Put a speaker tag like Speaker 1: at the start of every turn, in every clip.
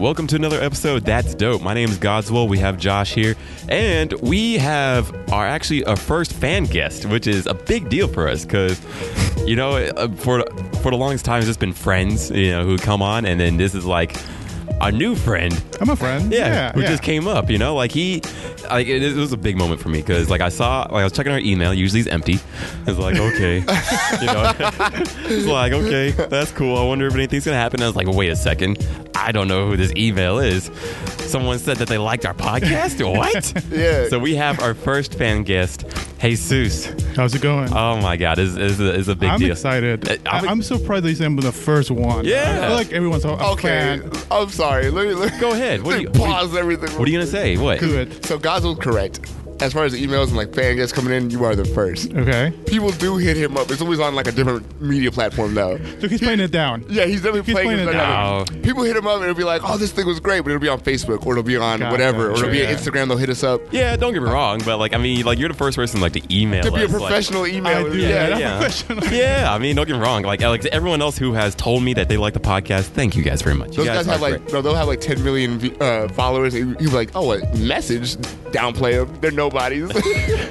Speaker 1: Welcome to another episode. That's dope. My name is Godswell. We have Josh here, and we have our actually our first fan guest, which is a big deal for us because you know uh, for for the longest time it's just been friends, you know, who come on, and then this is like our new friend
Speaker 2: I'm a friend.
Speaker 1: yeah, who
Speaker 2: yeah.
Speaker 1: just came up. You know, like he, like it, it was a big moment for me because like I saw, like I was checking our email. Usually it's empty. It's like okay, you know, it's like okay, that's cool. I wonder if anything's gonna happen. I was like, wait a second, I don't know who this email is. Someone said that they liked our podcast. what?
Speaker 3: Yeah.
Speaker 1: So we have our first fan guest, Jesus.
Speaker 2: How's it going?
Speaker 1: Oh my God, is is a, is a big
Speaker 2: I'm
Speaker 1: deal.
Speaker 2: excited.
Speaker 1: Uh,
Speaker 2: I,
Speaker 1: I'm-
Speaker 2: I'm so proud that he's been the first one.
Speaker 1: Yeah.
Speaker 2: I feel like everyone's "Oh, a a
Speaker 3: okay,
Speaker 2: fan.
Speaker 3: I'm sorry. Let me, let me
Speaker 1: Go ahead. What
Speaker 3: let
Speaker 1: do you-
Speaker 3: me pause everything.
Speaker 1: What are you gonna say? What?
Speaker 2: Good.
Speaker 3: So God's was correct. As far as emails and like fan guests coming in, you are the first.
Speaker 2: Okay.
Speaker 3: People do hit him up. It's always on like a different media platform though.
Speaker 2: So he's playing it down.
Speaker 3: Yeah, he's definitely
Speaker 2: He's
Speaker 3: playing,
Speaker 2: playing
Speaker 3: his
Speaker 2: it
Speaker 3: dynamic.
Speaker 1: down.
Speaker 3: People hit him up and it'll be like, "Oh, this thing was great," but it'll be on Facebook or it'll be on
Speaker 2: Gotcha.
Speaker 3: whatever or it'll be on
Speaker 2: Yeah.
Speaker 3: Instagram. They'll hit us up
Speaker 1: Yeah, don't get me wrong, but like I mean, like you're the first person like to email
Speaker 3: to be a
Speaker 1: us, like-
Speaker 3: professional
Speaker 2: I
Speaker 3: emailer.
Speaker 2: do.
Speaker 3: Yeah,
Speaker 2: that.
Speaker 1: yeah.
Speaker 2: I'm professional.
Speaker 1: yeah, I mean, don't get me wrong. Like, like everyone else who has told me that they like the podcast, thank you guys very much. You
Speaker 3: Those guys,
Speaker 1: are
Speaker 3: have like
Speaker 1: great.
Speaker 3: no, they'll have like 10 million v- uh, followers. And you're like, "Oh, a message? Downplay them. They're nobodies."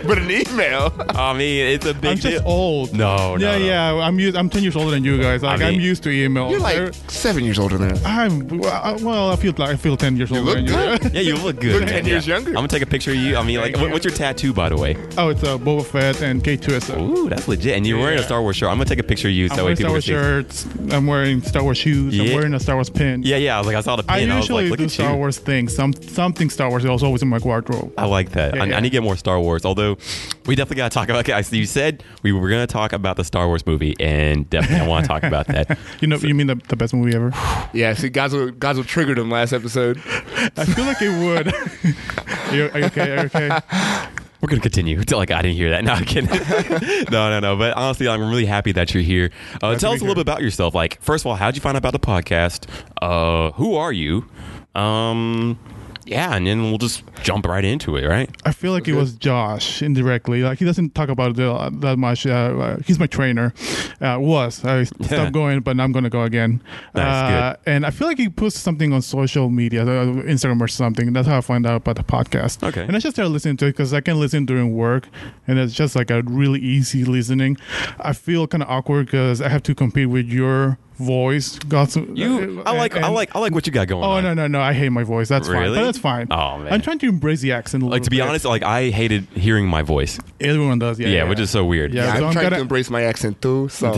Speaker 3: but an email.
Speaker 1: I mean, it's a big
Speaker 2: I'm
Speaker 1: deal.
Speaker 2: just old.
Speaker 1: No, no,
Speaker 2: Yeah,
Speaker 1: no.
Speaker 2: yeah. I'm used, I'm 10 years older than you guys. Like, I
Speaker 1: mean-
Speaker 2: am used to email.
Speaker 3: You're like seven years older than us.
Speaker 2: I'm well. I feel like I feel 10 years older
Speaker 3: look
Speaker 2: than you.
Speaker 3: good.
Speaker 1: Yeah, you look good.
Speaker 3: Look
Speaker 1: man.
Speaker 3: 10 years
Speaker 1: Yeah.
Speaker 3: younger.
Speaker 1: I'm gonna take a picture of you. I mean, like,
Speaker 2: Thank
Speaker 1: what,
Speaker 2: you.
Speaker 1: what's your tattoo, by the way?
Speaker 2: oh, it's uh, Boba Fett and K2SO.
Speaker 1: Ooh, that's legit. And you're wearing a
Speaker 2: Yeah.
Speaker 1: Star Wars shirt. I'm gonna take a picture of you so
Speaker 2: I'm
Speaker 1: that way
Speaker 2: wearing
Speaker 1: people
Speaker 2: Star Wars
Speaker 1: can see.
Speaker 2: shirts. I'm wearing Star Wars shoes.
Speaker 1: Yeah.
Speaker 2: I'm wearing a Star Wars pin.
Speaker 1: Yeah, yeah. I was like, I saw the
Speaker 2: I
Speaker 1: pin. I, was
Speaker 2: usually
Speaker 1: like, look
Speaker 2: do
Speaker 1: at
Speaker 2: Star
Speaker 1: you.
Speaker 2: Wars things. Some something Star Wars is always in my wardrobe.
Speaker 1: I like that.
Speaker 2: Yeah,
Speaker 1: I, I
Speaker 2: yeah.
Speaker 1: need to get more Star Wars. Although, we definitely gotta talk about. Okay, I see you said we were gonna talk about the Star Wars movie, and definitely I want to talk about that.
Speaker 2: You know, you mean the, the best movie ever?
Speaker 3: Yeah, see, Godzilla, Godzilla triggered him last episode.
Speaker 2: I feel like it would. are, you, are you okay? Are you okay?
Speaker 1: We're gonna continue. Till, Like I didn't hear that. No, I'm kidding. no, no, no. But honestly, I'm really happy that you're here. Uh, tell
Speaker 2: to
Speaker 1: us
Speaker 2: be
Speaker 1: a little bit
Speaker 2: here.
Speaker 1: about yourself. Like, first of all, how'd you find out about the podcast? Uh, who are you? Um, yeah, and then we'll just jump right into it. Right?
Speaker 2: I feel like it was Josh indirectly. Like he doesn't talk about it uh, that much. Uh, Uh, he's my trainer. Uh, was I stopped going, but now I'm gonna go again.
Speaker 1: Nice,
Speaker 2: uh, And I feel like he puts something on social media, uh, Instagram or something. That's how I find out about the podcast.
Speaker 1: Okay.
Speaker 2: And I just started listening to it because I can listen during work, and it's just like a really easy listening. I feel kind of awkward because I have to compete with your voice. Got some,
Speaker 1: You,
Speaker 2: Uh,
Speaker 1: I like, I like, I like what you got going.
Speaker 2: Oh
Speaker 1: on.
Speaker 2: no no no! I hate my voice. That's fine.
Speaker 1: Really?
Speaker 2: But that's fine.
Speaker 1: Oh, man.
Speaker 2: I'm trying to embrace the accent. A
Speaker 1: Like
Speaker 2: little
Speaker 1: to be
Speaker 2: bit.
Speaker 1: honest, like I hated hearing my voice.
Speaker 2: everyone does. Yeah,
Speaker 1: Yeah, which is so weird.
Speaker 2: Yeah.
Speaker 3: Yeah,
Speaker 2: so
Speaker 3: I'm
Speaker 2: I'm
Speaker 3: trying to
Speaker 2: gonna-
Speaker 3: embrace my accent too. So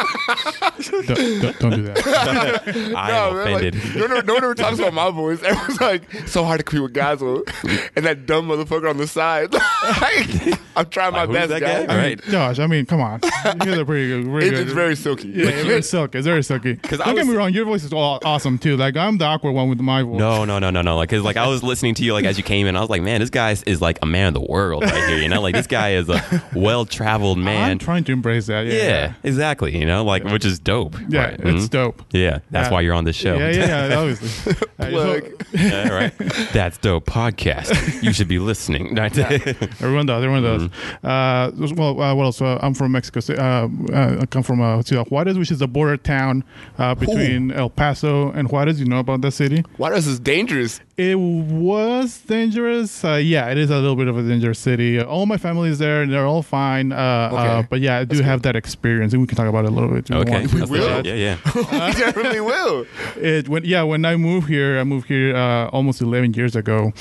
Speaker 2: don't, don't, don't do that.
Speaker 1: I am
Speaker 3: no, man, like,
Speaker 1: offended.
Speaker 3: no, no, no one ever talks about my voice. Everyone's like so hard to compete with Godzilla, and that dumb motherfucker on the side. Like, I'm trying
Speaker 1: Like,
Speaker 3: my
Speaker 1: who's
Speaker 3: best,
Speaker 1: that
Speaker 3: guys.
Speaker 1: guy? All right.
Speaker 2: Josh, I mean, come on. You guys are pretty good. Pretty
Speaker 3: It's,
Speaker 2: good.
Speaker 3: it's very silky.
Speaker 2: Yeah, it's very silky. It's very silky.
Speaker 1: I
Speaker 2: Don't get
Speaker 1: was-
Speaker 2: me wrong. Your voice is all awesome too. Like I'm the awkward one with my voice.
Speaker 1: No, no, no, no, no. Like, cause like I was listening to you like as you came in, I was like, man, this guy is like a man of the world right here. You know, like this guy is a well-traveled man.
Speaker 2: I'm trying to embrace that. Yeah,
Speaker 1: yeah,
Speaker 2: yeah.
Speaker 1: exactly. You know, like which is dope.
Speaker 2: Yeah,
Speaker 1: right?
Speaker 2: it's
Speaker 1: Mhm.
Speaker 2: dope.
Speaker 1: Yeah, that's
Speaker 2: Yeah.
Speaker 1: why you're on this show.
Speaker 2: Yeah, yeah, yeah, obviously. Uh, so
Speaker 3: Plug.
Speaker 1: Yeah, right. That's dope podcast. You should be listening.
Speaker 2: everyone does. Everyone does. Uh, well, uh, what else? Uh, I'm from Mexico. Ci- Uh, uh, I come from uh, Ciudad Juarez, which is a border town uh, between El Paso and Juarez. You know about that city?
Speaker 3: Why is this dangerous?
Speaker 2: It was dangerous. Uh, yeah, it is a little bit of a dangerous city. All my family is there, and they're all fine. Uh, uh,
Speaker 3: Okay.
Speaker 2: but yeah, I do have that experience, and we can talk about it a little bit. if you
Speaker 1: okay.
Speaker 2: want.
Speaker 1: that's
Speaker 3: will.
Speaker 1: legit. Yeah, yeah.
Speaker 3: we definitely will.
Speaker 2: It when yeah when I moved here, I moved here uh, almost 11 years ago.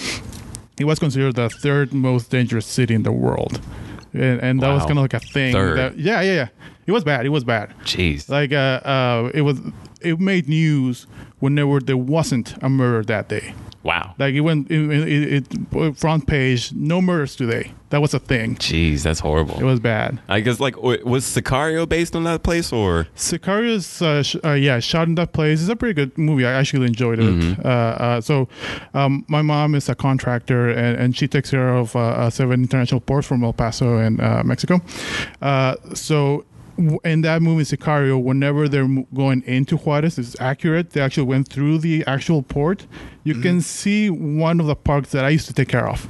Speaker 2: It was considered the third most dangerous city in the world, and, and that was
Speaker 1: Wow.
Speaker 2: kind of like a thing.
Speaker 1: Third.
Speaker 2: That, yeah, yeah, yeah. It was bad. It was bad.
Speaker 1: Jeez.
Speaker 2: Like uh, uh, it was. It made news whenever there wasn't a murder that day.
Speaker 1: wow.
Speaker 2: Like it went it, it, it front page. No murders today. That was a thing.
Speaker 1: Jeez, that's
Speaker 2: It
Speaker 1: horrible.
Speaker 2: was bad.
Speaker 1: I guess like w- was Sicario based on that place or?
Speaker 2: Sicario's, uh, sh- uh, yeah, shot in that place. It's a pretty good movie. I actually enjoyed it. Uh, uh, so, um, my mom is a contractor, and, and she takes care of uh, uh, seven international ports from El Paso and uh, Mexico. Uh, so. w- In that movie Sicario, whenever they're mo- going into Juarez, it's accurate. They actually went through the actual port. You can see one of the parks that I used to take care of.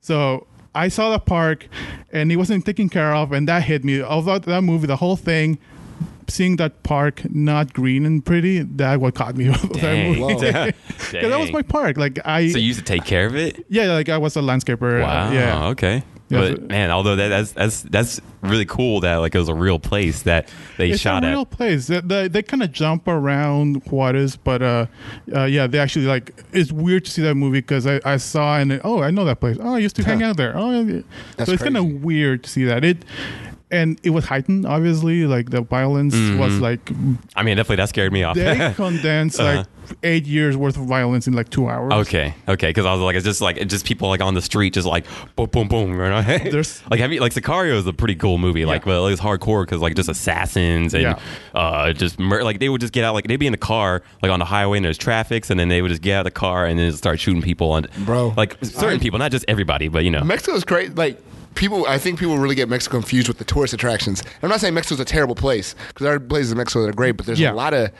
Speaker 2: So I saw the park, and it wasn't taken care of, and that hit me. Although that movie, the whole thing kept seeing that park not green and pretty. That what caught me about that
Speaker 1: Dang.
Speaker 2: movie.
Speaker 3: Wow.
Speaker 1: Dang.
Speaker 2: 'Cause that was my park. Like I,
Speaker 1: so you used to take care of it?
Speaker 2: yeah, like I was a landscaper.
Speaker 1: Wow.
Speaker 2: yeah,
Speaker 1: Okay.
Speaker 2: Yeah,
Speaker 1: But
Speaker 2: so-
Speaker 1: man, although that, that's that's that's really cool that like it was a real place that they
Speaker 2: it's
Speaker 1: shot
Speaker 2: a
Speaker 1: at.
Speaker 2: real place. They, they, they kind of jump around Juarez, but uh, uh, yeah, they actually like. It's weird to see that movie because I, I saw and then, oh, I know that place. Oh, I used to hang out there. Oh, yeah.
Speaker 3: That's
Speaker 2: so it's kind
Speaker 3: crazy.
Speaker 2: of weird to see that it. And it was heightened, obviously. Like the violence was
Speaker 1: Mm-hmm.
Speaker 2: like
Speaker 1: I mean, definitely that scared me off.
Speaker 2: they condensed like eight years worth of violence in like two hours.
Speaker 1: Uh-huh. Okay, okay, because I was like, it's just like it's just people like on the street, just like boom, boom, boom. You know?
Speaker 2: There's-
Speaker 1: like have you like Sicario is a pretty cool movie, like but it's hardcore because like just assassins and
Speaker 2: Yeah.
Speaker 1: uh, just mur- like they would just get out like they'd be in the car like on the highway and there's traffic, and then they would just get out of the car and then start shooting people and
Speaker 3: Bro.
Speaker 1: like certain people, not just everybody, but you know,
Speaker 3: Mexico's great. Like people, I think people really get Mexico confused with the tourist attractions. I'm not saying Mexico's a terrible place because there are places in Mexico that are great, but there's
Speaker 2: Yeah.
Speaker 3: a lot of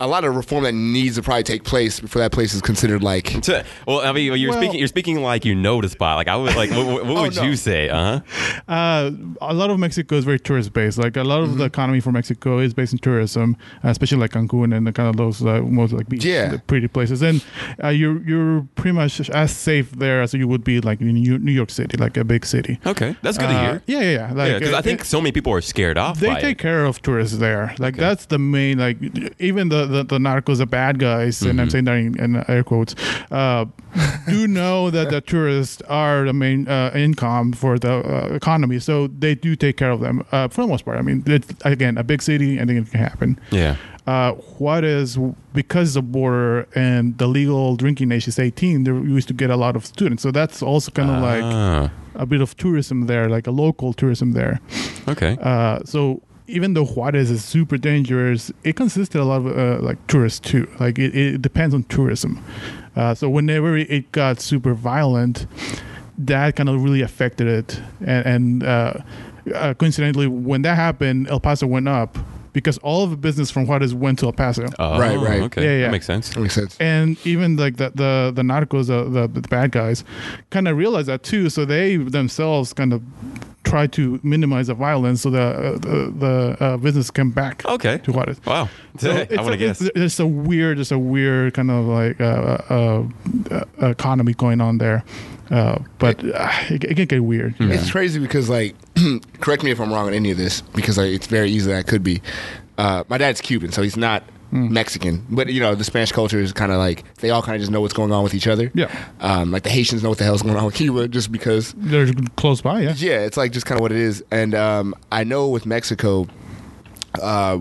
Speaker 3: a lot of reform that needs to probably take place before that place is considered like.
Speaker 1: To- well, I mean, you're
Speaker 2: Well-
Speaker 1: speaking. You're speaking like you know the spot. Like I would. Like, what, what- what
Speaker 3: Oh,
Speaker 1: would
Speaker 3: no.
Speaker 1: you say? Uh huh.
Speaker 2: uh, a lot of Mexico is very tourist based. Like a lot of the economy for Mexico is based in tourism, uh, especially like Cancun and the kind of those uh, most like beach,
Speaker 3: Yeah.
Speaker 2: the pretty places. And uh, you're you're pretty much as safe there as you would be like in New New York City, like a big city.
Speaker 1: Okay, that's good to
Speaker 2: Uh,
Speaker 1: hear.
Speaker 2: yeah, yeah, yeah. Like,
Speaker 1: Yeah, because
Speaker 2: uh,
Speaker 1: I think so many people are scared off.
Speaker 2: they
Speaker 1: by
Speaker 2: take
Speaker 1: it.
Speaker 2: care of tourists there. Like that's the main. Like even the the, the narcos, the bad guys, and
Speaker 1: Mm-hmm.
Speaker 2: I'm saying that in, in air quotes, uh, do know that the tourists are the main uh, income for the uh, economy. So they do take care of them uh, for the most part. I mean, it's, again, a big city, anything can happen.
Speaker 1: Yeah.
Speaker 2: Uh, Juarez, because the border and the legal drinking age is 18, there used to get a lot of students. So that's also kind of like
Speaker 1: Ah,
Speaker 2: a bit of tourism there, like a local tourism there.
Speaker 1: okay.
Speaker 2: Uh, so even though Juarez is super dangerous, it consisted a lot of uh, like tourists too. Like it, it depends on tourism. Uh, so whenever it got super violent, that kind of really affected it. And, and uh, uh, coincidentally, when that happened, El Paso went up because all of the business from Juarez went to El Paso.
Speaker 1: Oh,
Speaker 3: Right, right.
Speaker 1: Okay.
Speaker 2: Yeah, yeah.
Speaker 1: That makes sense.
Speaker 3: That makes sense.
Speaker 2: and even like the the, the narcos the, the, the bad guys kind of realize that too so they themselves kind of try to minimize the violence so the uh, the, the uh, business come back
Speaker 1: Okay.
Speaker 2: to Juarez
Speaker 1: Wow.
Speaker 2: so
Speaker 1: I
Speaker 2: it's
Speaker 1: want to
Speaker 2: a-
Speaker 1: guess.
Speaker 2: it's- There's a weird, there's a weird kind of like uh, uh, uh, economy going on there, uh, but uh, it, it can get weird.
Speaker 1: Hmm.
Speaker 2: yeah.
Speaker 3: It's crazy because, like, correct me if I'm wrong on any of this because like, it's very easy that I could be. Uh, my dad's Cuban, so he's not
Speaker 2: Mm.
Speaker 3: Mexican, but you know the Spanish culture is kind of like they all kind of just know what's going on with each other.
Speaker 2: Yeah.
Speaker 3: um, like the Haitians know what the hell's going on with Cuba just because
Speaker 2: They're close by, yeah.
Speaker 3: Yeah, it's like just kind of what it is. And um, I know with Mexico, uh,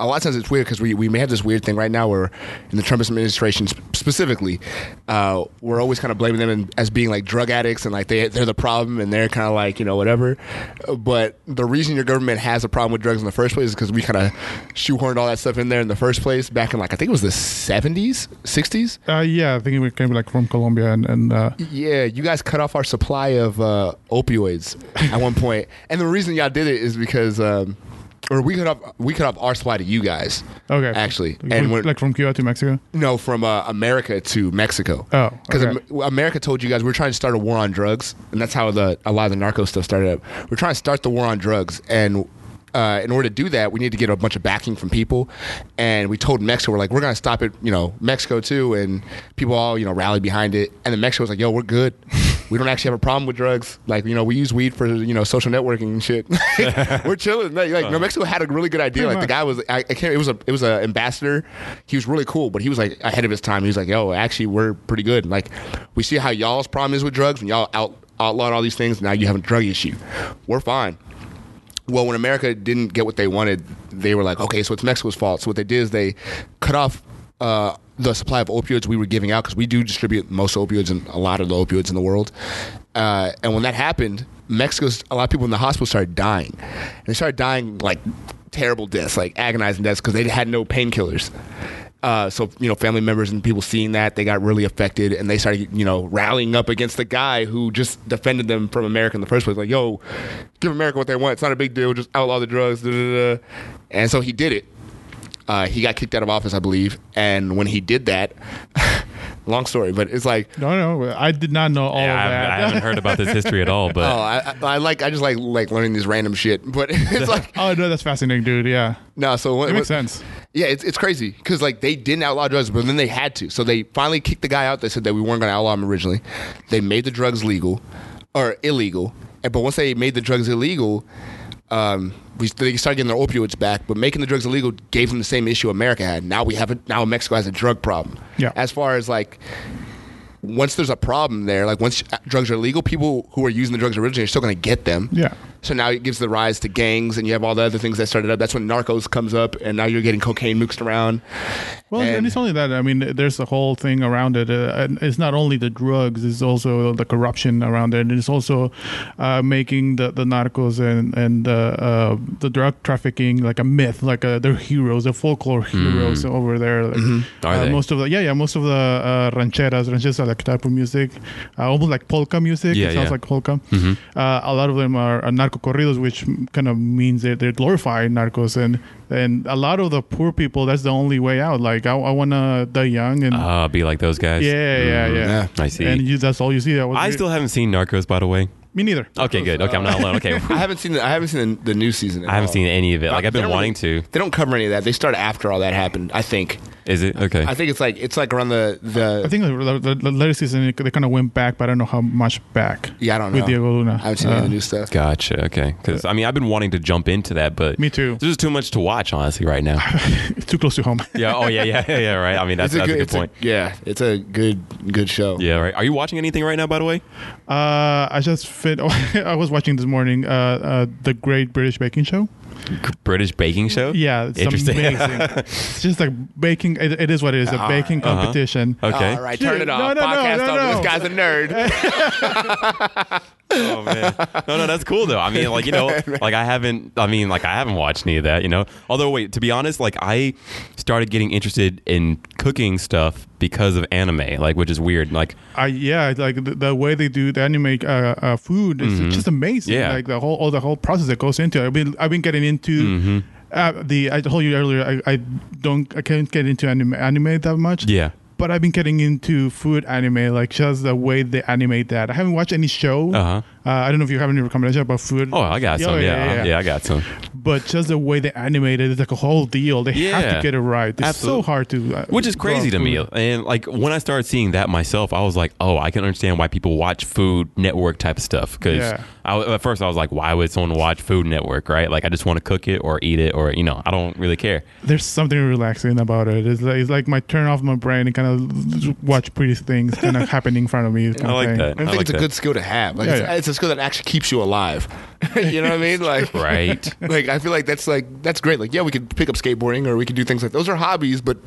Speaker 3: a lot of times it's weird because we, we may have this weird thing right now where in the Trump administration sp- specifically, uh, we're always kind of blaming them in, as being like drug addicts and like they, they're the problem and they're kind of like, you know, whatever. Uh, But the reason your government has a problem with drugs in the first place is because we kind of shoehorned all that stuff in there in the first place back in like, I think it was the 70s, 60s.
Speaker 2: Uh, yeah, I think we came like from Colombia and, and uh,
Speaker 3: Yeah, you guys cut off our supply of uh, opioids at one point, and the reason y'all did it is because, um, or we cut off we cut off our supply to you guys.
Speaker 2: okay,
Speaker 3: actually,
Speaker 2: Like,
Speaker 3: and
Speaker 2: from-
Speaker 3: when,
Speaker 2: like from Cuba to Mexico.
Speaker 3: no, from uh, America to Mexico.
Speaker 2: Oh,
Speaker 3: because
Speaker 2: okay.
Speaker 3: America told you guys we're trying to start a war on drugs, and that's how the a lot of the narco stuff started up. We're trying to start the war on drugs, and uh, in order to do that, we need to get a bunch of backing from people. And we told Mexico, we're like, we're going to stop it, you know, Mexico too, and people all you know rallied behind it. And then Mexico was like, yo, we're good. We don't actually have a problem with drugs. Like, you know, we use weed for, you know, social networking and shit. we're chilling. Like, like,
Speaker 2: Uh-huh.
Speaker 3: New Mexico had a really good idea.
Speaker 2: Pretty much.
Speaker 3: like, the guy I was I, I can't. It was a it was an ambassador. He was really cool, but he was like ahead of his time. He was like, "Yo, actually, we're pretty good. Like, we see how y'all's problem is with drugs, and y'all out outlawed all these things. Now you have a drug issue. We're fine." Well, when America didn't get what they wanted, they were like, "Okay, so it's Mexico's fault." So what they did is they cut off. Uh, the supply of opioids we were giving out because we do distribute most opioids and a lot of the opioids in the world. Uh, and when that happened, Mexico's a lot of people in the hospital started dying, and they started dying like terrible deaths, like agonizing deaths, because they had no painkillers. Uh, so you know, family members and people seeing that they got really affected, and they started you know rallying up against the guy who just defended them from America in the first place. Like, yo, give America what they want. It's not a big deal. Just outlaw the drugs. Da, da, da. And so he did it. Uh, he got kicked out of office, I believe. And when he did that, Long story, but it's like
Speaker 2: No, no, I did not know all
Speaker 1: Yeah,
Speaker 2: of
Speaker 1: I, I
Speaker 2: that.
Speaker 1: haven't heard about this history at all,
Speaker 3: oh,
Speaker 1: but
Speaker 3: I, I- I like I just like like learning these random shit. But it's like
Speaker 2: oh no, that's fascinating, dude. Yeah,
Speaker 3: no. So what,
Speaker 2: it
Speaker 3: what-
Speaker 2: makes sense.
Speaker 3: Yeah, it's, it's crazy because like they didn't outlaw drugs, but then they had to. So they finally kicked the guy out. They said that we weren't going to outlaw him originally. They made the drugs legal or illegal, and but once they made the drugs illegal, um, we, they started getting their opioids back. But making the drugs illegal gave them the same issue America had. Now we have a, now Mexico has a drug problem.
Speaker 2: Yeah.
Speaker 3: as far as like. Once there's a problem there, like once drugs are illegal, people who are using the drugs originally are still going to get them.
Speaker 2: Yeah.
Speaker 3: So now it gives the rise to gangs, and you have all the other things that started up. That's when Narcos comes up, and now you're getting cocaine mixed around.
Speaker 2: Well, and,
Speaker 3: And-
Speaker 2: it's only that. I mean, there's a whole thing around it. Uh, and it's not only the drugs; it's also the corruption around it, and it's also uh, making the, the narcos and and uh, uh, the drug trafficking like a myth, like uh, they're heroes, they're folklore heroes over there. Like,
Speaker 1: Hmm. Mm-hmm. Are
Speaker 2: uh,
Speaker 1: they?
Speaker 2: Most of the yeah, yeah, most of the uh, rancheras, rancheras are like type of music, uh, almost like polka music.
Speaker 1: Yeah,
Speaker 2: it sounds
Speaker 1: yeah.
Speaker 2: like polka. Uh, a lot of them are, are narco corridos, which kind of means that they're glorifying narcos, and and a lot of the poor people. That's the only way out. Like I, I want to die young, and
Speaker 1: uh, be like those guys. Mm.
Speaker 2: yeah, yeah, yeah,
Speaker 1: I see.
Speaker 2: And you, that's all you see. That was
Speaker 1: I
Speaker 2: re-
Speaker 1: still haven't seen Narcos, by the way.
Speaker 2: me neither.
Speaker 1: Okay, good. Okay, I'm not alone. Okay,
Speaker 3: I haven't seen the, I haven't seen the, the new season. at
Speaker 1: I haven't
Speaker 3: all.
Speaker 1: seen any of it. Like I've
Speaker 3: They
Speaker 1: been
Speaker 3: don't
Speaker 1: wanting
Speaker 3: really-
Speaker 1: to.
Speaker 3: They don't cover any of that. They start after all that happened. I think.
Speaker 1: Is it okay?
Speaker 3: I think it's like it's like around the the.
Speaker 2: I think the, the, the later season they kind of went back, but I don't know how much back.
Speaker 3: yeah, I don't know.
Speaker 2: with Diego Luna.
Speaker 3: I haven't seen any
Speaker 2: Uh,
Speaker 3: of the new stuff.
Speaker 1: Gotcha. Okay, because I mean I've been wanting to jump into that, but
Speaker 2: Me too.
Speaker 1: There's just too much to watch, honestly, right now.
Speaker 2: It's Uh, too close to home.
Speaker 1: yeah. Oh yeah. Yeah. Yeah. Right. I mean that's, that's a good
Speaker 3: it's
Speaker 1: point.
Speaker 3: yeah, it's a good good show.
Speaker 1: yeah. Right. Are you watching anything right now? By the way.
Speaker 2: Uh, I just fit. I was watching this morning uh, uh, the Great British Baking Show.
Speaker 1: British baking show.
Speaker 2: Yeah, it's
Speaker 1: Interesting. Ah,
Speaker 2: amazing. it's just like baking. It, it is what it is. A baking competition.
Speaker 1: uh-huh. Okay.
Speaker 3: All right, turn
Speaker 2: Dude,
Speaker 3: it off.
Speaker 2: no, no, no,
Speaker 3: Podcast
Speaker 2: no,
Speaker 3: over.
Speaker 2: no.
Speaker 3: This guy's a nerd.
Speaker 1: Oh man. No, no, that's cool though. I mean, like you know, like I haven't. I mean, like I haven't watched any of that. You know. Although, wait, to be honest, like I started getting interested in cooking stuff because of anime, like which is weird. Like
Speaker 2: I yeah, it's like the, the way they do the anime uh, uh, food is just amazing.
Speaker 1: Mm-hmm. Yeah.
Speaker 2: like the whole all the whole process that goes into it. I've been I've been getting into.
Speaker 1: Mm-hmm.
Speaker 2: Uh, the I told you earlier I, I don't I can't get into anime, anime that much.
Speaker 1: Yeah.
Speaker 2: But I've been getting into food anime, like just the way they animate that. I haven't watched any show.
Speaker 1: Uh-huh.
Speaker 2: Uh, I don't know if you have any recommendation about food.
Speaker 1: oh, I got
Speaker 2: Yeah,
Speaker 1: some.
Speaker 2: yeah,
Speaker 1: Yeah.
Speaker 2: yeah,
Speaker 1: Yeah.
Speaker 2: yeah.
Speaker 1: I got some.
Speaker 2: but just the way they animate it, it's like a whole deal. They have to
Speaker 1: Yeah.
Speaker 2: get it right. It's so
Speaker 1: Absolutely.
Speaker 2: hard to, uh,
Speaker 1: Which is crazy to
Speaker 2: grow
Speaker 1: me.
Speaker 2: food.
Speaker 1: And like when I started seeing that myself, I was like, oh, I can understand why people watch Food Network type of stuff. Because
Speaker 2: Yeah.
Speaker 1: at first I was like, why would someone watch Food Network, right? Like I just want to cook it or eat it or, you know, I don't really care.
Speaker 2: There's something relaxing about it. It's like, it's like my turn off my brain and kind of watch pretty things kind of happening in front of me. kind
Speaker 1: I
Speaker 2: of
Speaker 1: like
Speaker 2: thing.
Speaker 1: that.
Speaker 3: I think
Speaker 1: like
Speaker 3: it's a
Speaker 1: that.
Speaker 3: good skill to have. Like
Speaker 2: Yeah,
Speaker 3: it's,
Speaker 2: yeah.
Speaker 3: it's a skill that actually keeps you alive. you know what I mean? Like
Speaker 1: Right.
Speaker 3: like I feel like that's like that's great. Like yeah, we could pick up skateboarding or we could do things like those are hobbies, but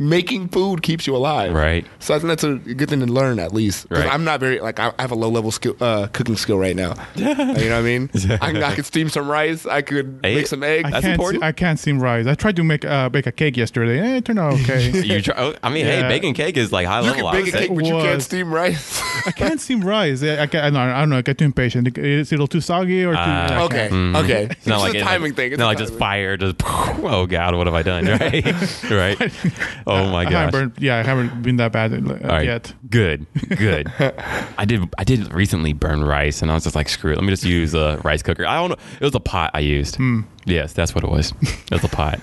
Speaker 3: making food keeps you alive.
Speaker 1: Right.
Speaker 3: So I think that's a good thing to learn at least. 'Cause
Speaker 1: Right.
Speaker 3: I'm not very like I, I have a low level skill uh, cooking skill right now. you know what I mean? I, can- I could steam some rice. I could
Speaker 1: Hey,
Speaker 3: make some eggs.
Speaker 2: I
Speaker 1: That's
Speaker 2: can't,
Speaker 1: important.
Speaker 2: I can't seem right. I tried to make uh, bake a cake yesterday. Eh, it turned out okay.
Speaker 1: You try, oh, I mean,
Speaker 2: Yeah.
Speaker 1: hey, baking cake is like high
Speaker 3: you
Speaker 1: level.
Speaker 3: can
Speaker 1: I would
Speaker 3: bake a
Speaker 1: say.
Speaker 3: cake, but you can't
Speaker 2: Was-
Speaker 3: steam rice.
Speaker 2: I can't seem right. I, I, can't- I, don't, I don't know. I get too impatient. It's either too soggy or too.
Speaker 1: Ah.
Speaker 2: I can't-
Speaker 3: okay. Okay. It's,
Speaker 1: It's Mm. not like
Speaker 3: a
Speaker 1: it-
Speaker 3: timing
Speaker 1: like,
Speaker 3: thing. It's
Speaker 1: not
Speaker 3: a
Speaker 1: like just
Speaker 3: timing.
Speaker 1: fire, just oh god, what have I done? Right, right. Oh my
Speaker 2: I haven't
Speaker 1: gosh.
Speaker 2: burned- yeah, I haven't been that bad uh,
Speaker 1: All right,
Speaker 2: yet.
Speaker 1: good, good. I did, I did recently burn rice, and I was just like, screw it. Let me just use a rice cooker. I don't know. It was a pot I used.
Speaker 3: Hmm.
Speaker 1: Yes, that's what it was. It was a pot.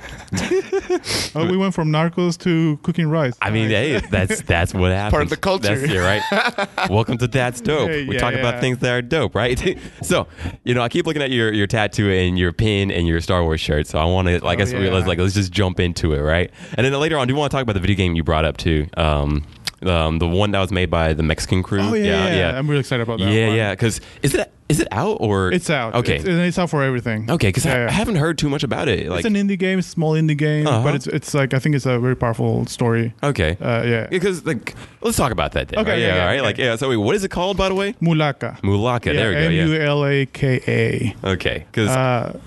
Speaker 2: Oh, we went from narcos to cooking rice.
Speaker 1: I mean, hey, that's that's what happens.
Speaker 3: of the culture.
Speaker 1: That's it, right? Welcome to That's Dope.
Speaker 2: Hey,
Speaker 1: we
Speaker 2: yeah,
Speaker 1: talk
Speaker 2: yeah.
Speaker 1: about things that are dope, right? so, you know, I keep looking at your your tattoo and your pin and your Star Wars shirt. So I want to, like, I
Speaker 2: Oh,
Speaker 1: guess, realize,
Speaker 2: yeah.
Speaker 1: like, let's just jump into it, right? And then later on, I do want to talk about the video game you brought up too. Um, um, the one that was made by the Mexican crew.
Speaker 2: Oh yeah, yeah, yeah. I'm really excited about that.
Speaker 1: yeah,
Speaker 2: one.
Speaker 1: yeah. Because is it is it out or
Speaker 2: It's out.
Speaker 1: Okay,
Speaker 2: it's, it's out for everything.
Speaker 1: okay. Because
Speaker 2: Yeah,
Speaker 1: I,
Speaker 2: yeah.
Speaker 1: I haven't heard too much about it. Like,
Speaker 2: it's an indie game, small indie game,
Speaker 1: Uh-huh.
Speaker 2: but it's it's like I think it's a very powerful story.
Speaker 1: okay,
Speaker 2: Uh, yeah.
Speaker 1: Because like, let's talk about that. Then,
Speaker 2: Okay,
Speaker 1: right?
Speaker 2: yeah,
Speaker 1: yeah,
Speaker 2: yeah,
Speaker 1: all right.
Speaker 2: okay.
Speaker 1: Like, yeah. So, wait, what is it called, by the way?
Speaker 2: Mulaka.
Speaker 1: Mulaka. there we go.
Speaker 2: M
Speaker 1: Yeah.
Speaker 2: U L A K A.
Speaker 1: Okay. Because
Speaker 2: Uh,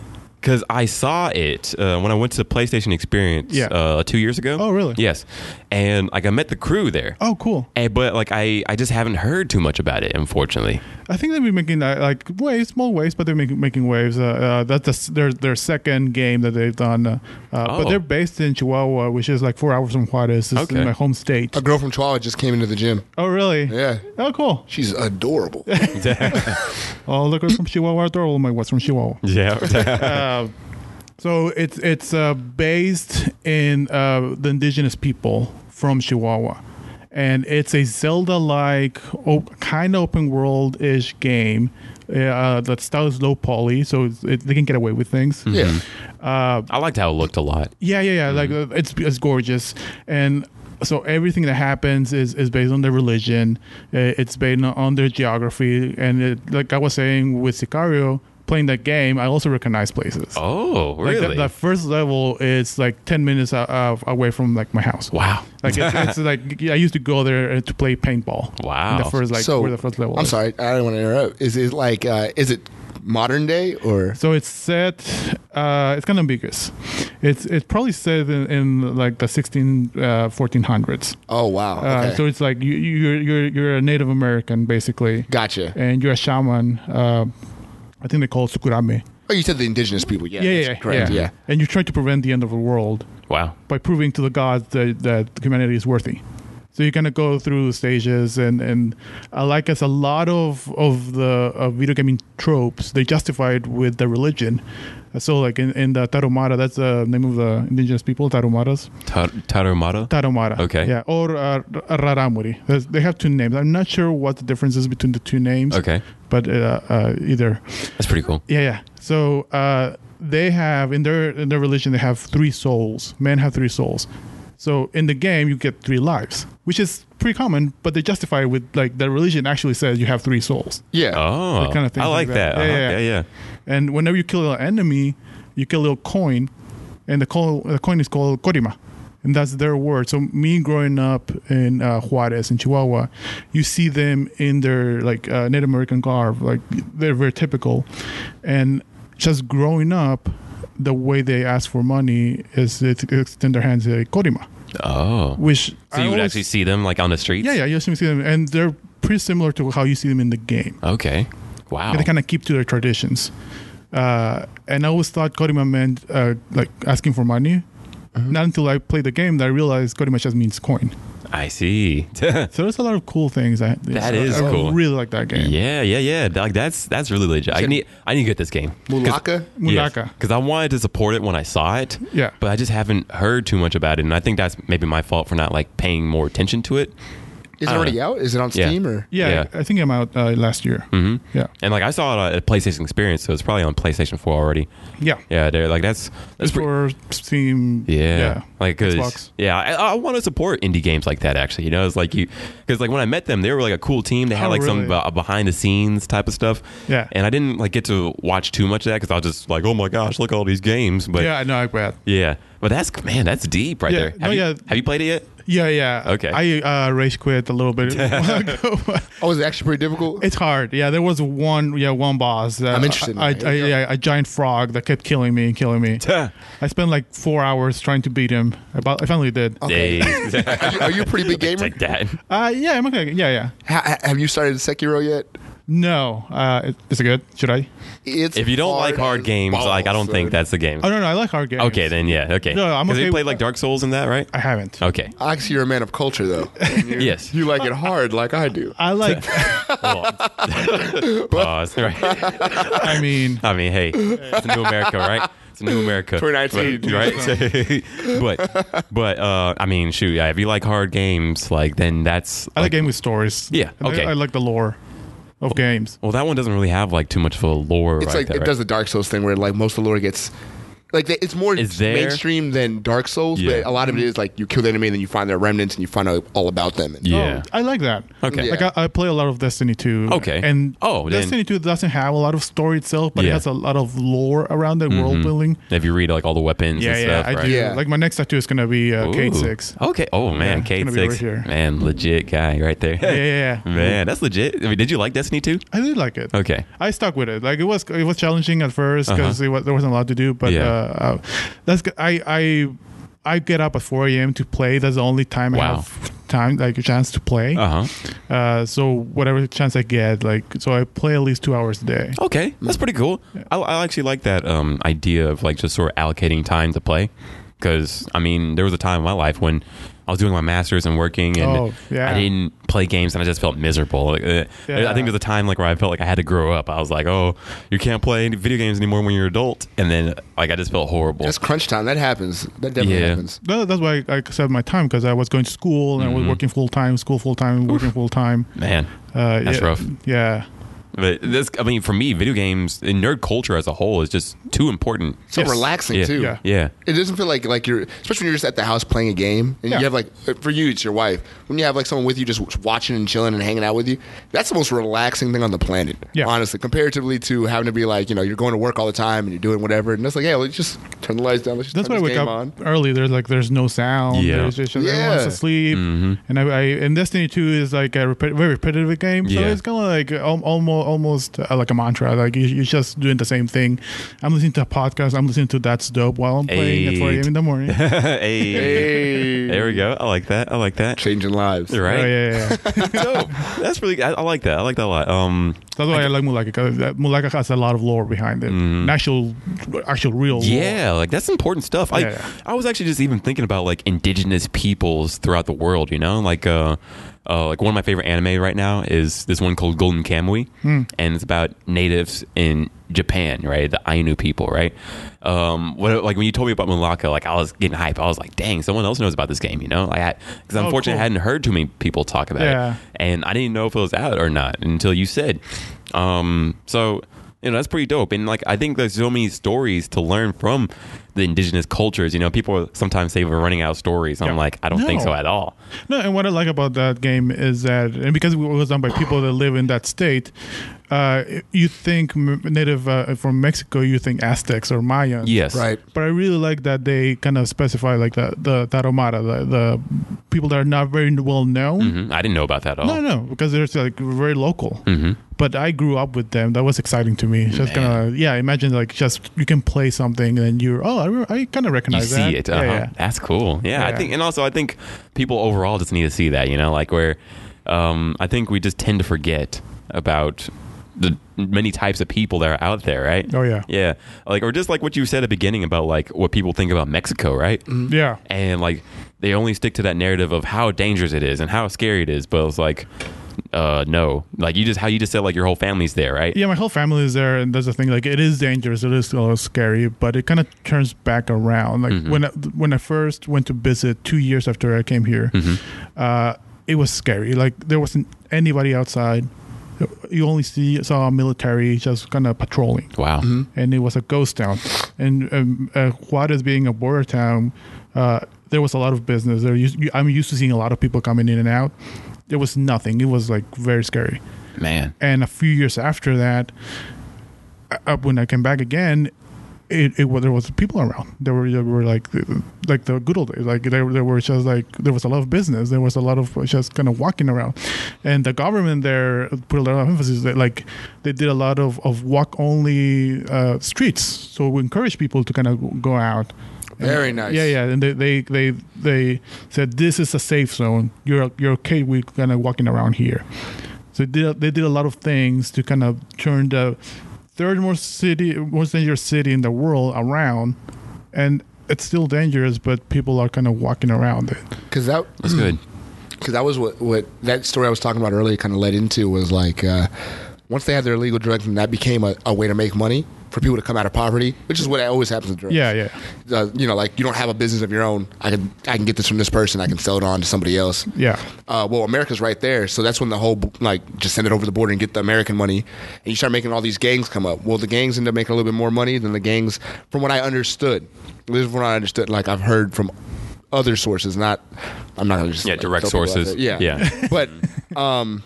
Speaker 1: because I saw it uh, when I went to PlayStation Experience
Speaker 2: Yeah.
Speaker 1: uh, two years ago.
Speaker 2: Oh, really?
Speaker 1: Yes, and like I met the crew there.
Speaker 2: Oh, cool.
Speaker 1: And, but like I, I just haven't heard too much about it, unfortunately.
Speaker 2: I think they've been making uh, like waves, small waves, but they're making making waves. Uh, uh, that's the, s- their their second game that they've done. Uh, uh,
Speaker 1: Oh.
Speaker 2: But they're based in Chihuahua, which is like four hours from Juarez. It's
Speaker 1: Okay.
Speaker 2: in my home state.
Speaker 3: A girl from Chihuahua just came into the gym.
Speaker 2: Oh, really?
Speaker 3: Yeah.
Speaker 2: Oh, cool.
Speaker 3: She's adorable.
Speaker 1: Mm-hmm.
Speaker 2: Oh, look, what's from Chihuahua. Adorable. My what's from Chihuahua.
Speaker 1: yeah.
Speaker 2: Uh, so it's it's uh, based in uh, the indigenous people from Chihuahua, and it's a Zelda-like, op- kind of open world-ish game. Uh, that style is low poly, so it's, it, they can get away with things.
Speaker 3: yeah.
Speaker 1: I liked how it looked a lot.
Speaker 2: Yeah, yeah, yeah. Like uh, it's it's gorgeous, and so everything that happens is is based on their religion. Uh, It's based on- on their geography, and it, like I was saying with Sicario, playing that game, I also recognize places.
Speaker 1: Oh,
Speaker 2: Like
Speaker 1: really?
Speaker 2: that, that first level is like ten minutes uh, uh, away from like my house.
Speaker 1: wow.
Speaker 2: Like it's, it's like I used to go there uh, to play paintball.
Speaker 1: Wow.
Speaker 2: The first like
Speaker 3: so
Speaker 2: where the first level.
Speaker 3: I'm
Speaker 2: is.
Speaker 3: sorry, I don't want to interrupt. Is it like uh, is it modern day or
Speaker 2: So it's set. Uh, it's kind of ambiguous. It's it's probably set in, in like the 16 uh, 1400s.
Speaker 3: oh wow.
Speaker 2: Uh,
Speaker 3: Okay.
Speaker 2: So it's like you, you're you're you're a Native American basically,
Speaker 3: gotcha.
Speaker 2: and you're a shaman. Uh, I think they call it Sukurame.
Speaker 3: Oh you said the indigenous people, yeah.
Speaker 2: Yeah, yeah,
Speaker 3: that's
Speaker 2: yeah,
Speaker 3: correct. Yeah.
Speaker 2: And you try to prevent the end of the world
Speaker 1: Wow.
Speaker 2: by proving to the gods that, that humanity is worthy. So you're gonna go through stages, and and uh, like as a lot of of the of video gaming tropes, they justify it with the religion. Uh, So like in, in the Tarahumara, that's the name of the indigenous people, Tarahumaras.
Speaker 1: Tar- Tarumata?
Speaker 2: Tarahumara.
Speaker 1: Okay.
Speaker 2: Yeah, or uh, R- Raramuri. There's- They have two names. I'm not sure what the difference is between the two names.
Speaker 1: Okay.
Speaker 2: But uh, uh, either.
Speaker 1: That's pretty cool.
Speaker 2: Yeah, yeah. So uh, they have in their in their religion they have three souls. Men have three souls. So in the game you get three lives, which is pretty common, but they justify it with like the religion actually says you have three souls.
Speaker 3: Yeah.
Speaker 1: Oh,
Speaker 2: kinda things
Speaker 1: I
Speaker 2: like
Speaker 1: like
Speaker 2: that.
Speaker 1: that.
Speaker 2: Yeah,
Speaker 1: Yeah,
Speaker 2: yeah,
Speaker 1: yeah, yeah.
Speaker 2: And whenever you kill an enemy, you kill a little coin, and the, co- the coin is called korima. And that's their word. So me growing up in uh, Juarez in Chihuahua, you see them in their like uh, Native American garb, like they're very typical. And just growing up, the way they ask for money is they extend their hands like korima,
Speaker 1: Oh,
Speaker 2: which
Speaker 1: so you would actually see them like on the streets?
Speaker 2: yeah yeah you see them and they're pretty similar to how you see them in the game.
Speaker 1: Okay. Wow.
Speaker 2: And they kind of keep to their traditions. Uh, and I always thought Korima meant uh, like asking for money.
Speaker 1: Mm-hmm.
Speaker 2: Not until I played the game that I realized Korima just means coin.
Speaker 1: I see.
Speaker 2: So there's a lot of cool things. I,
Speaker 1: That
Speaker 2: I-
Speaker 1: is
Speaker 2: I
Speaker 1: cool.
Speaker 2: really like that game.
Speaker 1: Yeah, yeah, yeah. Like that's that's really legit. I need I need to get this game.
Speaker 3: Mulaka?
Speaker 2: Mulaka.
Speaker 1: Because I wanted to support it when I saw it.
Speaker 2: Yeah.
Speaker 1: But I just haven't heard too much about it, and I think that's maybe my fault for not like paying more attention to it.
Speaker 3: Is it
Speaker 1: Uh,
Speaker 3: already out? Is it on
Speaker 1: yeah.
Speaker 3: Steam or
Speaker 2: Yeah,
Speaker 1: Yeah.
Speaker 2: I think I'm out uh, last year. Mm-hmm. Yeah,
Speaker 1: And like I saw it at PlayStation Experience, so it's probably on PlayStation Four already.
Speaker 2: yeah.
Speaker 1: Yeah, they're like that's that's pretty.
Speaker 2: for Steam.
Speaker 1: Yeah. Like, 'cause-
Speaker 2: Xbox.
Speaker 1: yeah, I, I want to support indie games like that. Actually, you know, it's like you because like when I met them, they were like a cool team. They had
Speaker 2: Oh,
Speaker 1: like some
Speaker 2: really?
Speaker 1: uh, behind the scenes type of stuff.
Speaker 2: Yeah.
Speaker 1: and I didn't like get to watch too much of that because I was just like, oh my gosh, look at all these games. But yeah,
Speaker 2: Yeah, I know. I bet.
Speaker 1: but that's man, that's deep right
Speaker 2: Yeah.
Speaker 1: there. Have,
Speaker 2: No,
Speaker 1: you,
Speaker 2: yeah.
Speaker 1: have you played it yet?
Speaker 2: Yeah, yeah.
Speaker 1: Okay.
Speaker 2: I uh, race quit a little bit. a while ago.
Speaker 3: Oh, is it actually pretty difficult?
Speaker 2: It's hard. Yeah, there was one. Yeah, one boss. Uh,
Speaker 3: I'm interested in
Speaker 2: I,
Speaker 3: that.
Speaker 2: I, yeah, a giant frog that kept killing me and killing me. I spent like four hours trying to beat him. About I finally did.
Speaker 3: Oh.
Speaker 1: Hey,
Speaker 3: Are you, are you a pretty big gamer?
Speaker 1: like that.
Speaker 2: Uh, yeah, I'm okay. Yeah, yeah.
Speaker 3: Ha- ha- have you started Sekiro yet?
Speaker 2: No, uh, it- is it good? Should I?
Speaker 3: It's
Speaker 1: If you don't like hard
Speaker 3: as
Speaker 1: games, like I
Speaker 3: balls,
Speaker 1: don't think
Speaker 3: dude.
Speaker 1: that's the game.
Speaker 2: Oh no, no, I like hard games.
Speaker 1: Okay, then yeah, okay.
Speaker 2: No, I'm
Speaker 1: 'Cause
Speaker 2: okay
Speaker 1: You
Speaker 2: with-
Speaker 1: played like Dark Souls in that, right?
Speaker 2: I haven't.
Speaker 1: Okay.
Speaker 3: Actually, you're a man of culture, though.
Speaker 1: Yes.
Speaker 3: you like it hard, like I do.
Speaker 2: I like.
Speaker 1: Hold on. Pause. Right.
Speaker 2: I mean,
Speaker 1: I mean, hey, it's a new America, right? It's a new America.
Speaker 3: 2019.
Speaker 1: Right? but but uh, I mean, shoot, yeah, if you like hard games, like then that's
Speaker 2: I like game with stories.
Speaker 1: Yeah,
Speaker 2: I like-
Speaker 1: okay.
Speaker 2: I, like the lore of games.
Speaker 1: well, that one doesn't really have like too much of a lore.
Speaker 3: It's
Speaker 1: right
Speaker 3: like
Speaker 1: there,
Speaker 3: it
Speaker 1: right?
Speaker 3: does the Dark Souls thing where like most of the lore gets Like they, it's more
Speaker 1: Is there-
Speaker 3: mainstream than Dark Souls,
Speaker 1: Yeah.
Speaker 3: but a lot of it is like you kill the enemy and then you find their remnants and you find out all about them. And,
Speaker 1: Yeah.
Speaker 2: Oh, I like that.
Speaker 1: Okay.
Speaker 2: Like
Speaker 3: Yeah.
Speaker 2: I, I play a lot of Destiny 2.
Speaker 1: Okay.
Speaker 2: And
Speaker 1: Oh, then-
Speaker 2: Destiny 2 doesn't have a lot of story itself, but
Speaker 1: Yeah. Mm-hmm.
Speaker 2: it has a lot of lore around it, world building.
Speaker 1: If you read like all the weapons
Speaker 2: Yeah,
Speaker 1: and
Speaker 2: yeah,
Speaker 1: stuff,
Speaker 2: I
Speaker 1: right?
Speaker 2: do.
Speaker 3: Yeah.
Speaker 2: Like my next tattoo is gonna be uh, Kate
Speaker 1: Ooh.
Speaker 2: Six.
Speaker 1: Okay. Oh man,
Speaker 2: Yeah,
Speaker 1: Kate
Speaker 2: it's gonna
Speaker 1: Six.
Speaker 2: be right here.
Speaker 1: Man, legit guy right there.
Speaker 2: Yeah, yeah, yeah.
Speaker 1: Man, that's legit. I mean, did you like Destiny 2?
Speaker 2: I did like it.
Speaker 1: Okay.
Speaker 2: I stuck with it. Like it was, it was challenging at first because
Speaker 1: Uh-huh.
Speaker 2: was, there wasn't a lot to do. But
Speaker 1: Yeah.
Speaker 2: uh, uh, that's g- I I I get up at 4 a.m. to play. That's the only time
Speaker 1: Wow.
Speaker 2: I have time, like a chance to play. uh
Speaker 1: Uh huh.
Speaker 2: so whatever chance I get, like so I play at least two hours a day.
Speaker 1: Okay, that's pretty cool. I, I actually like that um, idea of like just sort of allocating time to play. Because I mean, there was a time in my life when I was doing my masters and working, and
Speaker 2: Oh, yeah.
Speaker 1: I didn't play games, and I just felt miserable. Like, uh,
Speaker 2: Yeah.
Speaker 1: I think there's a time like where I felt like I had to grow up. I was like, oh, you can't play any video games anymore when you're an adult, and then like I just felt horrible.
Speaker 3: That's crunch time. That happens. That definitely
Speaker 1: Yeah.
Speaker 3: happens.
Speaker 2: That, that's why I, I set my time because I was going to school and I
Speaker 1: Mm-hmm.
Speaker 2: was working full time, school full time, working full time.
Speaker 1: Man,
Speaker 2: Uh,
Speaker 1: That's
Speaker 2: yeah,
Speaker 1: rough.
Speaker 2: Yeah.
Speaker 1: but this I mean, for me, video games and nerd culture as a whole is just too important.
Speaker 3: So
Speaker 2: Yes.
Speaker 3: relaxing
Speaker 1: Yeah.
Speaker 3: too.
Speaker 2: Yeah.
Speaker 1: Yeah.
Speaker 3: It doesn't feel like like you're, especially when you're just at the house playing a game, and
Speaker 2: Yeah.
Speaker 3: you have like for you it's your wife. When you have like someone with you, just watching and chilling and hanging out with you, that's the most relaxing thing on the planet.
Speaker 2: Yeah.
Speaker 3: honestly, comparatively to having to be like you know you're going to work all the time and you're doing whatever, and it's like yeah, let's just turn the lights down. Let's just
Speaker 2: That's
Speaker 3: turn
Speaker 2: why I
Speaker 3: this
Speaker 2: wake
Speaker 3: game
Speaker 2: up
Speaker 3: on.
Speaker 2: early. There's like there's no sound.
Speaker 1: Yeah. Mm-hmm.
Speaker 2: There's just,
Speaker 3: Yeah.
Speaker 2: Everyone's asleep. And I, I and Destiny Two is like a repet- very repetitive game. So
Speaker 1: Yeah.
Speaker 2: it's kind of like almost almost uh, like a mantra. Like you, you're just doing the same thing. I'm listening to a podcast. I'm listening to That's Dope while I'm playing at 4
Speaker 1: Hey.
Speaker 2: a.m. in the morning. oh,
Speaker 1: hey,
Speaker 3: Hey,
Speaker 1: there we go. I like that. I like that.
Speaker 3: changing lives.
Speaker 1: You're right.
Speaker 2: Oh, yeah, yeah, yeah.
Speaker 1: Dope. That's really. I, I like that. I like that a lot. Um.
Speaker 2: That's why I like Mulaka because Mulaka has a lot of lore behind it. An Actual, actual real. lore.
Speaker 1: Mm-hmm. Yeah. Like that's important stuff. I.
Speaker 2: Yeah.
Speaker 1: I was actually just even thinking about like indigenous peoples throughout the world. You know, like uh, uh, like one of my favorite anime right now is this one called Golden Kamui,
Speaker 2: Hmm.
Speaker 1: and it's about natives in Japan, right? The Ainu people, right? Um, what like when you told me about Mulaka, like I was getting hype. I was like, dang, someone else knows about this game, you know? Like, because unfortunately,
Speaker 2: Oh, cool.
Speaker 1: I hadn't heard too many people talk about
Speaker 2: Yeah.
Speaker 1: it. and I didn't know if it was out or not until you said. Um, so you know that's pretty dope, and like I think there's so many stories to learn from the indigenous cultures. You know, people sometimes say we're running out of stories. I'm
Speaker 2: Yeah.
Speaker 1: like, I don't think
Speaker 2: No.
Speaker 1: so at all.
Speaker 2: No, and what I like about that game is that, and because it was done by people that live in that state, uh, you think m- native uh, from Mexico, you think Aztecs or Mayans.
Speaker 1: Yes,
Speaker 3: Right.
Speaker 2: But I really like that they kind of specify like the the Taromara, the, the people that are not very well known.
Speaker 1: Mhm. I didn't know about that at all.
Speaker 2: No, no, because they're like very local.
Speaker 1: Mm-hmm.
Speaker 2: But I grew up with them. That was exciting to me. Just kind of yeah. Imagine like just you can play something and you're oh I, re- I kind
Speaker 1: You
Speaker 2: of recognize
Speaker 1: see
Speaker 2: that.
Speaker 1: it.
Speaker 2: Yeah,
Speaker 1: Uh-huh.
Speaker 2: yeah.
Speaker 1: That's cool. Yeah, I
Speaker 2: Yeah.
Speaker 1: think, and also I think people overall just need to see that. You know, like where um, I think we just tend to forget about the many types of people that are out there, right?
Speaker 2: Oh, yeah.
Speaker 1: yeah. Like or just like what you said at the beginning about like what people think about Mexico, right?
Speaker 2: yeah.
Speaker 1: and like they only stick to that narrative of how dangerous it is and how scary it is but it's like uh no like you just how you just said like your whole family's there right
Speaker 2: Yeah, my whole family is there, and that's the thing. Like, it is dangerous. It is a little scary, but it kind of turns back around. Like when I, when I first went to visit two years after I came here,
Speaker 1: Mm-hmm.
Speaker 2: uh, it was scary. Like there wasn't anybody outside. You only see saw military just kind of patrolling
Speaker 1: wow
Speaker 2: and it was a ghost town. And um, uh, Juarez being a border town, uh, there was a lot of business. There, used, I'm used to seeing a lot of people coming in and out. There was nothing. It was like very scary.
Speaker 1: man
Speaker 2: And a few years after that, uh, uh, when I came back again, it, it wa- there was people around. There were there were like like the good old days. Like there there were just like there was a lot of business. There was a lot of just kind of walking around, and the government there put a lot of emphasis that like they did a lot of of walk only uh, streets. So we encourage people to kind of go out. And-
Speaker 3: Very nice.
Speaker 2: Yeah, yeah. And they, they they they said this is a safe zone. You're you're okay. We're kind of walking around here. So they did, they did a lot of things to kind of turn the third most city, most dangerous city in the world around, and it's still dangerous, but people are kind of walking around it.
Speaker 3: Because that
Speaker 1: that's good
Speaker 2: Mm-hmm.
Speaker 3: because that was what, what that story I was talking about earlier kind of led into was like uh, once they had their illegal drugs and that became a, a way to make money for people to come out of poverty, which is what always happens in drugs.
Speaker 2: Yeah, yeah.
Speaker 3: Uh, you know, like you don't have a business of your own. I can I can get this from this person. I can sell it on to somebody else.
Speaker 2: Yeah.
Speaker 3: Uh, well, America's right there, so that's when the whole like just send it over the border and get the American money, and you start making all these gangs come up. Well, the gangs end up making a little bit more money than the gangs, from what I understood. This is what I understood. Like I've heard from other sources, not I'm not gonna just
Speaker 1: Yeah,
Speaker 3: like,
Speaker 1: direct
Speaker 3: tell people about
Speaker 1: sources.
Speaker 3: it. Yeah,
Speaker 1: Yeah.
Speaker 3: but um,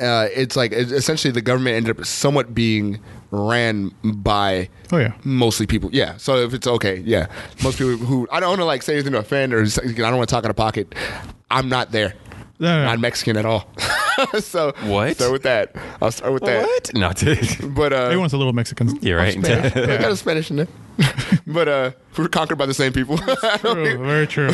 Speaker 3: uh, it's like it's essentially the government ended up somewhat being ran by
Speaker 2: Oh, yeah.
Speaker 3: mostly people. Yeah. So if it's okay, yeah, most people who I don't want to like say anything to offend or s- I don't want to talk out of pocket. I'm not there.
Speaker 2: No, no.
Speaker 3: Not Mexican at all. so
Speaker 1: What?
Speaker 3: Start with that. I'll start with that.
Speaker 1: What? Not to.
Speaker 3: But uh,
Speaker 2: Everyone's a little Mexican.
Speaker 1: You're right.
Speaker 3: Spanish. we got a Spanish in there. but uh, we were conquered by the same people.
Speaker 2: True, very true.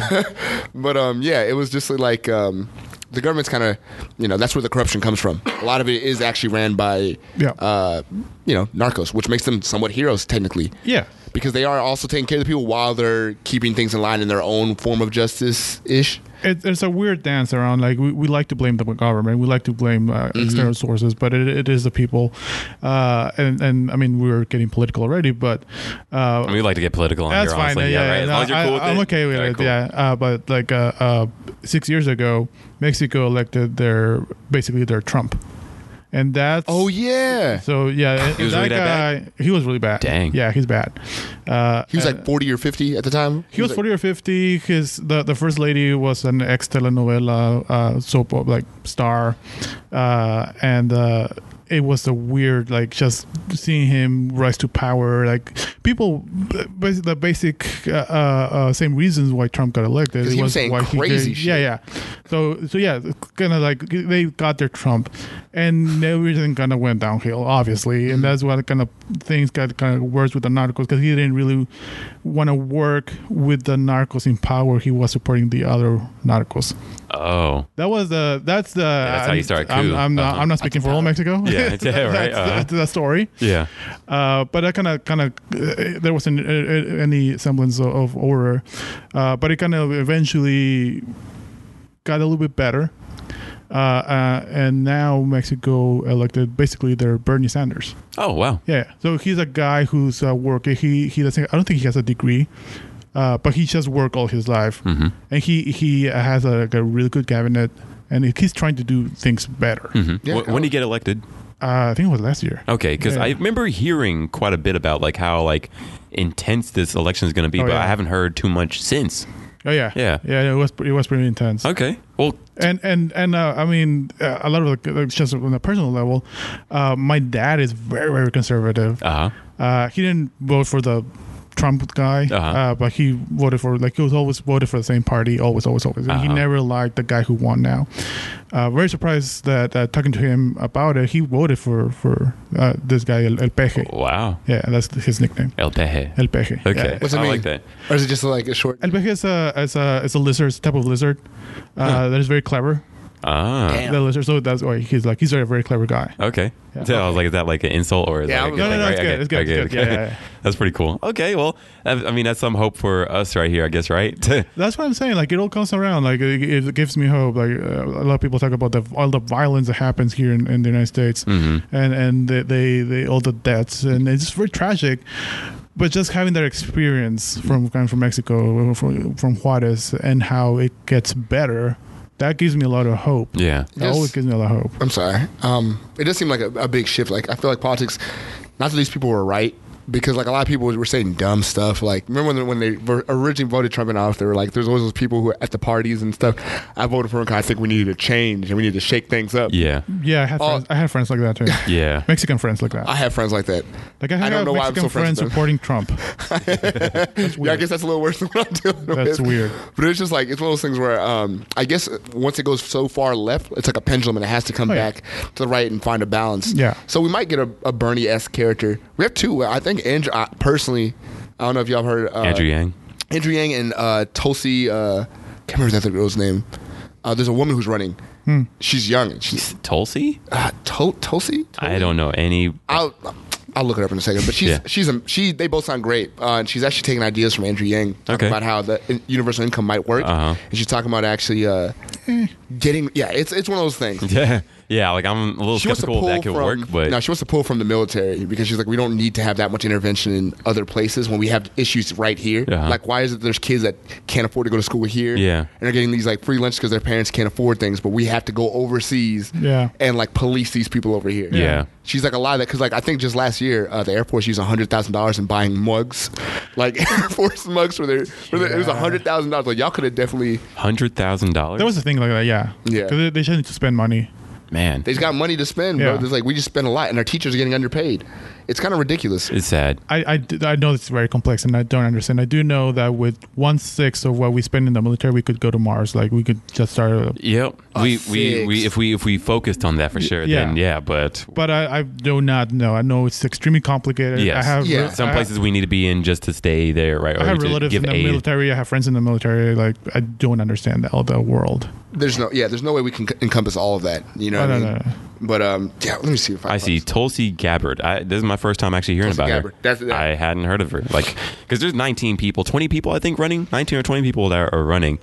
Speaker 3: But um, yeah, it was just like um, the government's kind of, you know, that's where the corruption comes from. A lot of it is actually ran by,
Speaker 2: Yeah.
Speaker 3: uh, you know, narcos, which makes them somewhat heroes technically.
Speaker 2: Yeah.
Speaker 3: Because they are also taking care of the people while they're keeping things in line in their own form of justice ish.
Speaker 2: It, it's a weird dance around. Like we, we like to blame the government, we like to blame uh, external sources, but it, it is the people. Uh, and and I mean, we were getting political already, but uh,
Speaker 1: We like to get political on
Speaker 2: That's
Speaker 1: here,
Speaker 2: fine. uh,
Speaker 1: honestly.
Speaker 2: yeah,
Speaker 1: right.
Speaker 2: yeah,
Speaker 1: As
Speaker 2: no,
Speaker 1: long as you're cool
Speaker 2: I,
Speaker 1: with
Speaker 2: I'm
Speaker 1: it.
Speaker 2: okay with
Speaker 1: All right,
Speaker 2: it.
Speaker 1: cool.
Speaker 2: Yeah, uh, but like uh, uh, six years ago, Mexico elected their basically their Trump, and that's
Speaker 3: Oh, yeah.
Speaker 2: So yeah,
Speaker 1: He was really that bad?
Speaker 2: guy, he was really bad.
Speaker 1: Dang.
Speaker 2: Yeah, he's bad. Uh,
Speaker 3: He was
Speaker 2: and-
Speaker 3: like 40 or 50 at the time.
Speaker 2: he was
Speaker 3: like-
Speaker 2: forty or fifty. His the, the first lady was an ex telenovela uh, soap op- like star, uh, and uh, it was a weird like just seeing him rise to power. Like people, b- basi- the basic uh, uh, uh, same reasons why Trump got elected.
Speaker 3: 'Cause
Speaker 2: It
Speaker 3: he was saying
Speaker 2: why
Speaker 3: crazy
Speaker 2: Yeah, yeah. So so yeah, kind of like they got their Trump, and everything kind of went downhill, obviously,
Speaker 1: Mm-hmm.
Speaker 2: and that's what kind of things got kind of worse with the narcos because he didn't really want to work with the narcos in power. He was supporting the other narcos.
Speaker 1: Oh.
Speaker 2: That was the that's the
Speaker 1: that's how you start a
Speaker 2: I'm,
Speaker 1: coup.
Speaker 2: I'm not,
Speaker 1: Uh-huh.
Speaker 2: I'm not speaking for all Mexico.
Speaker 1: Yeah,
Speaker 2: That's-
Speaker 1: yeah, right,
Speaker 2: That's,
Speaker 1: uh-huh.
Speaker 2: that's the story.
Speaker 1: Yeah.
Speaker 2: Uh, but I kind of, kind of, uh, there wasn't uh, uh, any semblance of, of order, uh, but it kind of eventually got a little bit better, uh, uh, and now Mexico elected basically their Bernie Sanders.
Speaker 1: Oh wow.
Speaker 2: Yeah, so he's a guy who's uh, working. He he doesn't. I don't think he has a degree, uh, but he just worked all his life, and he he has a, like a really good cabinet, and he's trying to do things better.
Speaker 3: Yeah.
Speaker 1: Wh- when did he get elected?
Speaker 2: Uh, I think it was last year.
Speaker 1: Okay, because
Speaker 2: Yeah.
Speaker 1: I remember hearing quite a bit about like how like intense this election is going to be,
Speaker 2: Oh,
Speaker 1: but
Speaker 2: yeah.
Speaker 1: I haven't heard too much since.
Speaker 2: Oh yeah,
Speaker 1: Yeah.
Speaker 2: yeah. It was it was pretty intense.
Speaker 1: Okay, well,
Speaker 2: and and and uh, I mean, uh, a lot of the like, just on a personal level, uh, my dad is very very conservative.
Speaker 1: uh huh.
Speaker 2: Uh, he didn't vote for the Trump guy, uh
Speaker 1: Uh-huh.
Speaker 2: but he voted for like he was always voted for the same party, always always always. And He
Speaker 1: Uh-huh.
Speaker 2: never liked the guy who won now. Uh, very surprised that uh, talking to him about it, he voted for for uh, this guy El, El Peje.
Speaker 1: Wow,
Speaker 2: Yeah, that's his nickname,
Speaker 1: El Peje.
Speaker 2: El Peje.
Speaker 1: Okay,
Speaker 2: Yeah.
Speaker 3: What's
Speaker 1: I
Speaker 3: it mean?
Speaker 1: like that.
Speaker 3: Or is it just like a short?
Speaker 2: El Peje is a, is a, is a lizard, it's a type of lizard uh,
Speaker 1: Uh-huh.
Speaker 2: that is very clever.
Speaker 1: Ah,
Speaker 3: Damn.
Speaker 2: the lizard. So that's why he's like he's a very clever guy.
Speaker 1: okay. So I was like, is that like an insult or is that
Speaker 3: Yeah, I
Speaker 1: like
Speaker 3: was- No,
Speaker 2: no, no,
Speaker 1: right?
Speaker 2: it's good,
Speaker 1: Okay,
Speaker 2: it's good, it's
Speaker 1: okay,
Speaker 2: good. Yeah,
Speaker 1: okay.
Speaker 2: yeah, yeah.
Speaker 1: That's pretty cool. Okay, well, I I mean, that's some hope for us right here, I guess, right?
Speaker 2: That's what I'm saying. Like it all comes around. Like it, it gives me hope. Like uh, a lot of people talk about the all the violence that happens here in, in the United States,
Speaker 1: Mm-hmm.
Speaker 2: and and they, they they all the deaths, and it's very tragic. But just having that experience from coming from Mexico, from from Juarez, and how it gets better, that gives me a lot of hope.
Speaker 1: yeah.
Speaker 2: That
Speaker 3: Yes.
Speaker 2: always gives me a lot of hope.
Speaker 3: I'm sorry. Um, it does seem like a, a big shift. Like I feel like politics. Not that these people were right, because like a lot of people were saying dumb stuff. Like remember when they, when they ver- originally voted Trump in office, they were like, "There's always those people who are at the parties and stuff." I voted for him because I think we needed to change and we need to shake things up.
Speaker 1: Yeah.
Speaker 2: Yeah, I had
Speaker 3: Oh.
Speaker 2: friends, I had friends like that too.
Speaker 1: Yeah.
Speaker 2: Mexican friends like that.
Speaker 3: I have friends like that.
Speaker 2: like I had
Speaker 3: I don't
Speaker 2: a
Speaker 3: know why I'm
Speaker 2: Mexican
Speaker 3: so friends
Speaker 2: friend supporting
Speaker 3: with them.
Speaker 2: Trump.
Speaker 3: Yeah, I guess that's a little worse than what I'm dealing with.
Speaker 2: That's weird.
Speaker 3: But it's just like it's one of those things where um, I guess once it goes so far left, it's like a pendulum and it has to come
Speaker 2: Oh, yeah.
Speaker 3: back to the right and find a balance.
Speaker 2: Yeah.
Speaker 3: So we might get a, a Bernie S character. We have two. I think Andrew I, personally. I don't know if y'all heard uh,
Speaker 1: Andrew Yang.
Speaker 3: Andrew Yang and uh, Tulsi. Uh, can't remember that girl's name. Uh, there's a woman who's running.
Speaker 2: Hmm.
Speaker 3: She's young. She's
Speaker 1: Tulsi?
Speaker 3: uh, Tul- Tulsi.
Speaker 1: I don't know any.
Speaker 3: I'll, I'll look it up in a second. But she's
Speaker 1: Yeah.
Speaker 3: she's a, she. They both sound great, uh, and she's actually taking ideas from Andrew Yang talking
Speaker 1: Okay.
Speaker 3: about how the in- universal income might work,
Speaker 1: Uh-huh.
Speaker 3: and she's talking about actually uh, getting. Yeah, it's it's one of those things.
Speaker 1: Yeah, yeah. Like I'm a little skeptical if that could
Speaker 3: from,
Speaker 1: work, but
Speaker 3: no, she wants to pull from the military because she's like, we don't need to have that much intervention in other places when we have issues right here.
Speaker 1: Uh-huh.
Speaker 3: Like, why is it there's kids that can't afford to go to school here?
Speaker 1: Yeah.
Speaker 3: and they're getting these like free lunches because their parents can't afford things, but we have to go overseas.
Speaker 2: Yeah.
Speaker 3: and like police these people over here.
Speaker 1: Yeah.
Speaker 3: she's like a lot of that because like I think just last year uh, the Air Force used hundred thousand dollars in buying mugs, like Air Force mugs for their. For their it was
Speaker 2: Yeah.
Speaker 3: hundred thousand dollars. Like y'all could have definitely.
Speaker 1: hundred thousand
Speaker 2: There
Speaker 1: dollars.
Speaker 2: was a thing like that, yeah.
Speaker 3: Yeah.
Speaker 2: 'Cause they, they shouldn't spend money.
Speaker 1: Man,
Speaker 3: They just got money to spend,
Speaker 2: Yeah.
Speaker 3: bro. It's like we just spend a lot, and our teachers are getting underpaid. It's kind of ridiculous.
Speaker 1: it's sad.
Speaker 2: I, I, d- I know it's very complex and I don't understand. I do know that with one sixth of what we spend in the military, we could go to Mars. Like we could just start. A,
Speaker 1: Yep. We, we
Speaker 3: fix.
Speaker 1: we if we if we focused on that for sure,
Speaker 2: Oh, yeah.
Speaker 1: then yeah. But
Speaker 2: but I, I do not know. I know it's extremely complicated.
Speaker 1: Yes.
Speaker 2: I have
Speaker 3: Yeah.
Speaker 2: I
Speaker 1: some
Speaker 2: have-
Speaker 1: places we need to be in just to stay there, right? Or
Speaker 2: I have
Speaker 1: to
Speaker 2: relatives in
Speaker 1: give
Speaker 2: the
Speaker 1: aid.
Speaker 2: military. I have friends in the military. Like I don't understand all the world.
Speaker 3: There's no, yeah, there's no way we can c- encompass all of that. You know
Speaker 2: No,
Speaker 3: what I
Speaker 2: Oh, no,
Speaker 3: mean?
Speaker 2: no, no.
Speaker 3: But um, yeah, let me see if I,
Speaker 1: I see Tulsi Gabbard. I, this is my first time actually hearing
Speaker 3: Tulsi
Speaker 1: about
Speaker 3: Gabbard.
Speaker 1: her.
Speaker 3: That's- that-
Speaker 1: I hadn't heard of her. Like, because there's 19 people, 20 people, I think, running, 19 or 20 people that are, are running,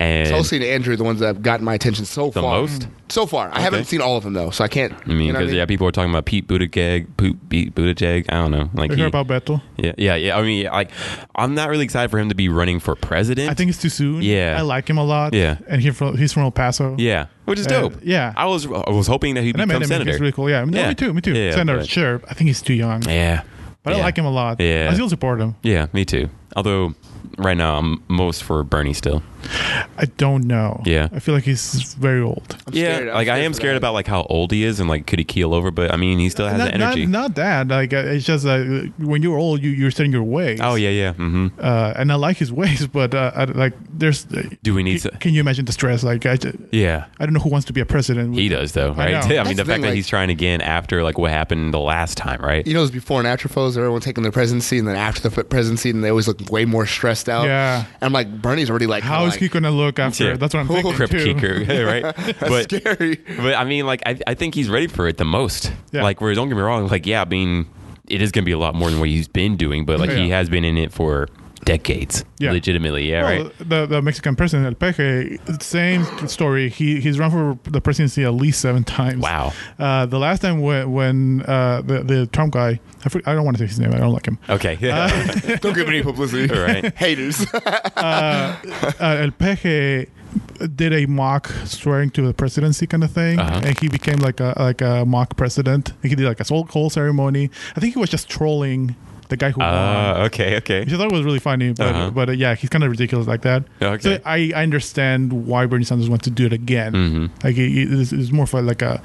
Speaker 1: and
Speaker 3: uh, Tulsi and Andrew are the ones that have gotten my attention so
Speaker 1: The
Speaker 3: far.
Speaker 1: most?
Speaker 3: So far, I haven't seen all of them though, so I can't.
Speaker 1: I mean,
Speaker 3: you know what
Speaker 1: because yeah, people are talking about Pete Buttigieg, Poot, Pete Buttigieg. I don't know, like
Speaker 2: I
Speaker 1: he-
Speaker 2: hear about Beto.
Speaker 1: yeah, yeah, yeah. I mean, like, I'm not really excited for him to be running for president.
Speaker 2: I think it's too soon.
Speaker 1: Yeah.
Speaker 2: I like him a lot.
Speaker 1: Yeah.
Speaker 2: and he from, he's from El Paso.
Speaker 1: yeah, which is
Speaker 2: Uh,
Speaker 1: dope.
Speaker 2: yeah.
Speaker 1: I was I was hoping that he'd
Speaker 2: and I met
Speaker 1: become
Speaker 2: him.
Speaker 1: senator.
Speaker 2: He's really cool. Yeah, no,
Speaker 1: Yeah.
Speaker 2: me too. Me too.
Speaker 1: Yeah,
Speaker 2: senator,
Speaker 1: but-
Speaker 2: sure. I think he's too young,
Speaker 1: Yeah,
Speaker 2: but I
Speaker 1: Yeah.
Speaker 2: like him a lot.
Speaker 1: Yeah.
Speaker 2: I still support him.
Speaker 1: Yeah, me too. Although, right now I'm most for Bernie still.
Speaker 2: I don't know.
Speaker 1: Yeah.
Speaker 2: I feel like he's very old.
Speaker 3: I'm
Speaker 1: yeah,
Speaker 3: scared- I'm
Speaker 1: like I
Speaker 3: scared
Speaker 1: am
Speaker 3: for
Speaker 1: scared
Speaker 3: that.
Speaker 1: about like how old he is and like could he keel over? But I mean, he still has
Speaker 2: Not,
Speaker 1: the energy.
Speaker 2: not not that. Like uh, it's just uh, when you're old, you you're setting your ways.
Speaker 1: Oh yeah, yeah. hmm
Speaker 2: Uh, and I like his ways, but uh, I, like there's.
Speaker 1: Do we need
Speaker 2: Can,
Speaker 1: to-
Speaker 2: can you imagine the stress? Like I, ju-
Speaker 1: Yeah,
Speaker 2: I don't know who wants to be a president.
Speaker 1: he does though, right?
Speaker 2: know.
Speaker 1: I, mean,
Speaker 3: That's
Speaker 1: the
Speaker 3: the
Speaker 1: fact
Speaker 3: thing,
Speaker 1: that
Speaker 3: like-
Speaker 1: he's trying again after like what happened the last time, right?
Speaker 3: You know, those before and after photos, of everyone taking their presidency, and then after the f- presidency, and they always look way more stressed out.
Speaker 2: Yeah.
Speaker 3: and I'm like, Bernie's already like,
Speaker 2: How is he
Speaker 3: kinda
Speaker 2: gonna look after?
Speaker 1: Yeah.
Speaker 2: That's what I'm thinking
Speaker 1: Crypt
Speaker 2: too.
Speaker 1: kicker, right?
Speaker 3: like,
Speaker 1: But
Speaker 3: scary?
Speaker 1: but I mean, like I, I think he's ready for it the most.
Speaker 2: Yeah.
Speaker 1: Like, where don't get me wrong, like yeah, I mean, it is going to be a lot more than what he's been doing, but like he
Speaker 2: Yeah.
Speaker 1: has been in it for decades,
Speaker 2: Yeah.
Speaker 1: legitimately. Yeah,
Speaker 2: Well,
Speaker 1: right.
Speaker 2: Oh, the, the Mexican president El Peje, same story. He he's run for the presidency at least seven times.
Speaker 1: Wow.
Speaker 2: Uh, the last time when, when uh, the the Trump guy, I, forget, I don't want to say his name. I don't like him.
Speaker 1: Okay. Yeah.
Speaker 3: Don't give him any publicity.
Speaker 1: Right.
Speaker 3: haters.
Speaker 2: uh, El Peje did a mock swearing to the presidency kind of thing,
Speaker 1: Uh-huh.
Speaker 2: and he became like a like a mock president. He did like a soul call ceremony. I think he was just trolling the guy who won.
Speaker 1: Uh, okay. Okay.
Speaker 2: Which I thought was really funny, but
Speaker 1: Uh-huh.
Speaker 2: but uh, yeah, he's kind of ridiculous like that.
Speaker 1: Okay.
Speaker 2: So I, I understand why Bernie Sanders wants to do it again.
Speaker 1: Mm-hmm.
Speaker 2: Like it, it's, it's more for like a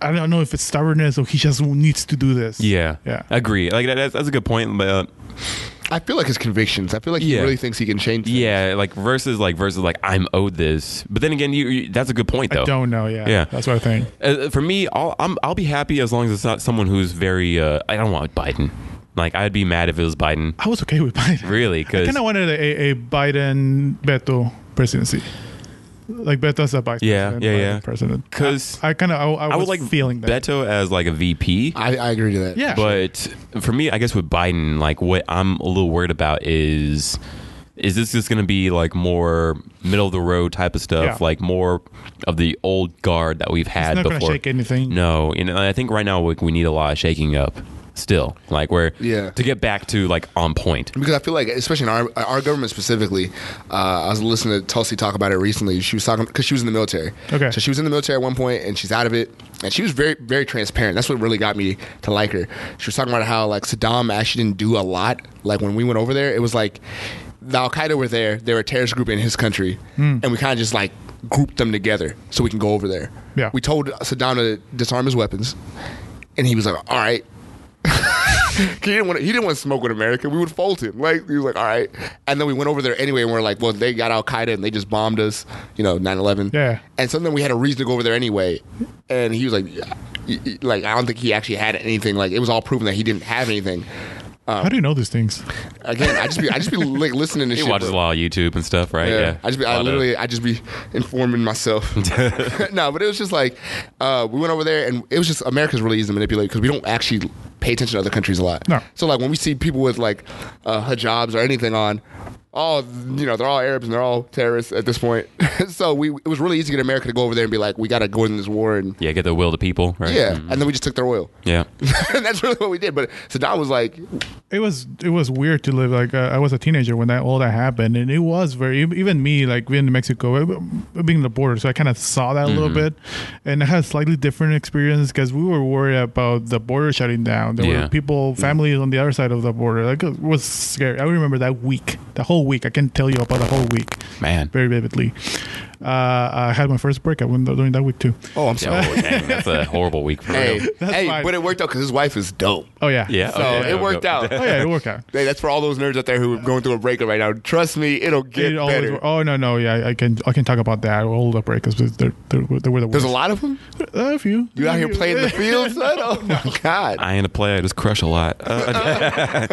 Speaker 2: I don't know if it's stubbornness or he just needs to do this.
Speaker 1: Yeah.
Speaker 2: yeah.
Speaker 1: Agree. Like that, that's, that's a good point. But uh,
Speaker 3: I feel like his convictions. I feel like
Speaker 1: Yeah.
Speaker 3: he really thinks he can change. things.
Speaker 1: yeah, like versus like versus like I'm owed this. But then again, you, you that's a good point though.
Speaker 2: I don't know. Yeah,
Speaker 1: Yeah.
Speaker 2: that's what I think.
Speaker 1: Uh, for me, I'll I'm, I'll be happy as long as it's not someone who's very. Uh, I don't want Biden. Like I'd be mad if it was Biden.
Speaker 2: I was okay with Biden.
Speaker 1: Really?
Speaker 2: I
Speaker 1: Because
Speaker 2: kind of wanted a, a Biden Beto presidency. Like Beto's a vice
Speaker 1: Yeah,
Speaker 2: president.
Speaker 1: yeah,
Speaker 2: Biden
Speaker 1: yeah.
Speaker 2: President.
Speaker 1: 'Cause
Speaker 2: I, kind of I, I,
Speaker 1: I
Speaker 2: was
Speaker 1: would like
Speaker 2: feeling that.
Speaker 1: Beto as like a VP.
Speaker 3: I, I agree to that.
Speaker 2: yeah,
Speaker 1: But for me, I guess with Biden, like what I'm a little worried about is is this just going to be like more middle of the road type of stuff,
Speaker 2: Yeah.
Speaker 1: like more of the old guard that we've
Speaker 2: it's
Speaker 1: had
Speaker 2: not going to
Speaker 1: before?
Speaker 2: shake anything.
Speaker 1: No, and I think right now we, we need a lot of shaking up. Still, like where
Speaker 3: Yeah.
Speaker 1: to get back to like on point.
Speaker 3: because I feel like, especially in our our government specifically, uh, I was listening to Tulsi talk about it recently. She was talking because she was in the military.
Speaker 2: Okay.
Speaker 3: so she was in the military at one point, and she's out of it. And she was very, very transparent. That's what really got me to like her. She was talking about how like Saddam actually didn't do a lot. Like when we went over there, it was like the Al Qaeda were there. They were a terrorist group in his country,
Speaker 2: Hmm.
Speaker 3: and we kind of just like grouped them together so we can go over there.
Speaker 2: Yeah.
Speaker 3: we told Saddam to disarm his weapons, and he was like, "All right." he didn't want to, he didn't want to smoke with America. We would fold him. Like he was like, all right. And then we went over there anyway, and we're like, well, they got Al Qaeda and they just bombed us. You know, 9-11.
Speaker 2: Yeah.
Speaker 3: And so then we had a reason to go over there anyway. And he was like, yeah. y- y- like I don't think he actually had anything. Like it was all proven that he didn't have anything.
Speaker 2: How do you know these things?
Speaker 3: Again, I just be I just be like listening to
Speaker 1: He
Speaker 3: shit.
Speaker 1: watches a
Speaker 3: bro.
Speaker 1: lot of YouTube and stuff, right? Yeah,
Speaker 3: Yeah. I just be,
Speaker 1: A lot
Speaker 3: I
Speaker 1: of-
Speaker 3: literally I just be informing myself. no, but it was just like uh, we went over there and it was just America's really easy to manipulate because we don't actually pay attention to other countries a lot.
Speaker 2: No.
Speaker 3: So like when we see people with like uh, hijabs or anything on, all you know, they're all Arabs and they're all terrorists at this point. so we it was really easy to get America to go over there and be like, we got to go in this war and
Speaker 1: Yeah, get the will to people, right?
Speaker 3: yeah,
Speaker 1: Mm.
Speaker 3: and then we just took their oil.
Speaker 1: Yeah.
Speaker 3: and that's really what we did. But Saddam was like,
Speaker 2: it was it was weird to live like uh, I was a teenager when that all that happened, and it was very even me like being in Mexico, uh, being the border, so I kind of saw that a
Speaker 1: Mm-hmm.
Speaker 2: little bit, and I had slightly different experience because we were worried about the border shutting down. There
Speaker 1: Yeah.
Speaker 2: were people, families on the other side of the border. Like it was scary. I remember that week, the whole week. I can tell you about the whole week
Speaker 1: Man.
Speaker 2: very vividly. Uh, I had my first breakup when, during that week too.
Speaker 3: oh,
Speaker 1: Yeah,
Speaker 3: I'm sorry.
Speaker 1: well, dang, that's a horrible week for
Speaker 3: Hey,
Speaker 1: real.
Speaker 2: That's
Speaker 3: hey,
Speaker 2: fine.
Speaker 3: but it worked out because his wife is dope.
Speaker 2: Oh yeah,
Speaker 1: Yeah.
Speaker 3: So
Speaker 1: okay,
Speaker 3: it worked
Speaker 1: no.
Speaker 3: out.
Speaker 2: oh yeah, it worked out.
Speaker 3: Hey, that's for all those nerds out there who are going through a breakup right now. Trust me, it'll get
Speaker 2: It always
Speaker 3: better.
Speaker 2: wor- oh no no yeah I can I can talk about that all the breakers because they're, they're, they were the
Speaker 3: There's
Speaker 2: worst.
Speaker 3: a lot of them.
Speaker 2: Uh, a few
Speaker 3: You out here playing in the fields? son? Oh my god!
Speaker 1: I ain't a player. I just crush a lot. Uh,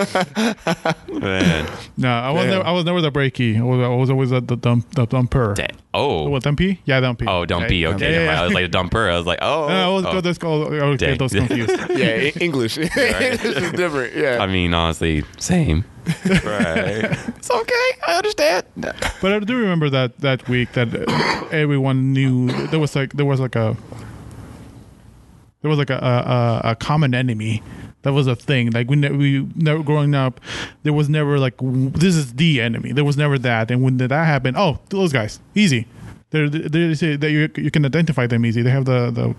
Speaker 1: man.
Speaker 2: No, I was
Speaker 3: Yeah.
Speaker 2: never, I was never the breaky. I was, I was always the, the dump the dumper.
Speaker 1: Dang. Oh.
Speaker 2: What dumpy? Yeah, dumpy.
Speaker 1: Oh, don't be okay.
Speaker 2: Yeah,
Speaker 1: never mind. I
Speaker 2: yeah,
Speaker 1: was
Speaker 2: yeah.
Speaker 1: like a dumper. I was like, oh.
Speaker 2: No, I was
Speaker 1: oh.
Speaker 2: oh. those called. I would
Speaker 1: Dang.
Speaker 2: get those confused.
Speaker 3: Yeah, in English. this is different. Yeah.
Speaker 1: I mean, honestly, same. right. It's okay. I understand.
Speaker 2: but I do remember that that week that everyone knew there was like there was like a there was like a a, a- a common enemy that was a thing like we ne- we never growing up there was never like w- this is the enemy there was never that and when that happened oh those guys easy they're they say that you you can identify them easy they have the the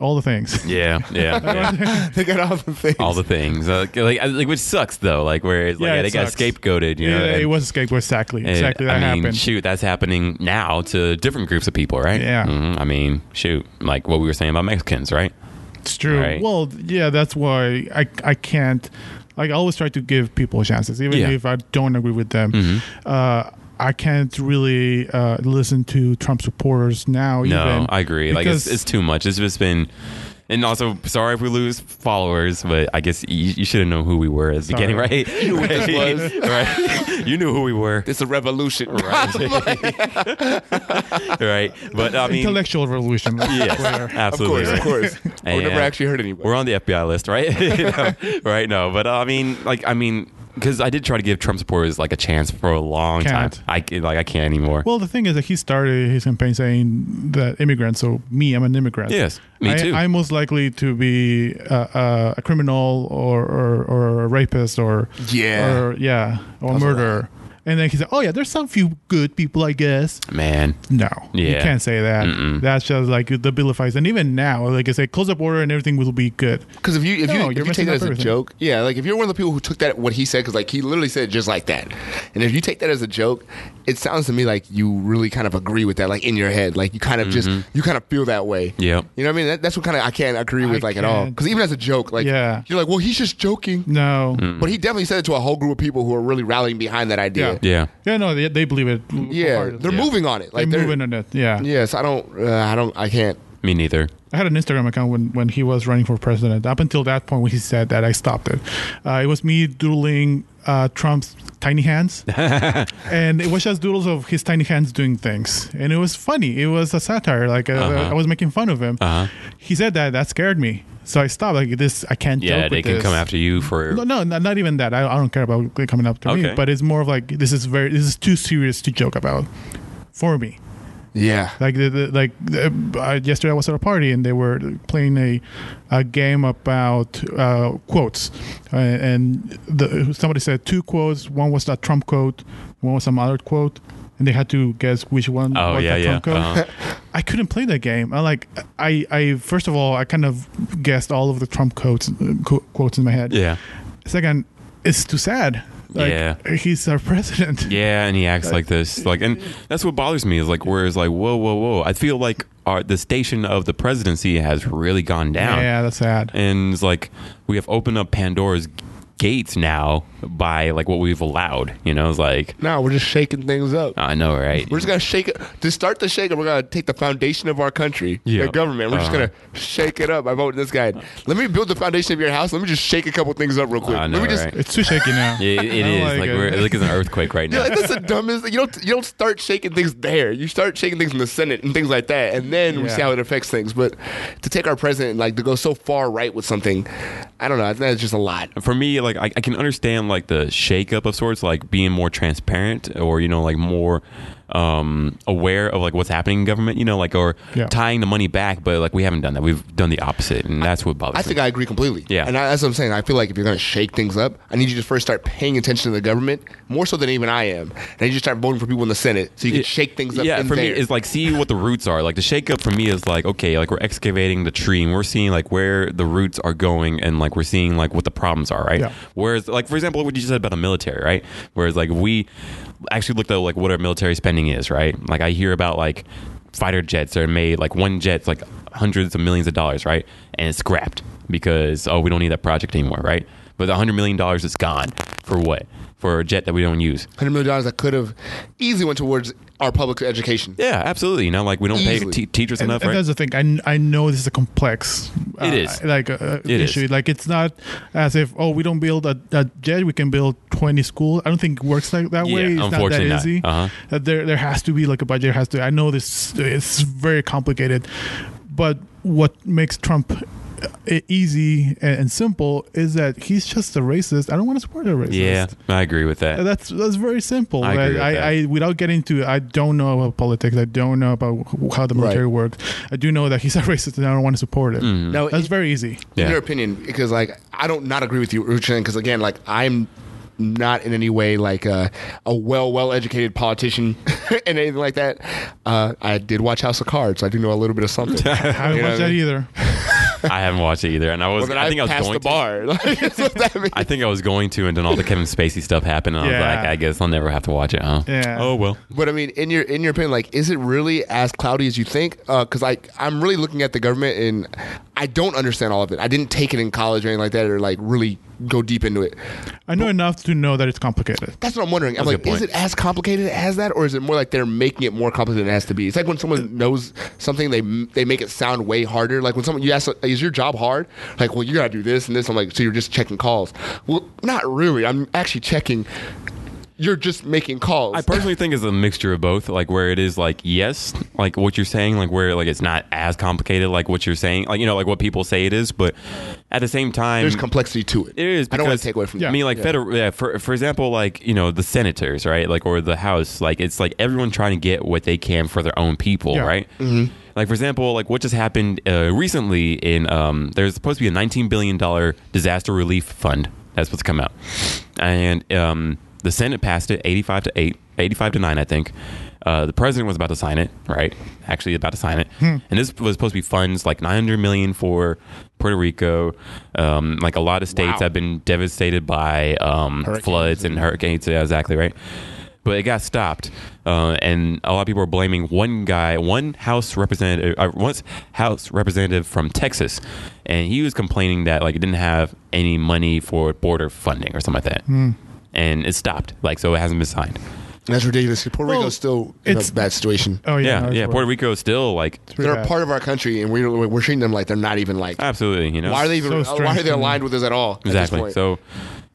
Speaker 2: all the things
Speaker 1: Yeah, yeah, yeah.
Speaker 3: they got off the thing.
Speaker 1: all the things. Uh, Like, like, I- like, which sucks though. Like, where it's like,
Speaker 2: Yeah,
Speaker 1: yeah,
Speaker 2: it
Speaker 1: they got
Speaker 2: sucks.
Speaker 1: scapegoated. You know,
Speaker 2: yeah, it
Speaker 1: and-
Speaker 2: was skateboard exactly
Speaker 1: and,
Speaker 2: exactly that
Speaker 1: I mean,
Speaker 2: happened
Speaker 1: shoot, that's happening now to different groups of people, right?
Speaker 2: Yeah.
Speaker 1: Mhm. I mean, shoot, like what we were saying about Mexicans, right?
Speaker 2: It's true.
Speaker 1: Right.
Speaker 2: Well, yeah, that's why I I can't like I always try to give people chances, even
Speaker 1: Yeah. Mm-hmm.
Speaker 2: if I don't agree with them. Uh, I can't really uh, listen to Trump supporters now.
Speaker 1: No,
Speaker 2: even,
Speaker 1: I agree. Like, it's,
Speaker 2: because-
Speaker 1: it's too much. It's just been. And also, sorry if we lose followers, but I guess you, you should have known who we were at the beginning,
Speaker 2: Sorry.
Speaker 1: right? You
Speaker 3: knew what this was.
Speaker 1: right? You knew who we were,
Speaker 3: It's a revolution.
Speaker 1: right? But I mean,
Speaker 2: intellectual revolution.
Speaker 1: Yes,
Speaker 3: Of
Speaker 1: absolutely.
Speaker 3: course, of
Speaker 1: right.
Speaker 3: course. I
Speaker 1: And-
Speaker 3: never actually heard anybody.
Speaker 1: We're on the FBI list, right? You know, right? No, but uh, I mean, like, I mean, because I did try to give Trump supporters like a chance for a long
Speaker 2: Can't.
Speaker 1: time. I c- like I can't anymore.
Speaker 2: Well, the thing is that he started his campaign saying that immigrants. So me, I'm an immigrant.
Speaker 1: Yes, me
Speaker 2: I,
Speaker 1: too.
Speaker 2: I'm most likely to be uh, uh, a criminal or, or or a rapist or
Speaker 3: Yeah.
Speaker 2: or yeah or murderer. And then he said, "Oh yeah, there's some few good people, I guess."
Speaker 1: Man,
Speaker 2: No, you
Speaker 1: Yeah.
Speaker 2: can't say that. That's just like the vilifies. And even now, like I say, close the border and everything will be good.
Speaker 3: Because if you if
Speaker 2: No,
Speaker 3: you,
Speaker 2: you're
Speaker 3: if you
Speaker 2: messing
Speaker 3: take that
Speaker 2: up
Speaker 3: as
Speaker 2: everything.
Speaker 3: a joke, yeah, like if you're one of the people who took that what he said, because like he literally said it just like that, and if you take that as a joke, it sounds to me like you really kind of agree with that, like in your head, like you kind of just you kind of feel that way.
Speaker 1: Yep.
Speaker 3: you know what I mean? That, that's what kind of I can't agree with
Speaker 2: I
Speaker 3: like at all,
Speaker 2: can't.
Speaker 3: because even as a joke, like
Speaker 2: Yeah.
Speaker 3: you're like, well, he's just joking,
Speaker 2: No,
Speaker 1: Mm.
Speaker 3: but he definitely said it to a whole group of people who are really rallying behind that idea.
Speaker 2: Yeah.
Speaker 1: yeah,
Speaker 2: yeah, no, they, they believe it.
Speaker 3: Yeah,
Speaker 2: wholeheartedly.
Speaker 3: they're
Speaker 1: Yeah.
Speaker 3: moving on it. Like
Speaker 2: they're
Speaker 3: they're,
Speaker 2: moving on it. Yeah.
Speaker 3: Yes, I don't, uh, I don't, I can't.
Speaker 1: me neither.
Speaker 2: I had an Instagram account when, when he was running for president. Up until that point, when he said that, I stopped it. Uh, it was me doodling uh, Trump's tiny hands, and it was just doodles of his tiny hands doing things, and it was funny. It was a satire. Like uh, I was making fun of him.
Speaker 1: Uh-huh.
Speaker 2: He said that that scared me, so I stopped. Like this, I can't.
Speaker 1: Yeah,
Speaker 2: joke
Speaker 1: they
Speaker 2: with
Speaker 1: can
Speaker 2: this.
Speaker 1: come after you for.
Speaker 2: No, no, not, not even that. I, I don't care about it coming up to me,
Speaker 1: Okay.
Speaker 2: but it's more of like this is very this is too serious to joke about for me.
Speaker 3: Yeah,
Speaker 2: Like the, the, like the, uh, yesterday, I was at a party and they were playing a, a game about uh, quotes, uh, and the, somebody said two quotes. One was that Trump quote, one was some other quote, and they had to guess which one
Speaker 1: Oh,
Speaker 2: was
Speaker 1: yeah,
Speaker 2: that Trump
Speaker 1: yeah.
Speaker 2: quote.
Speaker 1: Uh-huh.
Speaker 2: I couldn't play that game. I like I I first of all I kind of guessed all of the Trump quotes qu- quotes in my head.
Speaker 1: Yeah,
Speaker 2: Second, it's too sad. Like,
Speaker 1: Yeah.
Speaker 2: He's our president.
Speaker 1: yeah, and he acts like this, like, and that's what bothers me is like, where it's like, whoa, whoa, whoa. I feel like our the station of the presidency has really gone down.
Speaker 2: Yeah, that's sad.
Speaker 1: and it's like we have opened up Pandora's gates now by like what we've allowed. You know, it's like
Speaker 3: no, we're just shaking things up.
Speaker 1: I know, right?
Speaker 3: We're just gonna shake it to start the shake. it, We're gonna take the foundation of our country,
Speaker 1: Yeah.
Speaker 3: the government. We're just
Speaker 1: Uh-huh.
Speaker 3: gonna shake it up. I vote this guy. Let me build the foundation of your house. Let me just shake a couple things up real quick.
Speaker 1: I
Speaker 3: Let
Speaker 1: know,
Speaker 3: me just.
Speaker 1: right?
Speaker 2: It's too shaky now.
Speaker 1: Yeah, it- it
Speaker 2: I
Speaker 1: is
Speaker 2: don't
Speaker 1: like,
Speaker 2: it.
Speaker 1: we're like it's an earthquake right
Speaker 3: You're
Speaker 1: now.
Speaker 3: like that's the dumbest. You don't you don't start shaking things there. You start shaking things in the Senate and things like that, and then we
Speaker 2: Yeah.
Speaker 3: see how it affects things. But to take our president and like to go so far right with something, I don't know. That's just a lot.
Speaker 1: for me, like I, I can understand like the shakeup of sorts, like being more transparent or you know like more um, aware of like what's happening in government, you know, like or
Speaker 2: Yeah.
Speaker 1: tying the money back. But like we haven't done that. We've done the opposite, and that's what bothers
Speaker 3: I think
Speaker 1: me.
Speaker 3: I agree completely.
Speaker 1: Yeah.
Speaker 3: and I, that's what I'm saying. I feel like if you're going to shake things up, I need you to first start paying attention to the government more so than even I am. And you just start voting for people in the Senate so you can shake things up.
Speaker 1: Yeah,
Speaker 3: in
Speaker 1: for
Speaker 3: there.
Speaker 1: me, it's like see what the roots are. Like the shakeup for me is like okay, like we're excavating the tree and we're seeing like where the roots are going and like we're seeing like what the problems are, right?
Speaker 2: Yeah.
Speaker 1: Whereas, like for example, what you just said about the military, right? Whereas, like we actually looked at like what our military spending is, right? Like I hear about like fighter jets that are made like one jet's like hundreds of millions of dollars, right? And it's scrapped because oh, we don't need that project anymore, right? But the hundred million dollars is gone for what? For a jet that we don't use.
Speaker 3: hundred million dollars that could have easily went towards our public education.
Speaker 1: Yeah, absolutely. You know, like we don't pay
Speaker 3: Easily.
Speaker 1: te- teachers
Speaker 2: And,
Speaker 1: enough,
Speaker 2: and
Speaker 1: right?
Speaker 2: that's the thing. I, kn- I know this is a complex. Uh,
Speaker 1: It is.
Speaker 2: like uh,
Speaker 1: It is.
Speaker 2: issue. Like it's not as if oh we don't build a, a jet we can build twenty schools. I don't think it works like that
Speaker 1: Yeah,
Speaker 2: way. It's not that
Speaker 1: unfortunately not.
Speaker 2: easy.
Speaker 1: Uh-huh.
Speaker 2: Uh, There there has to be like a budget. Has to. I know this. It's very complicated, but what makes Trump uh, e- easy and, and simple is that he's just a racist. I don't want to support a racist.
Speaker 1: Yeah, I agree with that.
Speaker 2: Uh, That's that's very simple.
Speaker 1: I
Speaker 2: I,
Speaker 1: agree with
Speaker 2: I, I, without getting to, I don't know about politics. I don't know about wh- how the military
Speaker 3: Right.
Speaker 2: works. I do know that he's a racist, and I don't want to support it.
Speaker 1: Mm-hmm.
Speaker 3: No,
Speaker 2: That's
Speaker 3: it-
Speaker 2: very easy.
Speaker 1: Yeah.
Speaker 3: in your opinion because like i don't not agree with you Ruchin, because again like i'm not in any way like a, a well well educated politician and anything like that uh, i did watch house of cards so i do know a little bit of something
Speaker 2: I haven't
Speaker 3: You know
Speaker 2: watched that
Speaker 3: what I mean?
Speaker 2: either.
Speaker 1: I haven't watched it either, and I was.
Speaker 3: well, then
Speaker 1: I think I was
Speaker 3: passed
Speaker 1: going.
Speaker 3: the
Speaker 1: To,
Speaker 3: bar Like, that's what that means.
Speaker 1: I think I was going to, and then all the Kevin Spacey stuff happened, and I was
Speaker 2: Yeah.
Speaker 1: like, I guess I'll never have to watch it, huh?
Speaker 2: Yeah.
Speaker 1: Oh well.
Speaker 3: But I mean, in your in your opinion, like, is it really as cloudy as you think? Because like, I'm really looking at the government, and I don't understand all of it. I didn't take it in college or anything like that, or like really go deep into it.
Speaker 2: I know enough to know that it's complicated.
Speaker 3: That's what I'm wondering. I'm
Speaker 1: That's a
Speaker 3: like,
Speaker 1: good
Speaker 3: is
Speaker 1: point.
Speaker 3: it as complicated as that, or is it more like they're making it more complicated than it has to be? It's like when someone knows something, they they make it sound way harder. Like when someone you ask, like, is your job hard? Like, well, you gotta do this and this. I'm like, so you're just checking calls? Well, not really. I'm actually checking. You're just making calls.
Speaker 1: I personally think it's a mixture of both, like where it is like yes, like what you're saying, like where like it's not as complicated, like what you're saying, like you know, like what people say it is, but at the same time,
Speaker 3: There's complexity to it.
Speaker 1: It is.
Speaker 3: I don't want
Speaker 1: because-
Speaker 3: to take away from.
Speaker 2: Yeah.
Speaker 1: I mean, like federal. Yeah, for for example, like you know the senators, right? Like or the House. Like it's like everyone trying to get what they can for their own people,
Speaker 2: Yeah.
Speaker 1: right? Mm-hmm. Like for example, like what just happened uh, recently in um, there's supposed to be a 19 billion dollar disaster relief fund that's what's come out, and um, the Senate passed it 85 to 8, 85 to 9, I think. Uh, the president was about to sign it, right? Actually, about to sign it,
Speaker 2: Hmm.
Speaker 1: and this was supposed to be funds like 900 million for Puerto Rico. Um, like a lot of states
Speaker 3: Wow.
Speaker 1: have been devastated by um, floods and hurricanes. Yeah, exactly right. But it got stopped, uh, and a lot of people are blaming one guy, one House representative, uh, once House representative from Texas, and he was complaining that like it didn't have any money for border funding or something like that, and it stopped. Like so, it hasn't been signed.
Speaker 3: That's ridiculous. Puerto
Speaker 2: Well,
Speaker 3: Rico's still in a
Speaker 2: it's-
Speaker 3: bad situation.
Speaker 2: Oh yeah,
Speaker 1: Yeah, yeah. Puerto Rico is still like
Speaker 3: They're a part of our country, and we're we're treating them like they're not even like.
Speaker 1: absolutely. You know,
Speaker 3: Why are they even?
Speaker 2: So
Speaker 3: why are
Speaker 2: strange.
Speaker 3: they aligned with us at all? At this
Speaker 1: exactly?
Speaker 3: point?
Speaker 1: So,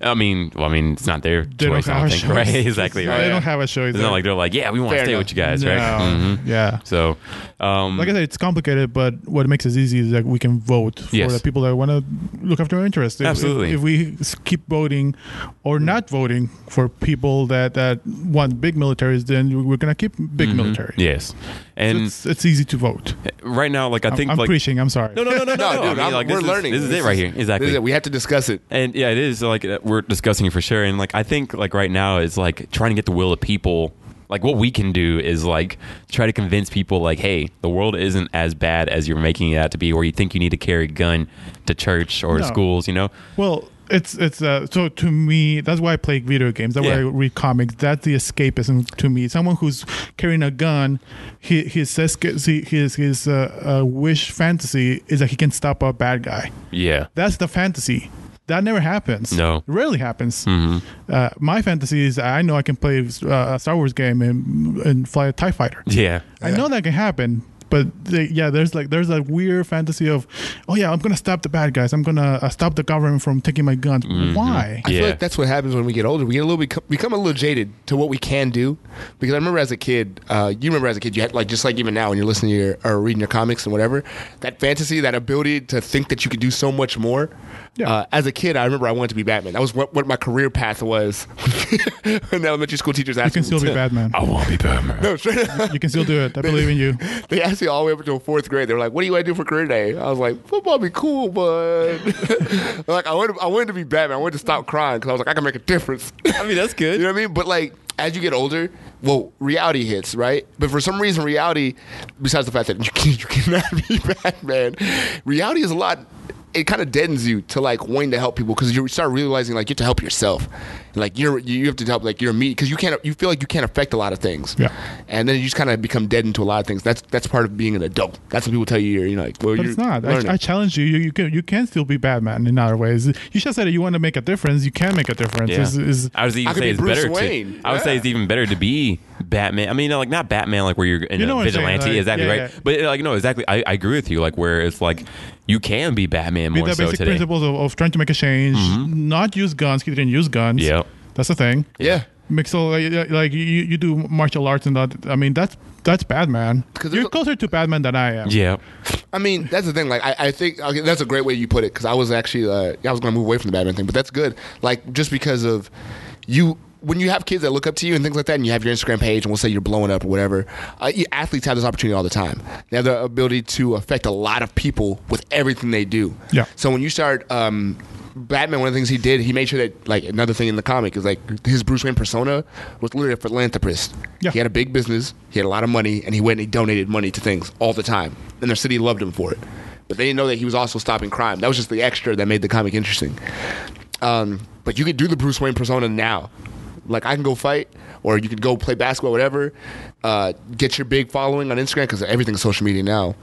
Speaker 1: I mean, well, I mean, it's not their
Speaker 2: They don't
Speaker 1: choice. I
Speaker 2: have a
Speaker 1: don't think,
Speaker 2: choice.
Speaker 1: right? exactly.
Speaker 2: They
Speaker 1: Right.
Speaker 2: don't have a show.
Speaker 1: It's not like they're like, yeah, we want
Speaker 3: Fair
Speaker 1: to stay
Speaker 3: enough.
Speaker 1: with you guys, right? Mm-hmm.
Speaker 2: No. Yeah.
Speaker 1: So, um,
Speaker 2: Like I said, it's complicated, but what makes it easy is that we can vote for
Speaker 1: Yes.
Speaker 2: the people that want to look after our interests. If-
Speaker 1: Absolutely.
Speaker 2: If, if we s- keep voting or not voting for people that, that want big militaries, then we're going to keep big military.
Speaker 1: yes, Mm-hmm. and
Speaker 2: it's, it's easy to vote.
Speaker 1: right now, like I
Speaker 2: I'm,
Speaker 1: think,
Speaker 2: I'm
Speaker 1: like,
Speaker 2: preaching. I'm sorry.
Speaker 1: no, no, no, no, no,
Speaker 3: No,
Speaker 1: no. I
Speaker 3: dude,
Speaker 1: mean,
Speaker 3: I'm-
Speaker 1: like,
Speaker 3: we're
Speaker 1: this is-
Speaker 3: learning.
Speaker 1: This is it right here, exactly.
Speaker 3: This is it. We have to discuss it.
Speaker 1: And yeah, it is like uh, we're discussing it for sure. And like I think like right now it's like trying to get the will of people. Like what we can do is like try to convince people like, hey, the world isn't as bad as you're making it out to be, or you think you need to carry a gun to church or to
Speaker 2: No.
Speaker 1: schools. You know,
Speaker 2: Well, it's it's uh, so to me that's why I play video games. That's why I
Speaker 1: Yeah.
Speaker 2: read comics. That's the escapism to me. Someone who's carrying a gun, he, his esca- he- his his uh, uh, wish fantasy is that he can stop a bad guy.
Speaker 1: yeah,
Speaker 2: That's the fantasy. That never happens.
Speaker 1: No. Mm-hmm.
Speaker 2: it rarely happens. Uh, my fantasy is I know I can play uh, a Star Wars game and and fly a Tie Fighter.
Speaker 1: yeah.
Speaker 2: I know that can happen, but they, yeah, there's like there's a weird fantasy of, oh yeah, I'm gonna stop the bad guys. I'm gonna uh, stop the government from taking my guns. Why?
Speaker 3: I feel
Speaker 1: Mm-hmm. Yeah.
Speaker 3: like that's what happens when we get older. We get a little bit, become a little jaded to what we can do. Because I remember as a kid, uh, you remember as a kid, you had like just like even now when you're listening to your, or reading your comics and whatever, that fantasy, that ability to think that you could do so much more.
Speaker 2: Yeah.
Speaker 3: Uh, as a kid, I remember I wanted to be Batman. That was what, what my career path was. when the elementary school teachers
Speaker 2: You
Speaker 3: asked
Speaker 2: can
Speaker 3: me
Speaker 2: still be
Speaker 3: to-
Speaker 2: Batman.
Speaker 1: I won't be Batman.
Speaker 3: No, straight up.
Speaker 2: You can still do it. I believe in you.
Speaker 3: They asked me all the way up until fourth grade. They were like, "What do you want to do for career day?" I was like, "Football be cool, but like I wanted, I wanted to be Batman. I wanted to stop crying because I was like, I can make a difference."
Speaker 1: I mean, that's good.
Speaker 3: You know what I mean? But like as you get older, well, reality hits, right? But for some reason, reality, besides the fact that you, can, you cannot be Batman, reality is a lot. It kind of deadens you to like wanting to help people because you start realizing like you have to help yourself, And, like you're you have to help like your me because you can't you feel like you can't affect a lot of things,
Speaker 2: Yeah.
Speaker 3: And then you just kind of become deadened to a lot of things. That's that's part of being an adult. That's what people tell you. You're, you know, like, well,
Speaker 2: But
Speaker 3: you're
Speaker 2: it's not.
Speaker 3: learning.
Speaker 2: I, I challenge you. You, you can you can still be Batman in other ways. You just said that you want to make a difference. You can make a difference.
Speaker 1: Yeah.
Speaker 2: Is is
Speaker 1: I was even
Speaker 3: I could
Speaker 1: say
Speaker 3: be
Speaker 1: it's
Speaker 3: Bruce
Speaker 1: better.
Speaker 3: Wayne.
Speaker 1: To, I would say
Speaker 3: Yeah.
Speaker 1: it's even better to be Batman. I mean, like not Batman, like where you're in
Speaker 2: You know
Speaker 1: a
Speaker 2: what I'm saying,
Speaker 1: vigilante,
Speaker 2: like,
Speaker 1: exactly
Speaker 2: yeah,
Speaker 1: right.
Speaker 2: yeah.
Speaker 1: But like no, exactly. I, I agree with you. Like where it's like you can be Batman
Speaker 2: be
Speaker 1: more
Speaker 2: the
Speaker 1: so
Speaker 2: basic
Speaker 1: today. Mm-hmm.
Speaker 2: principles of, of trying to make a change. Not use guns. He didn't use guns.
Speaker 1: Yep.
Speaker 2: That's the thing.
Speaker 3: yeah.
Speaker 2: Mix all like, like you, you do martial arts and that. I mean that's that's Batman.
Speaker 3: 'Cause there's
Speaker 2: You're
Speaker 3: a-
Speaker 2: closer to Batman than I am.
Speaker 1: Yeah.
Speaker 3: I mean, that's the thing. Like, I, I think okay, that's a great way you put it because I was actually uh, I was going to move away from the Batman thing, but that's good. Like, just because of you. When you have kids that look up to you and things like that, and you have your Instagram page, and we'll say you're blowing up or whatever, uh, you- athletes have this opportunity all the time. They have the ability to affect a lot of people with everything they do.
Speaker 2: Yeah.
Speaker 3: So when you start, um, Batman, one of the things he did, he made sure that like another thing in the comic is like his Bruce Wayne persona was literally a philanthropist.
Speaker 2: Yeah.
Speaker 3: He had a big business, he had a lot of money, and he went and he donated money to things all the time. And their city loved him for it. But they didn't know that he was also stopping crime. That was just the extra that made the comic interesting. Um, but you could do the Bruce Wayne persona now. Like I can go fight, or you could go play basketball, whatever. Uh, get your big following on Instagram because everything's social media now,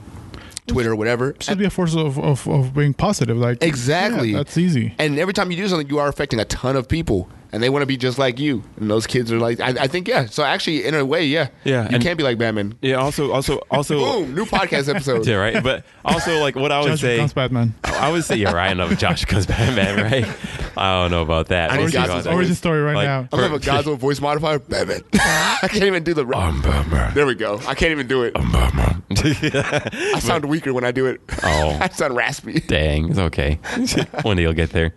Speaker 3: Twitter, whatever.
Speaker 2: Should be a force of, of, of being positive. Like
Speaker 3: Exactly.
Speaker 2: Yeah, that's easy.
Speaker 3: And every time you do something, you are affecting a ton of people, and they want to be just like you. And those kids are like, I, I think, yeah. So actually, in a way, yeah,
Speaker 1: Yeah,
Speaker 3: you
Speaker 1: and-
Speaker 3: can't be like Batman.
Speaker 1: Yeah. Also. Also. Also.
Speaker 3: Boom, new podcast episode.
Speaker 1: yeah. Right. But also like what I would
Speaker 2: Josh
Speaker 1: say.
Speaker 2: becomes Batman.
Speaker 1: I would say, yeah, right. I know Josh becomes Batman, right? I don't know about that.
Speaker 3: I need
Speaker 1: We'll see
Speaker 3: Josh's
Speaker 1: about that.
Speaker 3: origin
Speaker 2: story right
Speaker 1: Like,
Speaker 2: now.
Speaker 3: I'm gonna have a Gonzo voice modifier, Batman. I can't even do the.
Speaker 1: I'm Batman.
Speaker 3: there we go. I can't even do it.
Speaker 1: I'm Batman.
Speaker 3: I sound weaker when I do it.
Speaker 1: Oh.
Speaker 3: I sound raspy.
Speaker 1: Dang, it's okay. one day you'll get there.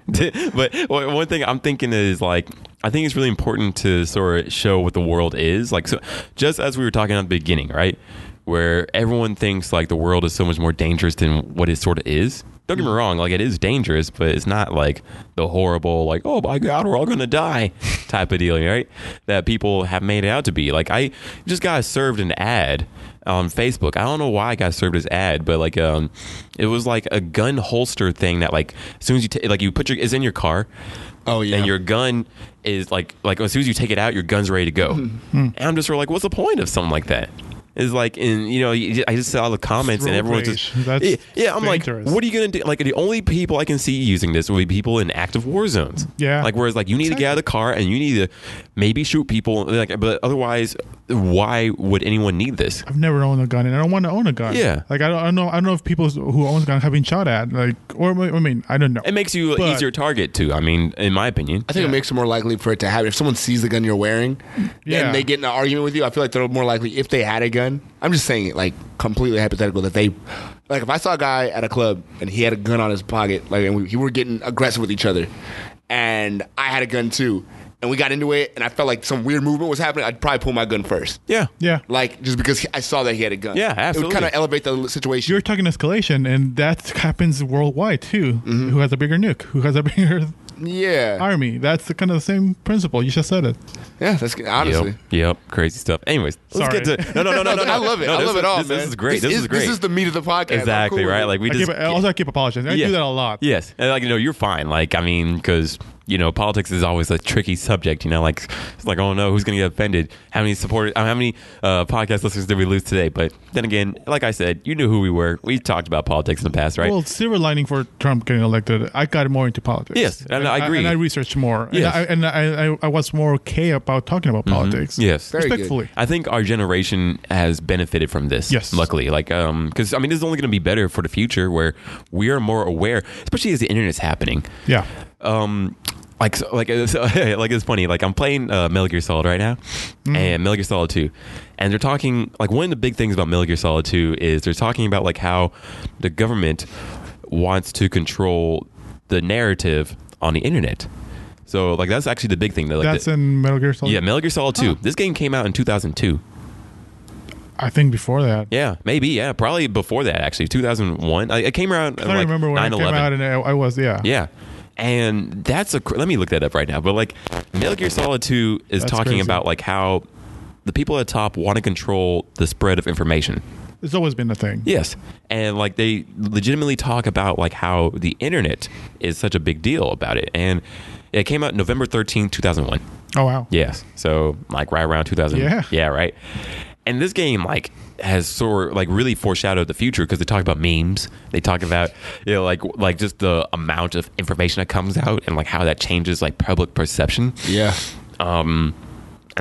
Speaker 1: but one one thing I'm thinking is like, I think it's really important to sort of show what the world is. Like, so just as we were talking at the beginning, right? Where everyone thinks like the world is so much more dangerous than what it sort of is. Don't get me wrong, like it is dangerous, but it's not like the horrible, like, oh my God, we're all gonna die type of deal, right? That people have made it out to be. Like, I just got served an ad on Facebook. I don't know why I got served as ad, but like um, it was like a gun holster thing that like as soon as you ta- like you put your is in your car.
Speaker 3: Oh, yeah.
Speaker 1: and your gun is like like as soon as you take it out, your gun's ready to go.
Speaker 3: Hmm.
Speaker 2: Hmm.
Speaker 1: And I'm just sort of like, what's the point of something like that? Is like in you know you- I just saw the comments and
Speaker 2: Road
Speaker 1: everyone's
Speaker 2: rage.
Speaker 1: just
Speaker 2: That's
Speaker 1: yeah, yeah, I'm
Speaker 2: dangerous.
Speaker 1: like what are you gonna do like the only people I can see using this will be people in active war zones
Speaker 2: Yeah.
Speaker 1: like whereas like you need to get out of the car and you need to maybe shoot people like but otherwise why would anyone need this
Speaker 2: I've never owned a gun, and I don't want to own a gun.
Speaker 1: Yeah.
Speaker 2: Like I don't, I don't know. I don't know if people who own a gun have been shot at. Like, or I mean, I don't know.
Speaker 1: It makes you
Speaker 2: But-
Speaker 1: an easier target too. I mean, in my opinion.
Speaker 3: I think it makes it more likely for it to happen. If someone sees the gun you're wearing
Speaker 2: Yeah.
Speaker 3: and they get in an argument with you, I feel like they're more likely if they had a gun. I'm just saying it like completely hypothetical that they like if I saw a guy at a club and he had a gun on his pocket, like and we, he were getting aggressive with each other, and I had a gun too, and we got into it, and I felt like some weird movement was happening, I'd probably pull my gun first.
Speaker 1: Yeah.
Speaker 2: yeah.
Speaker 3: Like just because he- I saw that he had a gun.
Speaker 1: Yeah,
Speaker 3: It would kind
Speaker 1: absolutely.
Speaker 3: of elevate the situation.
Speaker 2: You're talking escalation, and that happens worldwide too.
Speaker 3: Mm-hmm.
Speaker 2: Who has a bigger nuke? Who has a bigger
Speaker 3: yeah,
Speaker 2: army? That's the kind of the same principle. You just said it.
Speaker 3: yeah. That's honestly.
Speaker 1: Yep. Yep. Crazy stuff. Anyways, let's
Speaker 2: Sorry.
Speaker 1: get to no, no, no, no, no, no.
Speaker 3: I love it.
Speaker 1: No,
Speaker 3: I
Speaker 1: this
Speaker 3: love
Speaker 1: is-
Speaker 3: it all.
Speaker 1: This,
Speaker 3: man.
Speaker 1: this is great. This, is great.
Speaker 3: This is the meat of the podcast. I'm
Speaker 1: exactly
Speaker 3: cool with
Speaker 1: right.
Speaker 3: it.
Speaker 1: Like we
Speaker 2: I
Speaker 1: just
Speaker 2: keep, also, I keep apologizing. I
Speaker 1: Yeah.
Speaker 2: do that a lot.
Speaker 1: yes, and like you know, you're fine. Like I mean, because you know, politics is always a tricky subject. You know, like it's like, oh no, who's going to get offended? How many supporters? How many uh, podcast listeners did we lose today? But then again, like I said, you knew who we were. We talked about politics in the past, right?
Speaker 2: Well, silver lining for Trump getting elected, I got more into politics.
Speaker 1: Yes, and I agree.
Speaker 2: And I researched more.
Speaker 1: Yes. Mm-hmm.
Speaker 2: And, I, and I, I, I was more okay about talking about politics.
Speaker 1: Yes.
Speaker 3: Very good.
Speaker 2: Respectfully.
Speaker 1: I think our generation has benefited from this.
Speaker 2: Yes.
Speaker 1: Luckily. Like, um, cause I mean, this is only going to be better for the future where we are more aware, especially as the internet's happening.
Speaker 2: Yeah.
Speaker 1: Um, like, so, like, it's, like it's funny. Like I'm playing uh, Metal Gear Solid right now,
Speaker 2: Mm-hmm.
Speaker 1: and Metal Gear Solid Two, and they're talking like one of the big things about Metal Gear Solid Two is they're talking about like how the government wants to control the narrative on the internet. So like that's actually the big thing. That, like,
Speaker 2: That's
Speaker 1: the-
Speaker 2: in Metal Gear Solid.
Speaker 1: yeah, Metal Gear Solid 2. This game came out in 2002.
Speaker 2: I think before that.
Speaker 1: Yeah, maybe. Yeah, probably before that, actually. 2001. I, it came around.
Speaker 2: I don't
Speaker 1: like,
Speaker 2: remember when it
Speaker 1: 9/11.
Speaker 2: came out, and I, I was yeah.
Speaker 1: Yeah. And that's a. cr- Let me look that up right now. But like, Metal Gear Solid 2 is
Speaker 2: That's
Speaker 1: talking
Speaker 2: crazy.
Speaker 1: about like how the people at the top want to control the spread of information.
Speaker 2: It's always been a thing.
Speaker 1: Yes. And like they legitimately talk about like how the internet is such a big deal about it. And it came out November 13th, 2001.
Speaker 2: Oh wow.
Speaker 1: Yes. So like right around 2000.
Speaker 2: Yeah.
Speaker 1: Yeah. Right. And this game like has sort of like really foreshadowed the future because they talk about memes. They talk about you know like like just the amount of information that comes out and like how that changes like public perception
Speaker 3: Yeah.
Speaker 1: and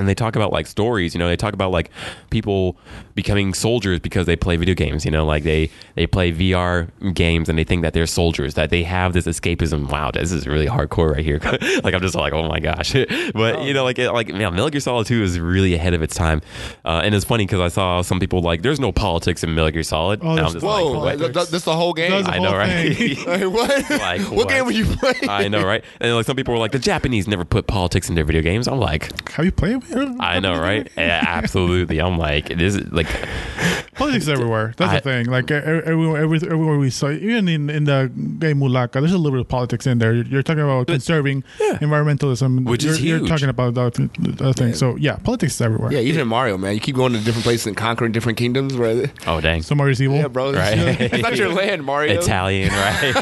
Speaker 1: they talk about like stories you know they talk about like people becoming soldiers because they play video games you know like they they play vr games and they think that they're soldiers that they have this escapism wow this is really hardcore right here like i'm just like oh my gosh but
Speaker 3: Oh.
Speaker 1: you know like it, like yeah, Metal Gear Solid 2 is really ahead of its time uh, and it's funny because i saw some people like there's no politics in Metal Gear Solid
Speaker 2: Oh,
Speaker 1: And
Speaker 2: there's-
Speaker 1: I'm just
Speaker 3: Whoa,
Speaker 1: like,
Speaker 3: th-
Speaker 1: what?
Speaker 3: th- that's the whole game.
Speaker 2: That's
Speaker 1: i know
Speaker 2: whole
Speaker 1: right
Speaker 2: thing.
Speaker 3: Like, what?
Speaker 1: Like,
Speaker 3: what,
Speaker 1: what?
Speaker 3: game were you playing?
Speaker 1: I know, right? And like some people were like, the Japanese never put politics in their video games. I'm like,
Speaker 2: Have you played?
Speaker 1: I know, right? Yeah, absolutely. I'm like, this is like,
Speaker 2: Politics everywhere. That's
Speaker 1: I-
Speaker 2: the thing. Like e- e- everywhere, every, everywhere we saw, even in, in the game Mulaka, there's a little bit of politics in there. You're, you're talking about conserving environmentalism,
Speaker 1: Which
Speaker 2: you're,
Speaker 1: is
Speaker 2: You're
Speaker 1: huge.
Speaker 2: talking about that, that thing. So yeah, politics is everywhere.
Speaker 3: Yeah, even in Mario, man, you keep going to different places and conquering different kingdoms. Right?
Speaker 1: oh dang,
Speaker 2: So Mario's evil.
Speaker 3: Yeah, bro.
Speaker 1: Right.
Speaker 3: It's not your land, Mario.
Speaker 1: Italian, right?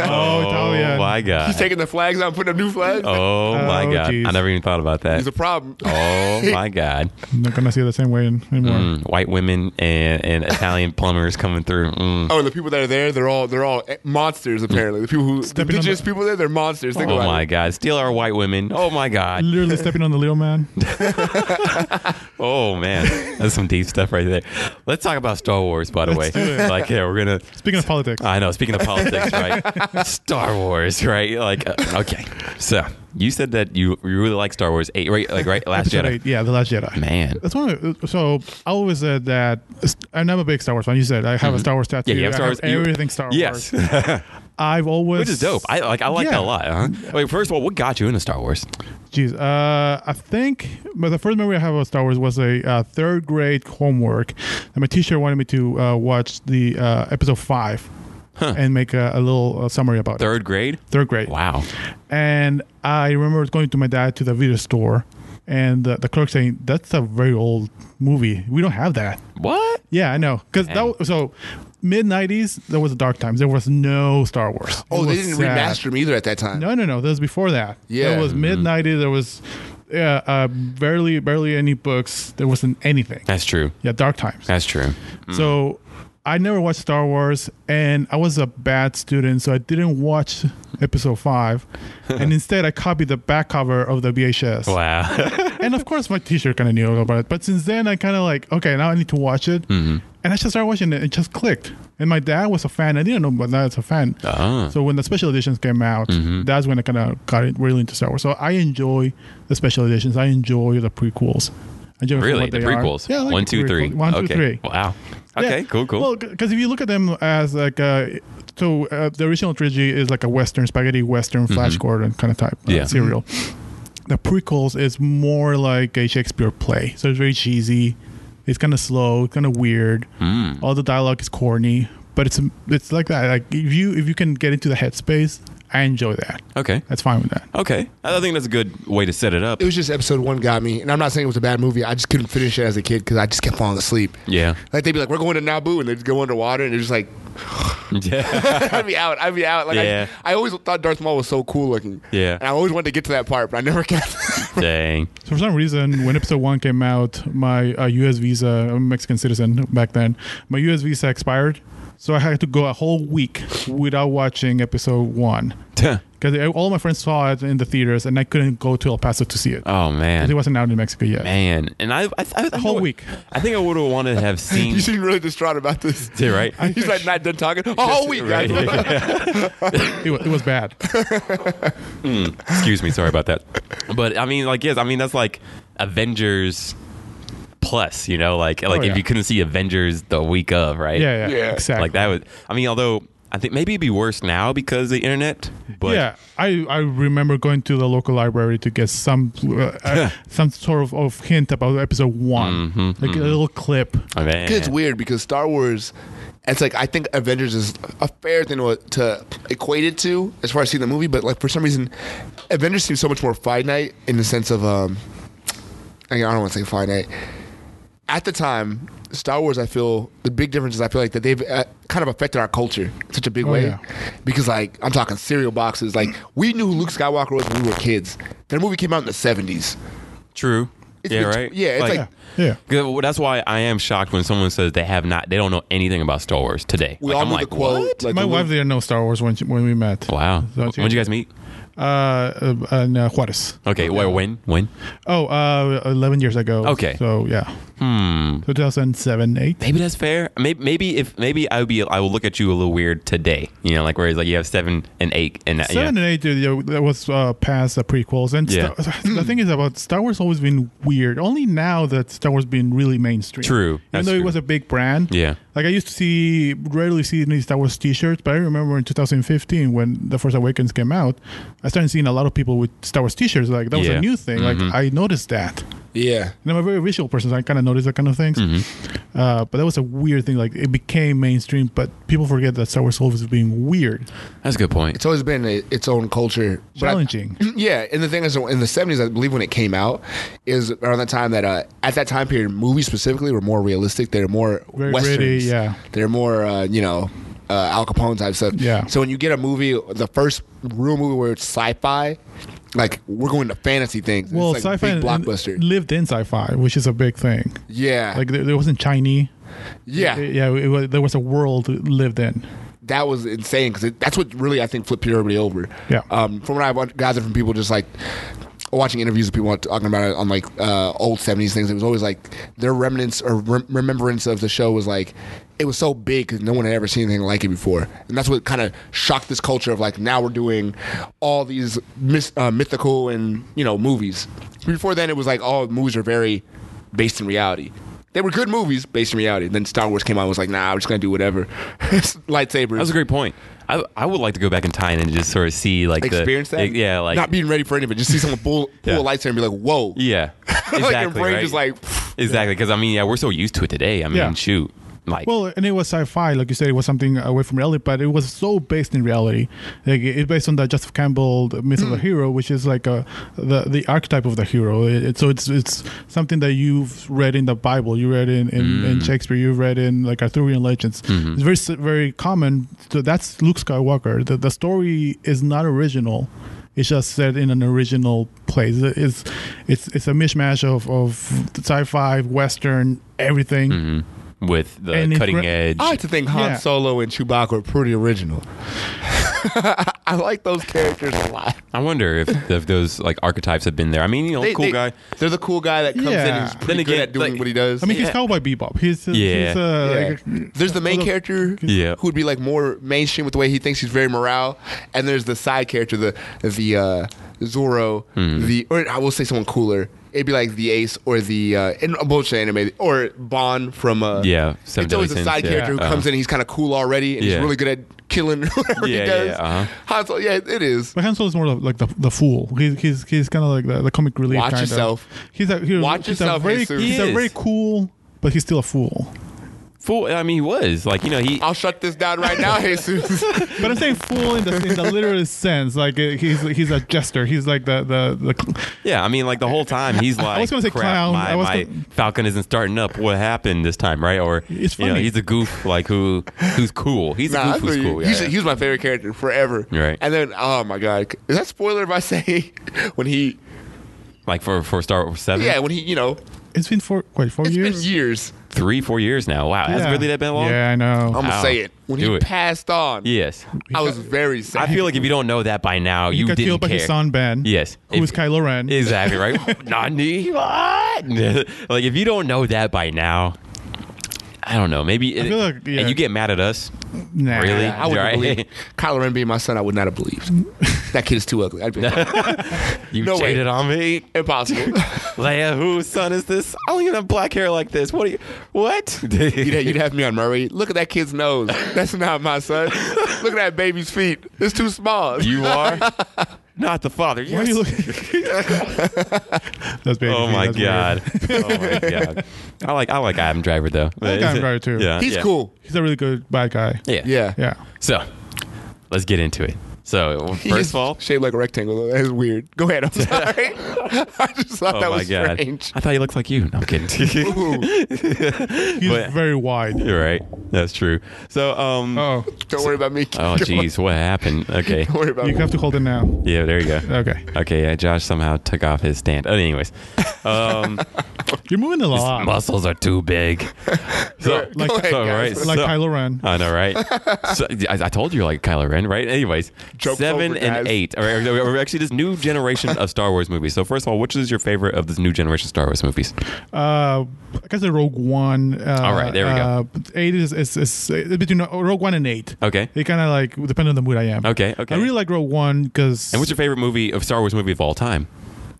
Speaker 2: Oh, Italian.
Speaker 1: my god.
Speaker 3: He's taking the flags out, and putting up new flags.
Speaker 1: oh my
Speaker 2: Oh,
Speaker 1: god.
Speaker 2: geez.
Speaker 1: I never even thought about that.
Speaker 3: It's a problem.
Speaker 1: oh my god.
Speaker 2: I'm not gonna see it the same way in, anymore.
Speaker 1: Mm, white women and, and Italian plumbers coming through. Mm.
Speaker 3: Oh, and the people that are there, they're all they're all e, monsters. Apparently, the people who the
Speaker 2: Stepping on
Speaker 3: indigenous
Speaker 2: the-
Speaker 3: people there, they're monsters. Think
Speaker 1: Oh
Speaker 3: about
Speaker 1: my
Speaker 3: it.
Speaker 1: god. Steal our white women. Oh my god.
Speaker 2: Literally stepping on the little man.
Speaker 1: Oh man. That's some deep stuff right there. Let's talk about Star Wars by the way. Like yeah, we're going to
Speaker 2: Speaking of politics,
Speaker 1: I know. Speaking of politics, right? Star Wars, right? Like, uh, okay. So you said that you you really like Star Wars eight, right? Like, right? Last
Speaker 2: Episode
Speaker 1: Jedi.
Speaker 2: eight, yeah, the Last Jedi.
Speaker 1: Man,
Speaker 2: That's one. Of, so I always said that, and I'm a big Star Wars fan. You said I have a Star Wars tattoo.
Speaker 1: Mm-hmm. Yeah, you have
Speaker 2: I
Speaker 1: Star Wars- you-
Speaker 2: everything Star
Speaker 1: yes,
Speaker 2: Wars. I've always
Speaker 1: which is dope. I like. I like
Speaker 2: Yeah.
Speaker 1: that a lot. Huh? Wait, first of all, what got you into Star Wars?
Speaker 2: Jeez, uh, I think but the first memory I have of Star Wars was a uh, third grade homework, and my teacher wanted me to uh, watch the uh, episode five and make a, a little uh, summary about it.
Speaker 1: Third grade.
Speaker 2: Third grade.
Speaker 1: Wow.
Speaker 2: And I remember going to my dad to the video store, and the, the clerk saying, "That's a very old movie. We don't have that."
Speaker 1: What?
Speaker 2: Yeah, I know. Because that
Speaker 1: Dang.
Speaker 2: was, so mid '90s, there was a dark times. There was no Star Wars.
Speaker 3: Oh,
Speaker 2: It
Speaker 3: they
Speaker 2: was
Speaker 3: didn't
Speaker 2: sad.
Speaker 3: remaster them either at that time.
Speaker 2: No, no, no. That was before that.
Speaker 3: Yeah.
Speaker 2: it was mid '90s. There was yeah, uh, barely, barely any books. There wasn't anything.
Speaker 1: That's true.
Speaker 2: Yeah, dark times.
Speaker 1: That's true.
Speaker 2: So I never watched Star Wars, and I was a bad student, so I didn't watch Episode Five, and instead I copied the back cover of the VHS.
Speaker 1: Wow.
Speaker 2: And of course, my teacher kind of knew about it. But since then, I kind of like, okay, now I need to watch it. And I just started watching it. It just clicked. And my dad was a fan. I didn't know, but now it's a fan.
Speaker 1: Ah.
Speaker 2: So when the special editions came out,
Speaker 1: Mm-hmm.
Speaker 2: that's when I kind of got it really into Star Wars. So I enjoy the special editions. I enjoy the prequels. I enjoy
Speaker 1: really?
Speaker 2: what
Speaker 1: The
Speaker 2: they are.
Speaker 1: prequels.
Speaker 2: Yeah, I like
Speaker 1: One,
Speaker 2: the
Speaker 1: two, three.
Speaker 2: prequels. One, two,
Speaker 1: okay.
Speaker 2: three.
Speaker 1: Wow.
Speaker 2: Yeah.
Speaker 1: Okay. Cool. Cool.
Speaker 2: Well, because if you look at them as like a, so uh, the original trilogy is like a Western spaghetti Western Flash Gordon kind of type uh,
Speaker 1: Mm-hmm. Yeah.
Speaker 2: serial. The prequels is more like a Shakespeare play, so it's very cheesy. It's kind of slow, kind of weird.
Speaker 1: Mm.
Speaker 2: All the dialogue is corny, but it's it's like that. Like if you if you can get into the headspace, I enjoy that.
Speaker 1: okay.
Speaker 2: That's fine with that.
Speaker 1: Okay. I think that's a good way to set it up.
Speaker 3: It was just episode one got me, and I'm not saying it was a bad movie. I just couldn't finish it as a kid because I just kept falling asleep.
Speaker 1: Yeah.
Speaker 3: Like they'd be like, "We're going to Naboo," and they'd go underwater, and they're just like,
Speaker 1: Yeah.
Speaker 3: I'd be out. I'd be out. Like
Speaker 1: Yeah.
Speaker 3: I, I always thought Darth Maul was so cool looking.
Speaker 1: Yeah.
Speaker 3: And I always wanted to get to that part, but I never got.
Speaker 1: Dang.
Speaker 2: So for some reason, when episode one came out, my uh, U.S. visa, I'm a Mexican citizen back then, my U.S. visa expired, so I had to go a whole week without watching episode one because all my friends saw it in the theaters, and I couldn't go to El Paso to see it. 'Cause
Speaker 1: Oh
Speaker 2: it
Speaker 1: man.
Speaker 2: wasn't out in Mexico yet.
Speaker 1: Man. And I, I, I, I
Speaker 2: Whole
Speaker 1: know-
Speaker 2: week.
Speaker 1: I think I would have wanted to have seen.
Speaker 3: you seem really distraught about this.
Speaker 1: Yeah, right.
Speaker 3: He's like not done talking. Oh, whole week, guys.
Speaker 1: Right.
Speaker 2: It, wa- it was bad.
Speaker 1: Excuse me, sorry about that. But I mean, like, yes, I mean that's like Avengers plus, you know, like like
Speaker 2: Oh, yeah.
Speaker 1: if you couldn't see Avengers the week of, right?
Speaker 2: Yeah, yeah,
Speaker 3: Yeah.
Speaker 2: exactly.
Speaker 1: Like that would. I mean, although I think maybe it'd be worse now because of the internet. But
Speaker 2: yeah, I, I remember going to the local library to get some uh, uh, some sort of, of hint about episode one,
Speaker 1: Mm-hmm,
Speaker 2: like a little clip.
Speaker 1: I mean,
Speaker 3: It's weird because Star Wars. It's like I think Avengers is a fair thing to, to equate it to as far as seeing the movie, but like for some reason, Avengers seems so much more finite in the sense of um, I mean, I don't want to say finite. At the time, Star Wars, I feel the big difference is I feel like that they've uh, kind of affected our culture in such a big
Speaker 2: Oh,
Speaker 3: way
Speaker 2: yeah.
Speaker 3: because like I'm talking cereal boxes. Like we knew who Luke Skywalker was when we were kids. That movie came out in the '70s.
Speaker 1: True.
Speaker 3: It's
Speaker 1: yeah,
Speaker 3: been-
Speaker 1: right.
Speaker 3: yeah, it's
Speaker 2: Yeah,
Speaker 3: like-
Speaker 2: yeah.
Speaker 1: Yeah, well, That's why I am shocked when someone says they have not, they don't know anything about Star Wars today.
Speaker 3: We
Speaker 1: Like,
Speaker 3: all
Speaker 1: I'm
Speaker 3: knew
Speaker 1: like,
Speaker 3: the quote.
Speaker 1: What?
Speaker 3: like,
Speaker 2: My
Speaker 3: the
Speaker 2: wife
Speaker 3: little-
Speaker 2: didn't know Star Wars when she, when we met.
Speaker 1: Wow.
Speaker 2: So
Speaker 1: When
Speaker 2: it's-
Speaker 1: did you guys meet?
Speaker 2: Uh, in uh, Juarez.
Speaker 1: Okay. Wait, when? When?
Speaker 2: Oh, uh, 11 years ago.
Speaker 1: Okay.
Speaker 2: So, yeah. Hmm. 2007, 8.
Speaker 1: Maybe that's fair. Maybe, maybe if maybe I would be, I will look at you a little weird today. You know, like where it's like you have seven and eight and that,
Speaker 2: 7
Speaker 1: yeah.
Speaker 2: and 8, dude, yeah, that was uh, past the prequels. And
Speaker 1: Yeah.
Speaker 2: Star- the thing is about Star Wars always been weird. Only now that Star Wars been really mainstream.
Speaker 1: True.
Speaker 2: Even
Speaker 1: That's
Speaker 2: though it
Speaker 1: true.
Speaker 2: was a big brand.
Speaker 1: Yeah.
Speaker 2: Like I used to see, rarely see any Star Wars t-shirts, but I remember in 2015 when The Force Awakens came out, I started seeing a lot of people with Star Wars t-shirts. Like that was a
Speaker 1: Yeah. Mm-hmm.
Speaker 2: new thing. Like I noticed that.
Speaker 3: yeah.
Speaker 2: And I'm a very visual person, so I kind of notice that kind of things.
Speaker 1: Mm-hmm.
Speaker 2: Uh, but that was a weird thing. Like it became mainstream, but people forget that Star Wars always being weird,
Speaker 1: That's a good point.
Speaker 3: It's always been a, its own culture. But I-
Speaker 2: challenging.
Speaker 3: yeah, and the thing is, in the seventies, I believe when it came out, is around the time that uh, at that time period, movies specifically were more realistic. They were more
Speaker 2: Very
Speaker 3: westerns.
Speaker 2: gritty, yeah.
Speaker 3: they're more uh, you know uh, Al Capone type stuff.
Speaker 2: Yeah.
Speaker 3: So when you get a movie, the first real movie where it's sci-fi, like we're going to fantasy things.
Speaker 2: well,
Speaker 3: it's like
Speaker 2: sci-fi
Speaker 3: big
Speaker 2: and- and
Speaker 3: blockbuster.
Speaker 2: lived in sci-fi, which is a big thing.
Speaker 3: yeah,
Speaker 2: Like there, there wasn't Chinese.
Speaker 3: yeah,
Speaker 2: yeah. It was, there was a world lived in.
Speaker 3: that was insane because that's what really I think flipped everybody over.
Speaker 2: Yeah.
Speaker 3: Um, from what I've gathered from people, just like watching interviews with people talking about it on like uh, old seventies things, it was always like their remnants or rem- remembrance of the show was like it was so big because no one had ever seen anything like it before, and that's what kind of shocked this culture of like now we're doing all these mis- uh, mythical and you know movies. Before then, it was like all movies are very based in reality. They were good movies based in reality. Then Star Wars came out and was like, nah, we're just gonna do whatever. Lightsabers.
Speaker 1: That's a great point. I, I would like to go back in time and just sort of see like
Speaker 3: experience
Speaker 1: the,
Speaker 3: that.
Speaker 1: Yeah, like
Speaker 3: not being ready for any of it. Just see someone pull pull
Speaker 1: Yeah.
Speaker 3: a lightsaber and be like, "Whoa!"
Speaker 1: yeah, exactly.
Speaker 3: like your brain
Speaker 1: right?
Speaker 3: just like,
Speaker 1: exactly because I mean yeah, we're so used to it today. I mean,
Speaker 2: Yeah.
Speaker 1: shoot, like
Speaker 2: Well, and it was sci-fi, like you said, it was something away from reality, but it was so based in reality. Like it- it's based on the Joseph Campbell the myth of the hero, which is like a, the the archetype of the hero. It, it- so it's it's something that you've read in the Bible, you read in in, in Shakespeare, you've read in like Arthurian legends. It's very s- very common. So that's Luke Skywalker. The the story is not original. It's just set in an original place. It's it's it's a mishmash of, of sci-fi, western, everything.
Speaker 1: with the
Speaker 2: And it's
Speaker 1: cutting
Speaker 2: re-
Speaker 1: edge.
Speaker 3: I like to think Han
Speaker 2: Yeah.
Speaker 3: Solo and Chewbacca are pretty original. I like those characters a lot.
Speaker 1: I wonder if, if those like archetypes have been there. I mean, you know,
Speaker 3: They-
Speaker 1: cool
Speaker 3: they-
Speaker 1: guy.
Speaker 3: They're the cool guy that comes in
Speaker 2: Yeah.
Speaker 3: and is pretty
Speaker 1: Then
Speaker 3: good
Speaker 1: again,
Speaker 3: at doing
Speaker 1: like-
Speaker 3: what he does.
Speaker 2: I mean, he's
Speaker 1: Yeah.
Speaker 2: Cowboy Bebop. He's, uh,
Speaker 1: Yeah.
Speaker 2: he's uh,
Speaker 3: Yeah.
Speaker 2: like,
Speaker 3: There's the main
Speaker 2: although-
Speaker 3: character
Speaker 1: Yeah.
Speaker 3: who would be like more mainstream with the way he thinks. He's very morale, and there's the side character, the the uh, Zorro,
Speaker 1: Hmm.
Speaker 3: the or I will say someone cooler. It'd be like the Ace or the uh, in a bunch of anime or Bond from uh,
Speaker 1: Yeah, Seven
Speaker 3: It's always
Speaker 1: Deadly
Speaker 3: a side
Speaker 1: Sins, yeah.
Speaker 3: character who comes
Speaker 1: Uh-huh.
Speaker 3: in. and He's kind of cool already, and he's
Speaker 1: Yeah.
Speaker 3: really good at killing whatever
Speaker 1: Yeah,
Speaker 3: he
Speaker 1: yeah,
Speaker 3: does.
Speaker 1: yeah, uh-huh.
Speaker 3: Han Solo- yeah, it is.
Speaker 2: But Han Solo is more of like the, the fool. He's he's, he's kind of like the, the comic relief.
Speaker 3: Watch
Speaker 2: kinda.
Speaker 3: yourself.
Speaker 2: He's a he's,
Speaker 3: Watch
Speaker 2: he's
Speaker 3: yourself,
Speaker 2: A very,
Speaker 3: Jesus.
Speaker 2: he's a
Speaker 1: He
Speaker 2: very
Speaker 1: is.
Speaker 2: cool, but he's still a fool.
Speaker 1: fool. I mean, he was like, you know, he.
Speaker 3: I'll shut this down right now, Jesus.
Speaker 2: But I'm saying fool in the, in the literal sense. Like uh, he's he's a jester. He's like the the, the
Speaker 1: Yeah, I mean, like the whole time he's like,
Speaker 2: was gonna say
Speaker 1: "Crap,
Speaker 2: clown.
Speaker 1: My,
Speaker 2: I was
Speaker 1: my
Speaker 2: gonna-
Speaker 1: Falcon isn't starting up. What happened this time, right? Or
Speaker 2: It's
Speaker 1: you know,
Speaker 2: funny.
Speaker 1: he's a goof, like who who's cool. He's
Speaker 3: Nah,
Speaker 1: a goof
Speaker 3: I
Speaker 1: who's
Speaker 3: feel you.
Speaker 1: cool. Yeah,
Speaker 3: he's,
Speaker 1: yeah.
Speaker 3: he was my favorite character forever.
Speaker 1: Right.
Speaker 3: And then, oh my god, is that spoiler if I say when he?
Speaker 1: like for for Star Wars seven,
Speaker 3: Yeah, when he, you know,
Speaker 2: it's been for quite four
Speaker 3: it's
Speaker 2: years.
Speaker 3: been years.
Speaker 1: three four years now. Wow, has
Speaker 2: Yeah.
Speaker 1: it really that been Oh long?
Speaker 2: Yeah, I know.
Speaker 3: I'm
Speaker 1: Wow.
Speaker 3: gonna say it. When
Speaker 1: Do
Speaker 3: he
Speaker 1: it.
Speaker 3: passed on,
Speaker 1: Yes,
Speaker 3: I was very sad.
Speaker 1: I feel like if you don't know that by now,
Speaker 2: he
Speaker 1: you
Speaker 2: got
Speaker 1: didn't
Speaker 2: killed by
Speaker 1: care.
Speaker 2: his son Ben.
Speaker 1: Yes.
Speaker 2: who
Speaker 1: If-
Speaker 2: was Kylo Ren.
Speaker 1: Exactly right. Nani, what? like if you don't know that by now, I don't know. Maybe it,
Speaker 2: feel like, yeah.
Speaker 1: and you get mad at us.
Speaker 2: Nah.
Speaker 1: Really?
Speaker 3: I wouldn't
Speaker 1: Right.
Speaker 3: believe Kyler Ren being my son. I would not have believed. that kid is too ugly. I'd be like,
Speaker 1: You
Speaker 3: No way.
Speaker 1: cheated on me,
Speaker 3: impossible.
Speaker 1: Leia. Whose son is this? I don't even have black hair like this. What? Are you, what?
Speaker 3: You'd, ha- you'd have me on Murray. Look at that kid's nose. That's not my son. Look at that baby's feet. It's too small.
Speaker 1: You are not the father.
Speaker 2: Why are you
Speaker 1: Yes.
Speaker 2: looking? That's baby
Speaker 1: Oh
Speaker 2: feet,
Speaker 1: my
Speaker 2: that's weird.
Speaker 1: god. oh my god. I like I like Adam Driver though.
Speaker 2: I like Adam Driver, too.
Speaker 1: Yeah,
Speaker 3: He's
Speaker 1: yeah.
Speaker 3: cool.
Speaker 2: He's a really good bad guy.
Speaker 1: Yeah.
Speaker 3: Yeah.
Speaker 2: Yeah.
Speaker 1: So let's get into it. So
Speaker 3: He
Speaker 1: first
Speaker 3: is
Speaker 1: of all,
Speaker 3: shaped like a rectangle. That's weird. Go ahead. I'm sorry. I just thought
Speaker 1: oh
Speaker 3: that
Speaker 1: my
Speaker 3: was
Speaker 1: god,
Speaker 3: strange.
Speaker 1: I thought he looked like you. No, I'm kidding.
Speaker 3: Ooh,
Speaker 2: He's
Speaker 1: But-
Speaker 2: very wide.
Speaker 1: You're right. That's true. So um. Oh.
Speaker 2: Oh,
Speaker 3: don't worry about me.
Speaker 1: jeez, what happened? Okay,
Speaker 3: Don't worry about
Speaker 2: you
Speaker 3: me.
Speaker 2: have to hold it now.
Speaker 1: yeah, there you go.
Speaker 2: Okay,
Speaker 1: Okay, yeah, Josh somehow took off his stand. Uh, anyways, um,
Speaker 2: you're moving a lot.
Speaker 1: muscles are too big. So,
Speaker 3: Go
Speaker 2: Like-
Speaker 3: ahead,
Speaker 1: so,
Speaker 3: guys.
Speaker 1: right,
Speaker 2: like
Speaker 1: so-
Speaker 2: Kylo Ren.
Speaker 1: I know, right? so, I, I told you, like Kylo Ren, right? Anyways,
Speaker 3: Joke's
Speaker 1: seven
Speaker 3: over, guys.
Speaker 1: and eight. All right, we're actually this new generation of Star Wars movies. So, first of all, which is your favorite of this new generation of Star Wars movies?
Speaker 2: Uh, I guess the Rogue One. Uh,
Speaker 1: All right, there we go.
Speaker 2: uh, Eight is, is, is uh, between Rogue One and eight.
Speaker 1: Okay.
Speaker 2: It kind of like depends on the mood I am.
Speaker 1: Okay, okay.
Speaker 2: I really like Rogue One because.
Speaker 1: And what's your favorite movie of Star Wars movie of all time?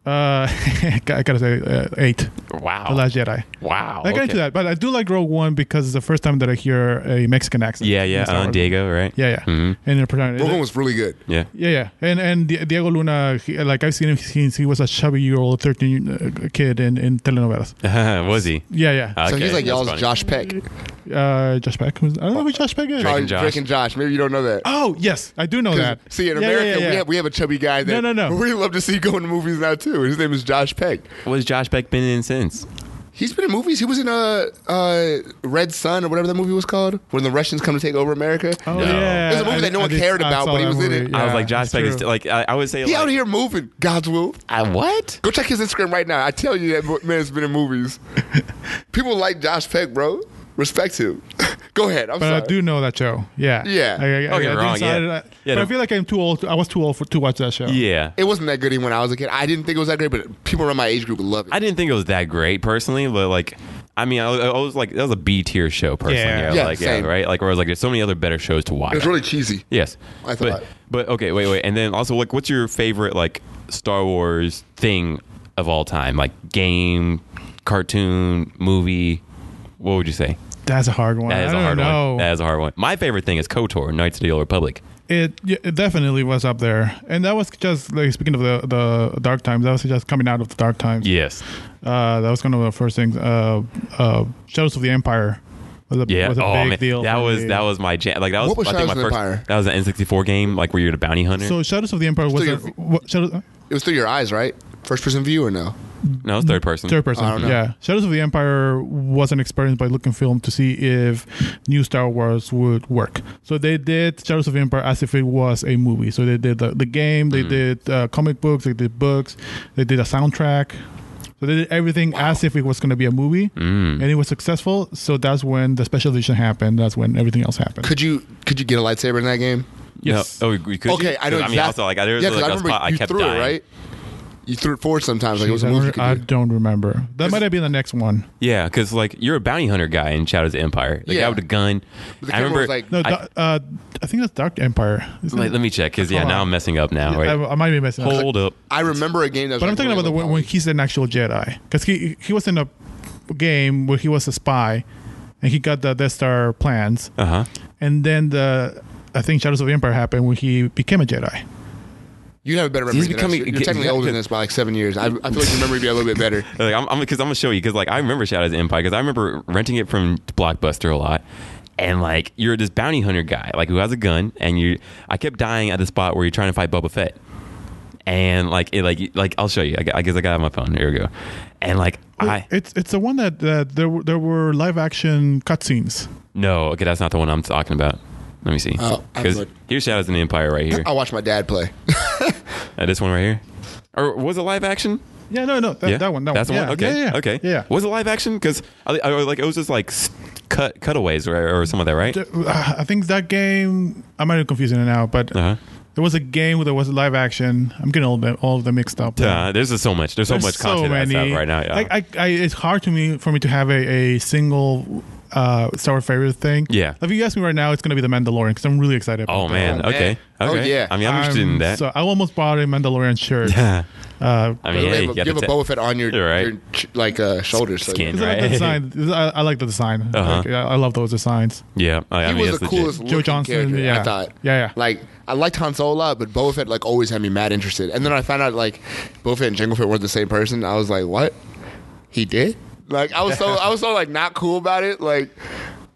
Speaker 2: Uh, I gotta say uh, eight. The
Speaker 1: Wow.
Speaker 2: Last Jedi.
Speaker 1: Wow.
Speaker 2: I got
Speaker 1: Oh. okay.
Speaker 2: into that, but I do like Rogue One because it's the first time that I hear a Mexican accent.
Speaker 1: Yeah,
Speaker 2: in
Speaker 1: yeah.
Speaker 2: Star
Speaker 1: Alan
Speaker 2: Wars.
Speaker 1: Diego, right?
Speaker 2: Yeah, yeah.
Speaker 1: Mhm.
Speaker 2: And in particular-
Speaker 3: Rogue One was really good.
Speaker 1: Yeah.
Speaker 2: Yeah, yeah, and and Di- Diego Luna, he, like I've seen him since he was a chubby year old, thirteen uh, kid in in telenovelas.
Speaker 1: Was he?
Speaker 2: Yeah, yeah.
Speaker 1: Okay,
Speaker 3: So he's like
Speaker 1: that's
Speaker 3: y'all's
Speaker 1: funny.
Speaker 3: Josh Peck.
Speaker 2: Uh, Josh Peck. Who's- I don't know who Josh Peck is.
Speaker 1: Drake
Speaker 3: Oh,
Speaker 1: and Josh.
Speaker 3: Drake and Josh. Maybe you don't know that.
Speaker 2: Oh yes, I do know that.
Speaker 3: See, in
Speaker 2: Yeah,
Speaker 3: America,
Speaker 2: yeah, yeah,
Speaker 3: We,
Speaker 2: yeah.
Speaker 3: have, we have a chubby guy that
Speaker 2: No, no, no.
Speaker 3: we love to see going to movies now, too. His name is Josh Peck.
Speaker 1: What has Josh Beck been in since?
Speaker 3: He's been in movies. He was in uh, uh, Red Sun or whatever that movie was called, when the Russians come to take over America.
Speaker 2: Oh,
Speaker 1: No.
Speaker 2: yeah.
Speaker 3: It was a movie
Speaker 2: I-
Speaker 3: that no
Speaker 2: I
Speaker 3: one
Speaker 2: did-
Speaker 3: cared
Speaker 2: I
Speaker 3: about,
Speaker 2: saw
Speaker 3: but he
Speaker 2: that
Speaker 3: was in
Speaker 2: movie.
Speaker 3: it.
Speaker 1: I was
Speaker 2: Yeah,
Speaker 1: like, Josh
Speaker 2: it's
Speaker 1: Beck is
Speaker 2: true.
Speaker 1: like, I, I would say,
Speaker 3: He
Speaker 1: like,
Speaker 3: out here moving. God's will.
Speaker 1: I, what?
Speaker 3: Go check his Instagram right now. I tell you that mo- man's been in movies. People like Josh Peck, bro. Respect him. Go ahead. I'm
Speaker 2: But uh,
Speaker 3: sorry.
Speaker 2: I do know that show. Yeah.
Speaker 3: Yeah.
Speaker 2: I, I, I,
Speaker 1: you're
Speaker 2: I
Speaker 1: wrong,
Speaker 2: didn't saw
Speaker 1: yeah.
Speaker 2: it, I-
Speaker 1: Yeah,
Speaker 2: but
Speaker 1: no.
Speaker 2: I feel like I'm too old. I was too old for, to watch that show.
Speaker 1: Yeah.
Speaker 3: It wasn't that good even when I was a kid. I didn't think it was that great, but people around my age group would love it.
Speaker 1: I didn't think it was that great personally, but like, I mean, I was, I was like, that was a B tier show personally.
Speaker 2: Yeah.
Speaker 1: I was
Speaker 3: Yeah,
Speaker 1: like,
Speaker 3: same.
Speaker 1: yeah, right? Like, where I was like, there's so many other better shows to watch.
Speaker 3: it was really cheesy.
Speaker 1: yes.
Speaker 3: I
Speaker 1: but,
Speaker 3: thought-
Speaker 1: but okay, wait, wait. And then also, like, what's your favorite, like, Star Wars thing of all time? Like, game, cartoon, movie? What would you say?
Speaker 2: That's a hard one.
Speaker 1: That is a
Speaker 2: I don't
Speaker 1: hard
Speaker 2: know.
Speaker 1: one. That is a hard one. My favorite thing is KOTOR, Knights of the Old Republic.
Speaker 2: It, yeah, it definitely was up there, and that was just like speaking of the the dark times. That was just coming out of the dark times.
Speaker 1: Yes.
Speaker 2: Uh, that was kind of the first thing. Uh, uh, Shadows of the Empire was a,
Speaker 1: Yeah.
Speaker 2: was a
Speaker 1: oh,
Speaker 2: big
Speaker 1: man.
Speaker 2: deal.
Speaker 1: That
Speaker 2: for
Speaker 1: was
Speaker 2: me.
Speaker 1: that was my jam. Like that was,
Speaker 3: What was
Speaker 1: I think
Speaker 3: Shadows
Speaker 1: my
Speaker 3: of the
Speaker 1: first
Speaker 3: Empire?
Speaker 1: that was an N64 game like where you're the bounty hunter.
Speaker 2: so. Shadows of the Empire was
Speaker 3: So
Speaker 2: a,
Speaker 3: you're-
Speaker 2: what, Shadows, uh,
Speaker 1: Hmm.
Speaker 3: It was through your eyes, right? First person view or no?
Speaker 1: no, it's third person.
Speaker 2: third person.
Speaker 3: I don't know.
Speaker 2: Yeah, Shadows of the Empire was an experience by looking film to see if new Star Wars would work. So they did Shadows of the Empire as if it was a movie. So they did the, the game,
Speaker 1: Hmm.
Speaker 2: they did uh, comic books, they did books, they did a soundtrack. So they did everything as if it was going to be a movie,
Speaker 1: Hmm.
Speaker 2: and it was successful. So that's when the special edition happened. That's when everything else happened.
Speaker 3: Could you could you get a lightsaber in that game?
Speaker 2: yes.
Speaker 1: No. Oh, we could.
Speaker 3: okay,
Speaker 1: you?
Speaker 3: I know.
Speaker 1: 'Cause,
Speaker 3: Exactly.
Speaker 1: I mean, also like I, there was
Speaker 3: yeah, 'cause
Speaker 1: like
Speaker 3: I
Speaker 1: a
Speaker 3: remember
Speaker 1: spot I
Speaker 3: you
Speaker 1: kept
Speaker 3: threw
Speaker 1: dying.
Speaker 3: it right. You threw it forward sometimes. Like it was
Speaker 2: Jeez,
Speaker 3: a
Speaker 2: I
Speaker 3: move you
Speaker 2: don't, I
Speaker 3: could do.
Speaker 2: don't remember. That might have been the next one.
Speaker 1: Yeah, because like you're a bounty hunter guy in Shadows of the Empire. The guy
Speaker 3: Yeah.
Speaker 1: with the gun.
Speaker 3: the
Speaker 1: I
Speaker 3: camera
Speaker 1: remember.
Speaker 3: was, like,
Speaker 2: No,
Speaker 1: I-
Speaker 2: I, uh, I think that's Dark Empire. Isn't
Speaker 1: like,
Speaker 2: it?
Speaker 1: let me check. Because yeah,
Speaker 2: Hold
Speaker 1: now
Speaker 2: on.
Speaker 1: I'm messing up now. Right.
Speaker 2: I, I might be messing up.
Speaker 1: Hold up.
Speaker 3: I remember a game that was.
Speaker 2: But I'm
Speaker 3: like
Speaker 2: talking about the
Speaker 3: really low
Speaker 2: when, when
Speaker 3: poly.
Speaker 2: he's an actual Jedi, because he he was in a game where he was a spy, and he got the Death Star plans,
Speaker 1: Uh huh.
Speaker 2: and then the I think Shadows of the Empire happened when he became a Jedi.
Speaker 3: You have a better memory.
Speaker 1: He's
Speaker 3: than
Speaker 1: becoming-
Speaker 3: us. You're technically older than us by like seven years. I, I feel like your memory would be a little bit better.
Speaker 1: Like, I'm, I'm, cause I'm gonna show you. Cause like I remember Shadows of the Empire. Cause I remember renting it from Blockbuster a lot. And like you're this bounty hunter guy, like who has a gun, and you. I kept dying at the spot where you're trying to fight Boba Fett. And like it, like like I'll show you. I, gu- I guess I got it on my phone. Here we go. And like I
Speaker 2: It's it's the one that, that there were there were live action cutscenes.
Speaker 1: no, okay, that's not the one I'm talking about. Let me see.
Speaker 3: Oh, I
Speaker 1: Because
Speaker 3: would-
Speaker 1: here's Shadows of the Empire right here.
Speaker 3: I watched my dad play.
Speaker 1: Uh, this one right here. Or was it live action?
Speaker 2: Yeah, no, no, that, that one, that
Speaker 1: That's
Speaker 2: one.
Speaker 1: the
Speaker 2: yeah,
Speaker 1: one. Okay,
Speaker 2: yeah, yeah,
Speaker 1: okay.
Speaker 2: yeah.
Speaker 1: was it live action? Because I, I was like it was just like s- cut cutaways or, or some of that, right?
Speaker 2: Uh, I think that game. I might be confusing it now, but
Speaker 1: Uh-huh.
Speaker 2: there was a game that was live action. I'm getting all of them, all of them mixed up.
Speaker 1: Uh, there's just so much. There's, so much content that's out right now. Yeah.
Speaker 2: Like, I, I, it's hard to me for me to have a, a single uh, Star Wars favorite thing.
Speaker 1: Yeah.
Speaker 2: If you ask me right now, it's gonna be the Mandalorian because I'm really excited. About
Speaker 1: oh man.
Speaker 3: man.
Speaker 1: Okay.
Speaker 3: Oh,
Speaker 1: Okay.
Speaker 3: yeah.
Speaker 1: I mean, I'm interested in that.
Speaker 2: So I almost bought a Mandalorian shirt.
Speaker 1: I
Speaker 2: Uh,
Speaker 1: mean, hey,
Speaker 3: you
Speaker 1: you
Speaker 3: have, a, you
Speaker 1: got
Speaker 3: have a
Speaker 1: to
Speaker 3: Boba Fett on your,
Speaker 1: You're right.
Speaker 3: your ch- like uh, shoulders. So
Speaker 1: Skin.
Speaker 2: is that a
Speaker 1: Right.
Speaker 2: good sign? Is- I, I like the design.
Speaker 1: Uh-huh.
Speaker 2: Like, I, I love those designs.
Speaker 1: Yeah. Oh, I, I
Speaker 3: He
Speaker 1: mean,
Speaker 3: was the
Speaker 1: that's legit.
Speaker 3: coolest looking
Speaker 2: Johnson,
Speaker 3: character.
Speaker 2: yeah.
Speaker 3: I thought.
Speaker 2: Yeah, yeah.
Speaker 3: Like I liked Han Solo a lot, but Boba Fett like always had me mad interested. And then I found out like Boba Fett and Jango Fett weren't the same person. I was like, what? He did? Like I was so I was so like not cool about it. Like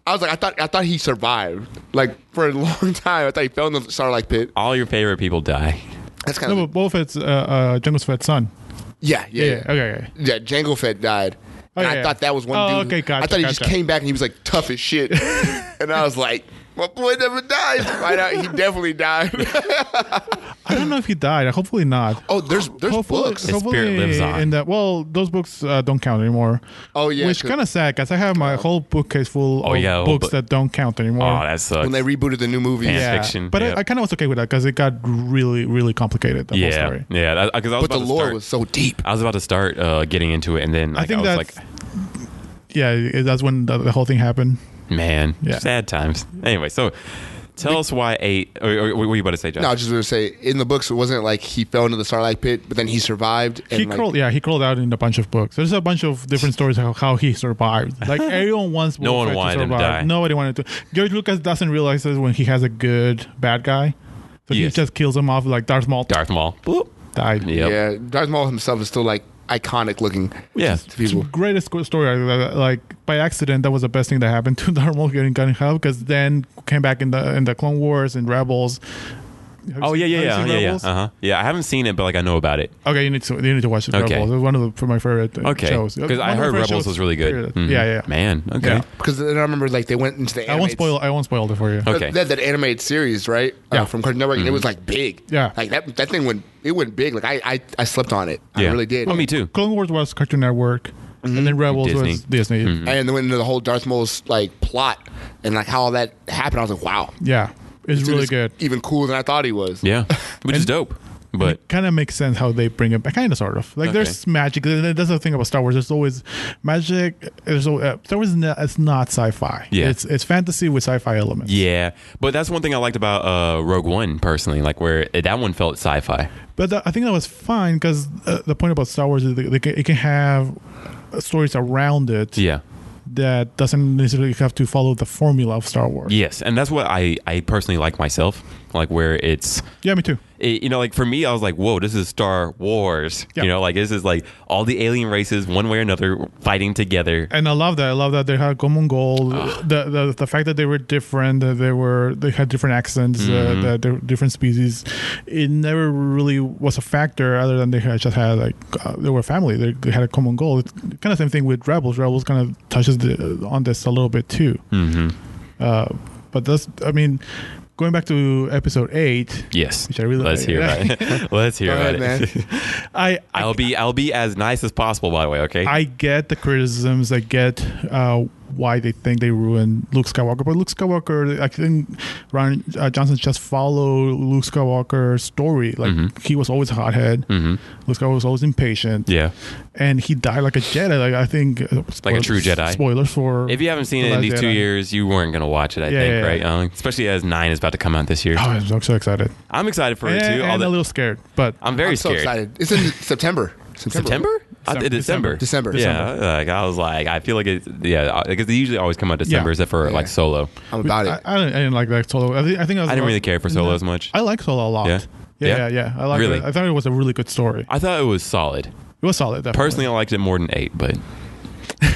Speaker 3: I was like I thought I thought he survived like for a long time. I thought he fell in the Sarlacc pit.
Speaker 1: All your favorite people die.
Speaker 3: That's kind
Speaker 2: No,
Speaker 3: of
Speaker 2: but Boba Fett's uh, uh, Jango Fett's son.
Speaker 3: yeah yeah. yeah.
Speaker 2: Okay. okay.
Speaker 3: Yeah, Jango Fett died.
Speaker 2: Oh,
Speaker 3: and
Speaker 2: yeah,
Speaker 3: I
Speaker 2: yeah.
Speaker 3: thought that was one
Speaker 2: Oh,
Speaker 3: dude.
Speaker 2: okay, gotcha,
Speaker 3: I thought he just
Speaker 2: gotcha.
Speaker 3: came back and he was like tough as shit. and I was like, my boy never died. Find out he definitely died.
Speaker 2: I don't know if he died. Hopefully not.
Speaker 3: oh, there's there's
Speaker 2: hopefully,
Speaker 3: books.
Speaker 1: His
Speaker 2: hopefully
Speaker 1: spirit lives on.
Speaker 2: In that, well, those books uh, don't count anymore.
Speaker 3: Oh, yeah,
Speaker 2: which
Speaker 3: 'cause-
Speaker 2: kind of sad because I have my whole bookcase full
Speaker 1: Oh,
Speaker 2: of
Speaker 1: yeah, oh,
Speaker 2: books
Speaker 1: but-
Speaker 2: that don't count anymore.
Speaker 1: Oh, that sucks.
Speaker 3: When they rebooted the new movies.
Speaker 1: Yeah.
Speaker 2: yeah,
Speaker 1: fiction,
Speaker 2: but
Speaker 1: yeah.
Speaker 2: I, I kind of was okay with that because it got really, really complicated. The whole
Speaker 1: yeah.
Speaker 2: story.
Speaker 1: Yeah. Because I was
Speaker 3: But
Speaker 1: about to
Speaker 3: the lore
Speaker 1: start.
Speaker 3: was so deep.
Speaker 1: I was about to start uh, getting into it, and then like,
Speaker 2: I think
Speaker 1: was
Speaker 2: that's
Speaker 1: like,
Speaker 2: yeah, it- that's when the, the whole thing happened.
Speaker 1: Man,
Speaker 2: Yeah.
Speaker 1: sad times. Anyway, so tell us why eight. Or, or, what were you about to say, John?
Speaker 3: No, I was just gonna say in the books it wasn't like he fell into the Starlight Pit, but then he survived. And
Speaker 2: He
Speaker 3: like,
Speaker 2: crawled, yeah, he crawled out in a bunch of books. There's a bunch of different stories how, how he survived. Like everyone wants,
Speaker 1: No
Speaker 2: Boba
Speaker 1: one
Speaker 2: Fett
Speaker 1: wanted
Speaker 2: to
Speaker 1: him to
Speaker 2: survive.
Speaker 1: die.
Speaker 2: Nobody wanted to. George Lucas doesn't realize this when he has a good bad guy, so
Speaker 1: Yes.
Speaker 2: he just kills him off. Like Darth Maul
Speaker 1: Darth Maul. Boop.
Speaker 2: died.
Speaker 1: Yep.
Speaker 3: Yeah, Darth Maul himself is still like iconic looking
Speaker 1: Yeah.
Speaker 3: to people.
Speaker 2: greatest squ- story uh, like by accident that was the best thing that happened to Darth Maul getting gun hell because then came back in the in the Clone Wars and Rebels. Have you
Speaker 1: Oh
Speaker 2: seen-
Speaker 1: yeah, yeah,
Speaker 2: have you
Speaker 1: yeah,
Speaker 2: seen
Speaker 1: yeah, yeah.
Speaker 2: Rebels?
Speaker 1: Uh huh. Yeah, I haven't seen it, but like I know about it.
Speaker 2: Okay, you need to you need to watch the
Speaker 1: Okay.
Speaker 2: Rebels. It's one of the, for my favorite uh,
Speaker 1: Okay,
Speaker 2: shows.
Speaker 1: because
Speaker 2: One
Speaker 1: I
Speaker 2: of my
Speaker 1: heard
Speaker 2: favorite
Speaker 1: Rebels
Speaker 2: shows,
Speaker 1: was really good. Mm-hmm.
Speaker 2: period. Yeah, yeah.
Speaker 1: Man, okay,
Speaker 2: Yeah.
Speaker 3: Because then I remember like they went into the.
Speaker 2: I won't
Speaker 3: animated-
Speaker 2: spoil. I won't spoil it for you.
Speaker 1: okay. Mm-hmm.
Speaker 3: They had that animated series, right?
Speaker 2: Yeah.
Speaker 3: Uh, from Cartoon Network, and it was like big.
Speaker 2: Yeah.
Speaker 3: Like that that thing went it went big. Like I I, I slept on it.
Speaker 1: yeah.
Speaker 3: I really did.
Speaker 1: Oh, me too.
Speaker 2: Clone Wars was Cartoon Network, and
Speaker 1: Mm-hmm.
Speaker 2: then Rebels was Disney.
Speaker 3: And then went into the whole Darth Maul's like plot and like how all that happened. I was like, wow,
Speaker 2: Yeah, it's
Speaker 3: Dude
Speaker 2: really
Speaker 3: is
Speaker 2: good.
Speaker 3: Even cooler than I thought he was.
Speaker 1: Yeah, which is dope. But
Speaker 2: kind of makes sense how they bring it back. Kind of, sort of. Like there's magic. Th- That's the thing about Star Wars. There's always magic. There's al- uh, Star Wars. Is not, it's not sci-fi.
Speaker 1: Yeah.
Speaker 2: It's it's fantasy with sci-fi elements.
Speaker 1: yeah, but that's one thing I liked about uh, Rogue One personally. Like where uh, that one felt sci-fi.
Speaker 2: But that, I think that was fine because uh, the point about Star Wars is that they can, it can have uh, stories around it
Speaker 1: Yeah.
Speaker 2: that doesn't necessarily have to follow the formula of Star Wars.
Speaker 1: Yes, and that's what I I personally like myself. Like where it's
Speaker 2: Yeah, me too.
Speaker 1: it, you know, like for me, I was like, whoa, this is Star Wars.
Speaker 2: Yeah.
Speaker 1: You know, like this is like all the alien races, one way or another, fighting together.
Speaker 2: and I love that. I love that they had common goal. The, the the fact that they were different, that they were they had different accents, uh, that they were different species. It never really was a factor other than they had just had like uh, they were family. They, they had a common goal. It's kind of same thing with Rebels. Rebels kind of touches the, uh, on this a little bit too. Uh, but that's I mean, going back to episode eight.
Speaker 1: Yes,
Speaker 2: Which I really
Speaker 1: let's
Speaker 2: like.
Speaker 1: hear about it. let's hear
Speaker 3: Go
Speaker 1: about
Speaker 3: ahead,
Speaker 1: it.
Speaker 2: I
Speaker 1: I'll be I'll be as nice as possible. By the way, okay.
Speaker 2: I get the criticisms. I get uh, why they think they ruined Luke Skywalker, but Luke Skywalker, I think Ryan uh, Johnson just followed Luke Skywalker's story. Like he was always a hothead. Luke Skywalker was always impatient.
Speaker 1: Mm-hmm. yeah.
Speaker 2: and he died like a Jedi. Like I think, uh,
Speaker 1: Like a
Speaker 2: spoilers-
Speaker 1: true Jedi.
Speaker 2: Spoilers for
Speaker 1: If you haven't seen
Speaker 2: The
Speaker 1: it in
Speaker 2: Last
Speaker 1: these two
Speaker 2: Jedi.
Speaker 1: years, you weren't going to watch it. I
Speaker 2: Yeah,
Speaker 1: think,
Speaker 2: yeah, yeah.
Speaker 1: right? Um, especially as nine is about to come out this year.
Speaker 2: Oh, I'm so, so excited.
Speaker 1: I'm excited for
Speaker 2: And,
Speaker 1: it too. all
Speaker 2: and
Speaker 1: the-
Speaker 2: a little scared, but
Speaker 1: I'm very
Speaker 3: I'm so
Speaker 1: scared.
Speaker 3: excited. It's in September. September.
Speaker 1: September? I-
Speaker 2: December.
Speaker 1: December.
Speaker 3: December.
Speaker 1: Yeah. Like I was like, I feel like it. Yeah, because they usually always come out December,
Speaker 2: Yeah.
Speaker 1: except for like
Speaker 3: Yeah.
Speaker 1: Solo.
Speaker 3: I'm about
Speaker 2: I,
Speaker 3: it.
Speaker 2: I, didn't, I didn't like that solo. I, think, I think I was
Speaker 1: I didn't
Speaker 2: more-
Speaker 1: really care for Solo
Speaker 2: No.
Speaker 1: as much.
Speaker 2: I like solo a lot.
Speaker 1: Yeah.
Speaker 2: yeah, yeah.
Speaker 1: Yeah?
Speaker 2: yeah. I like
Speaker 1: Really?
Speaker 2: it. I thought it was a really good story.
Speaker 1: I thought it was solid.
Speaker 2: It was solid. Definitely.
Speaker 1: Personally, I liked it more than eight, but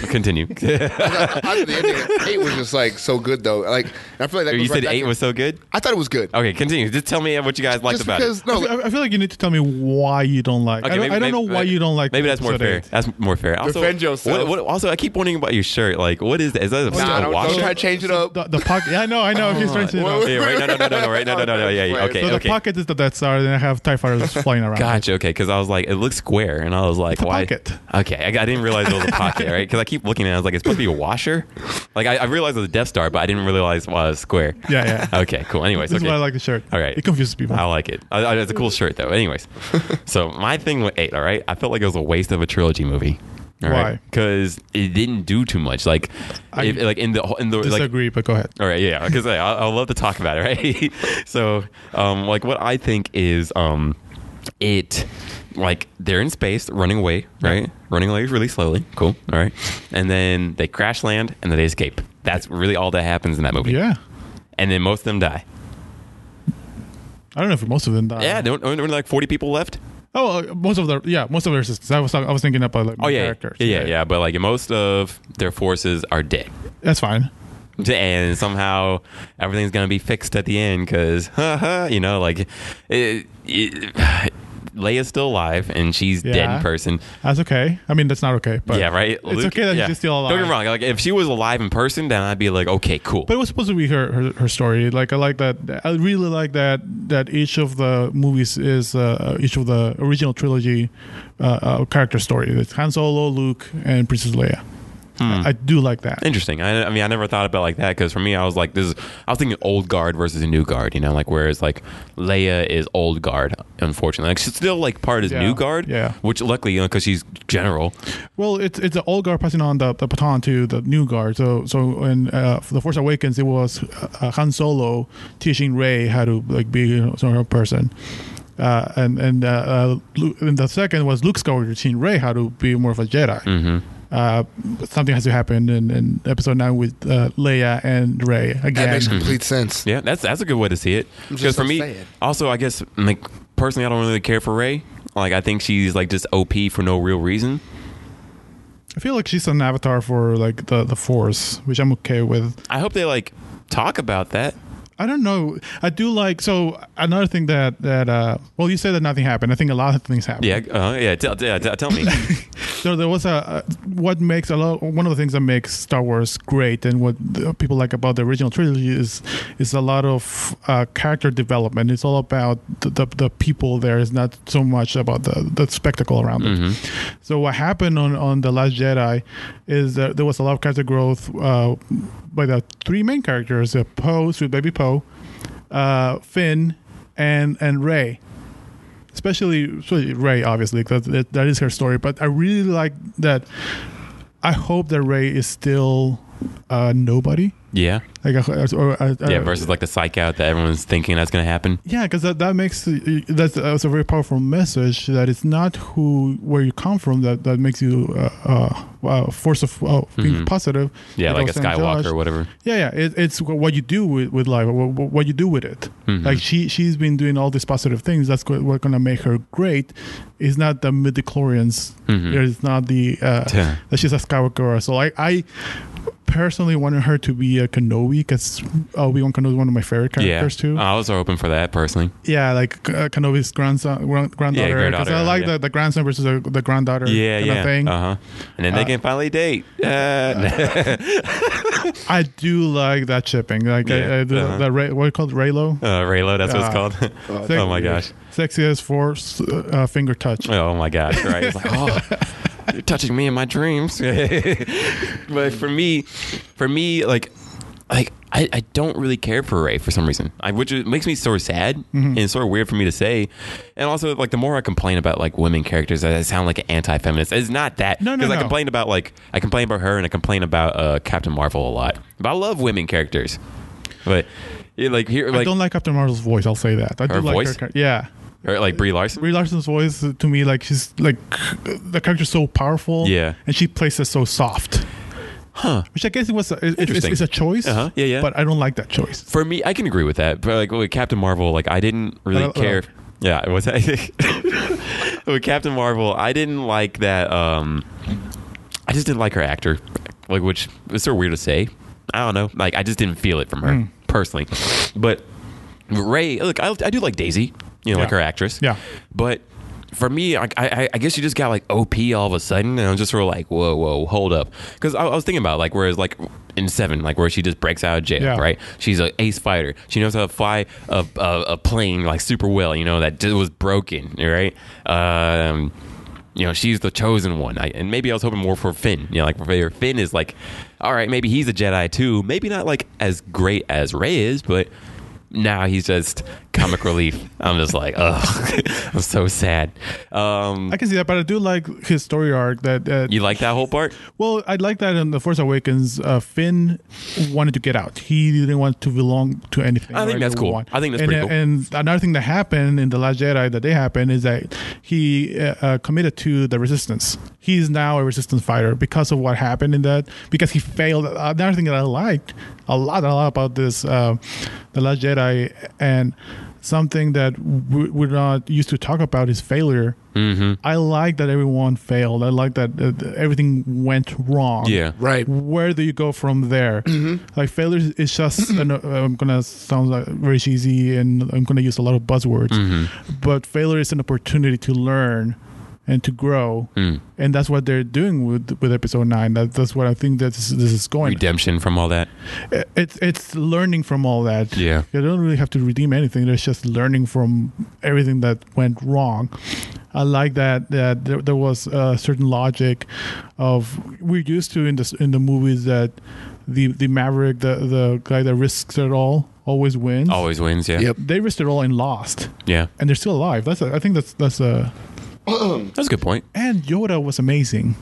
Speaker 1: continue.
Speaker 3: I thought the ending of eight was just like so good though. Like and I feel like that
Speaker 1: Oh, you
Speaker 3: goes right
Speaker 1: said
Speaker 3: back
Speaker 1: eight
Speaker 3: to-
Speaker 1: was so good.
Speaker 3: I thought it was good.
Speaker 1: Okay, continue. Just tell me what you guys liked
Speaker 3: just
Speaker 1: about
Speaker 3: because
Speaker 1: it.
Speaker 3: no,
Speaker 2: I I feel like you need to tell me why you don't like. I
Speaker 1: Okay,
Speaker 2: don't,
Speaker 1: maybe-
Speaker 2: I don't
Speaker 1: maybe-
Speaker 2: know why you don't like.
Speaker 1: Maybe that's more
Speaker 2: episode
Speaker 1: fair.
Speaker 2: eight.
Speaker 1: That's more fair. Also,
Speaker 3: Defend yourself.
Speaker 1: What, what, also, I keep wondering about your shirt. Like, what is that? Is that a,
Speaker 3: Nah,
Speaker 1: a
Speaker 3: don't-
Speaker 1: wash?
Speaker 3: don't try
Speaker 1: shirt?
Speaker 3: to change it up.
Speaker 2: The, the pocket. Yeah, I know. I know. He's trying to.
Speaker 1: Yeah,
Speaker 3: Wait, wait,
Speaker 1: right? No, no, no, no, no, right? No, no, no, no. Yeah, yeah.
Speaker 3: Right.
Speaker 1: Okay,
Speaker 2: So the
Speaker 1: okay.
Speaker 2: pocket is the Death Star, then I have TIE fighters flying around.
Speaker 1: Gotcha. Okay, because I was like, it looks square, and I was like,
Speaker 2: a
Speaker 1: why?
Speaker 2: pocket.
Speaker 1: Okay, I, I didn't realize it was a pocket, right? Because I keep looking at, it, I was like, it's supposed to be a washer. Like I, I realized it was a Death Star, but I didn't realize why it was square.
Speaker 2: Yeah, yeah.
Speaker 1: Okay, cool. Anyways,
Speaker 2: This is
Speaker 1: okay.
Speaker 2: why I like the shirt.
Speaker 1: All right.
Speaker 2: It confuses people.
Speaker 1: I like it. I, I, it's a cool shirt, though. Anyways, so my thing with eight, all right, I felt like it was a waste of a trilogy movie. All
Speaker 2: Why?
Speaker 1: right, Because it didn't do too much. Like,
Speaker 2: I
Speaker 1: if, like in the whole- in the like
Speaker 2: Disagree, but go ahead.
Speaker 1: all right, yeah, because I, I love to talk about it, right? so, um, like, what I think is, um, it, like, they're in space, running away, right? Running away really slowly. Cool. All right, and then they crash land, and then they escape. That's really all that happens in that movie.
Speaker 2: Yeah.
Speaker 1: And then most of them die.
Speaker 2: I don't know if most of them died.
Speaker 1: Yeah, don't, aren't there like forty people left?
Speaker 2: Oh, uh, most of their yeah, most of their systems. I was I was thinking about like
Speaker 1: Oh yeah,
Speaker 2: characters.
Speaker 1: yeah, yeah, yeah. But like most of their forces are dead,
Speaker 2: That's fine.
Speaker 1: and somehow everything's gonna be fixed at the end because, you know, like it, it, Leia's still alive and she's dead
Speaker 2: Yeah.
Speaker 1: in person.
Speaker 2: That's okay. I mean, that's not okay. But
Speaker 1: yeah, right.
Speaker 2: It's okay that
Speaker 1: yeah.
Speaker 2: she's still alive.
Speaker 1: Don't get me wrong. Like if she was alive in person, then I'd be like, okay, cool.
Speaker 2: But it was supposed to be her, her her story. Like I like that. I really like that that each of the movies is uh, each of the original trilogy uh, uh, character story. It's Han Solo, Luke, and Princess Leia. I, I do like that.
Speaker 1: Interesting. I, I mean, I never thought about it like that because for me, I was like, this is. I was thinking old guard versus a new guard. You know, like whereas like Leia is old guard, unfortunately. Like she's still like part as
Speaker 2: Yeah.
Speaker 1: new guard.
Speaker 2: Yeah.
Speaker 1: Which luckily, you know, because she's general.
Speaker 2: Well, it's it's the old guard passing on the, the baton to the new guard. So so in uh, the Force Awakens, it was uh, Han Solo teaching Ray how to like be you know, sort of a person, uh, and and uh, uh, Lu and the second was Luke Skywalker teaching Ray how to be more of a Jedi.
Speaker 3: Mm-hmm.
Speaker 2: Uh, something has to happen in, in Episode Nine with uh, Leia and Ray
Speaker 3: that
Speaker 2: again.
Speaker 3: makes complete sense.
Speaker 1: Yeah, that's that's a good way to see it.
Speaker 3: just
Speaker 1: Because for
Speaker 3: so
Speaker 1: me,
Speaker 3: sad.
Speaker 1: also, I guess like personally, I don't really care for Ray. Like I think she's like just OP for no real reason.
Speaker 2: I feel like she's an avatar for like the the Force, which I'm okay with.
Speaker 1: I hope they like talk about that.
Speaker 2: I don't know. I do like so another thing that that uh well you said that nothing happened. I think a lot of things happened.
Speaker 1: Yeah, uh, yeah. Tell, yeah, tell tell me.
Speaker 2: So there was a, a what makes a lot one of the things that makes Star Wars great and what the people like about the original trilogy is is a lot of uh, character development. It's all about the, the the people there. It's not so much about the the spectacle around it. So what happened on on the Last Jedi is that there was a lot of character growth uh, by the three main characters: uh, Poe, Sweet Baby Poe, uh, Finn, and and Ray especially, especially Ray, obviously, because that, that is her story. But I really like that. I hope that Ray is still uh, nobody.
Speaker 1: yeah,
Speaker 2: Like, uh, or, uh,
Speaker 1: yeah. Versus like the psych out that everyone's thinking that's gonna happen.
Speaker 2: yeah, because that, that makes that's, that's a very powerful message that it's not who where you come from that that makes you uh, uh, uh, force of uh, being positive.
Speaker 1: Mm-hmm. Yeah, like a
Speaker 2: I was saying,
Speaker 1: Skywalker
Speaker 2: Josh.
Speaker 1: or whatever.
Speaker 2: Yeah, yeah. It, it's what you do with, with life, what, what you do with it.
Speaker 1: Mm-hmm.
Speaker 2: Like she, she's been doing all these positive things. That's what- what's gonna make her great. It's not the midichlorians. It's not the uh,
Speaker 1: Mm-hmm. Yeah.
Speaker 2: that she's a Skywalker. So I, I personally wanted her to be a Kenobi because Obi Wan Kenobi is one of my favorite
Speaker 1: Yeah, Uh.
Speaker 2: characters too.
Speaker 1: I was hoping for that personally.
Speaker 2: yeah, like uh, Kenobi's grandson, grand- granddaughter. 'cause
Speaker 1: granddaughter,
Speaker 2: I like
Speaker 1: yeah.
Speaker 2: the, the grandson versus the, the granddaughter.
Speaker 1: Yeah,
Speaker 2: kind
Speaker 1: yeah.
Speaker 2: Of thing.
Speaker 1: Uh huh. And then they can finally date. Uh,
Speaker 2: I do like that shipping. Like I,
Speaker 1: Yeah,
Speaker 2: I, the,
Speaker 1: uh-huh.
Speaker 2: the Ray, what you called Raylo.
Speaker 1: uh, Raylo, that's what
Speaker 2: Uh,
Speaker 1: it's called. oh my gosh.
Speaker 2: Sexiest force uh, finger touch.
Speaker 1: Oh my gosh, right? It's like, oh, you're touching me in my dreams. but for me, for me, like, like I, I don't really care for Ray for some reason, I, which is- makes me sort of sad
Speaker 2: Mm-hmm.
Speaker 1: and it's sort of weird for me to say. And also, like, the more I complain about like women characters, I sound like an anti-feminist. It's not that
Speaker 2: No, no,
Speaker 1: I
Speaker 2: no.
Speaker 1: complain about like I complain about her and I complain about uh, Captain Marvel a lot. But I love women characters, but. yeah, like here,
Speaker 2: I
Speaker 1: like
Speaker 2: don't like Captain Marvel's voice. I'll say that. I
Speaker 1: Her
Speaker 2: do like
Speaker 1: voice?
Speaker 2: Her, char- yeah.
Speaker 1: or, like Brie Larson.
Speaker 2: Brie Larson's voice uh, to me, like she's like the character's so powerful.
Speaker 1: Yeah.
Speaker 2: and she plays it so soft. Huh. Which I guess it was. It, it's,
Speaker 1: Interesting.
Speaker 2: it's a choice.
Speaker 1: Uh-huh. Yeah, yeah.
Speaker 2: But I don't like that choice.
Speaker 1: for me, I can agree with that. But like with Captain Marvel, like I didn't really
Speaker 2: I don't- I
Speaker 1: care.
Speaker 2: don't-
Speaker 1: Yeah, it was with Captain Marvel. I didn't like that. Um, I just didn't like her actor, like which is so weird to say. I don't know. Like I just didn't feel it from
Speaker 2: Hmm.
Speaker 1: her personally. But Ray, look, I, I do like Daisy. You know, like
Speaker 2: Yeah.
Speaker 1: her actress.
Speaker 2: Yeah.
Speaker 1: But for me, I, I, I guess you just got like OP all of a sudden, and I'm just sort of like, whoa, whoa, hold up, because I, I was thinking about like whereas like in Seven, like where she just breaks out of jail,
Speaker 2: Yeah.
Speaker 1: right? She's an ace fighter. She knows how to fly a, a, a plane like super well. You know that just was broken, right? Um, you know she's the chosen one, I, and maybe I was hoping more for Finn. You know, like for Finn is like, all right, maybe he's a Jedi too. Maybe not like as great as Rey is, but now he's just comic relief. I'm just like, ugh, I'm so sad. Um,
Speaker 2: I can see that, but I do like his story arc. That uh,
Speaker 1: you like that whole part?
Speaker 2: well, I like that in the Force Awakens. Uh, Finn wanted to get out. He didn't want to belong to anything.
Speaker 1: I think
Speaker 2: right?
Speaker 1: that's
Speaker 2: Number
Speaker 1: cool.
Speaker 2: one.
Speaker 1: I think that's
Speaker 2: and,
Speaker 1: pretty cool.
Speaker 2: And another thing that happened in the Last Jedi that they happened is that he uh, uh, committed to the Resistance. He's now a Resistance fighter because of what happened in that. Because he failed. Another thing that I liked a lot, a lot about this, uh, the Last Jedi, and something that we- we're not used to talk about is failure. I like that everyone failed. I like that uh, everything went wrong.
Speaker 1: Yeah.
Speaker 3: Right.
Speaker 2: Where do you go from there? Like failure is just. I know, I'm gonna sound like very cheesy, and I'm gonna use a lot of buzzwords, but failure is an opportunity to learn and to grow, and that's what they're doing with with episode nine. That, that's what I think that this, this is going.
Speaker 1: Redemption from all that.
Speaker 2: it's it's learning from all that.
Speaker 1: Yeah.
Speaker 2: You don't really have to redeem anything. There's just learning from everything that went wrong. I like that that there, there was a certain logic of we're used to in the in the movies that the the maverick the the guy that risks it all always wins.
Speaker 1: Always wins. Yeah.
Speaker 3: Yep.
Speaker 2: They risked it all and lost,
Speaker 1: Yeah.
Speaker 2: and they're still alive. That's a, I think that's that's a
Speaker 1: That's a good point.
Speaker 2: and Yoda was amazing.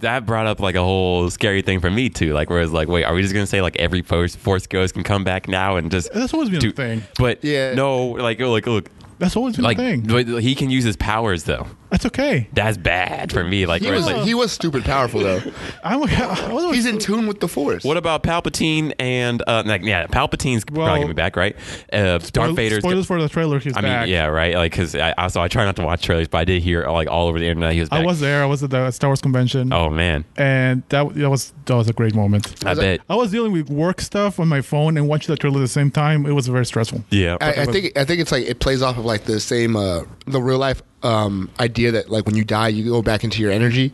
Speaker 1: That brought up like a whole scary thing for me too. Like, where it's like, wait, are we just gonna say like every force force ghost can come back now and just
Speaker 2: That's always been
Speaker 1: do
Speaker 2: a thing.
Speaker 1: But
Speaker 3: Yeah.
Speaker 1: no, like, oh, like, look,
Speaker 2: That's always been
Speaker 1: like,
Speaker 2: a thing.
Speaker 1: but he can use his powers though.
Speaker 2: That's okay.
Speaker 1: That's bad for me. Like,
Speaker 3: He
Speaker 1: where it's
Speaker 3: was
Speaker 1: like,
Speaker 3: he was stupid powerful though.
Speaker 2: I'm, I was
Speaker 3: He's in tune with the force.
Speaker 1: what about Palpatine and uh, like, yeah, Palpatine's
Speaker 2: Well-
Speaker 1: probably gonna be back, right? Uh, Darth Vader's.
Speaker 2: spoilers for the trailer. He's
Speaker 1: I mean,
Speaker 2: back.
Speaker 1: yeah, right. Like, cause I also I try not to watch trailers, but I did hear like all over the internet he was. Back.
Speaker 2: I was there. I was at the Star Wars convention,
Speaker 1: Oh Uh, man,
Speaker 2: and that that was that was a great moment.
Speaker 1: I bet.
Speaker 3: Oh.
Speaker 2: I was dealing with work stuff on my phone and watching the trailer at the same time. It was very stressful.
Speaker 1: Yeah,
Speaker 3: I, I think I think it's like it plays off of like the same uh, the real life um, idea that like when you die you go back into your energy,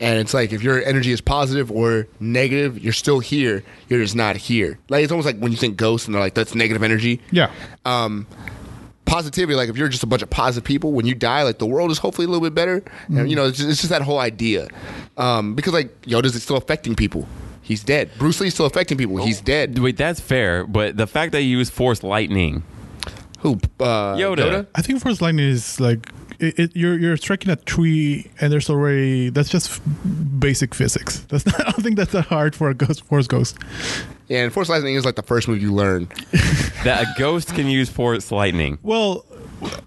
Speaker 3: and it's like if your energy is positive or negative you're still here you're just not here. Like it's almost like when you think ghosts and they're like that's negative energy.
Speaker 2: Yeah,
Speaker 3: Positivity like if you're just a bunch of positive people when you die like the world is hopefully a little bit better. And, you know it's just, it's just that whole idea um, because like Yoda's still affecting people. He's dead. Bruce Lee's still affecting people. He's dead.
Speaker 1: Wait, that's fair, but the fact that he used Force Lightning,
Speaker 3: Who? Uh,
Speaker 1: Yoda.
Speaker 2: I think First Lightning is like it, it, you're you're striking a tree, and there's already that's just basic physics. That's not. I don't think that's that hard for a ghost. Force ghost.
Speaker 3: Yeah, and Force Lightning is like the first move you learn.
Speaker 1: that a ghost can use Force Lightning.
Speaker 2: Well.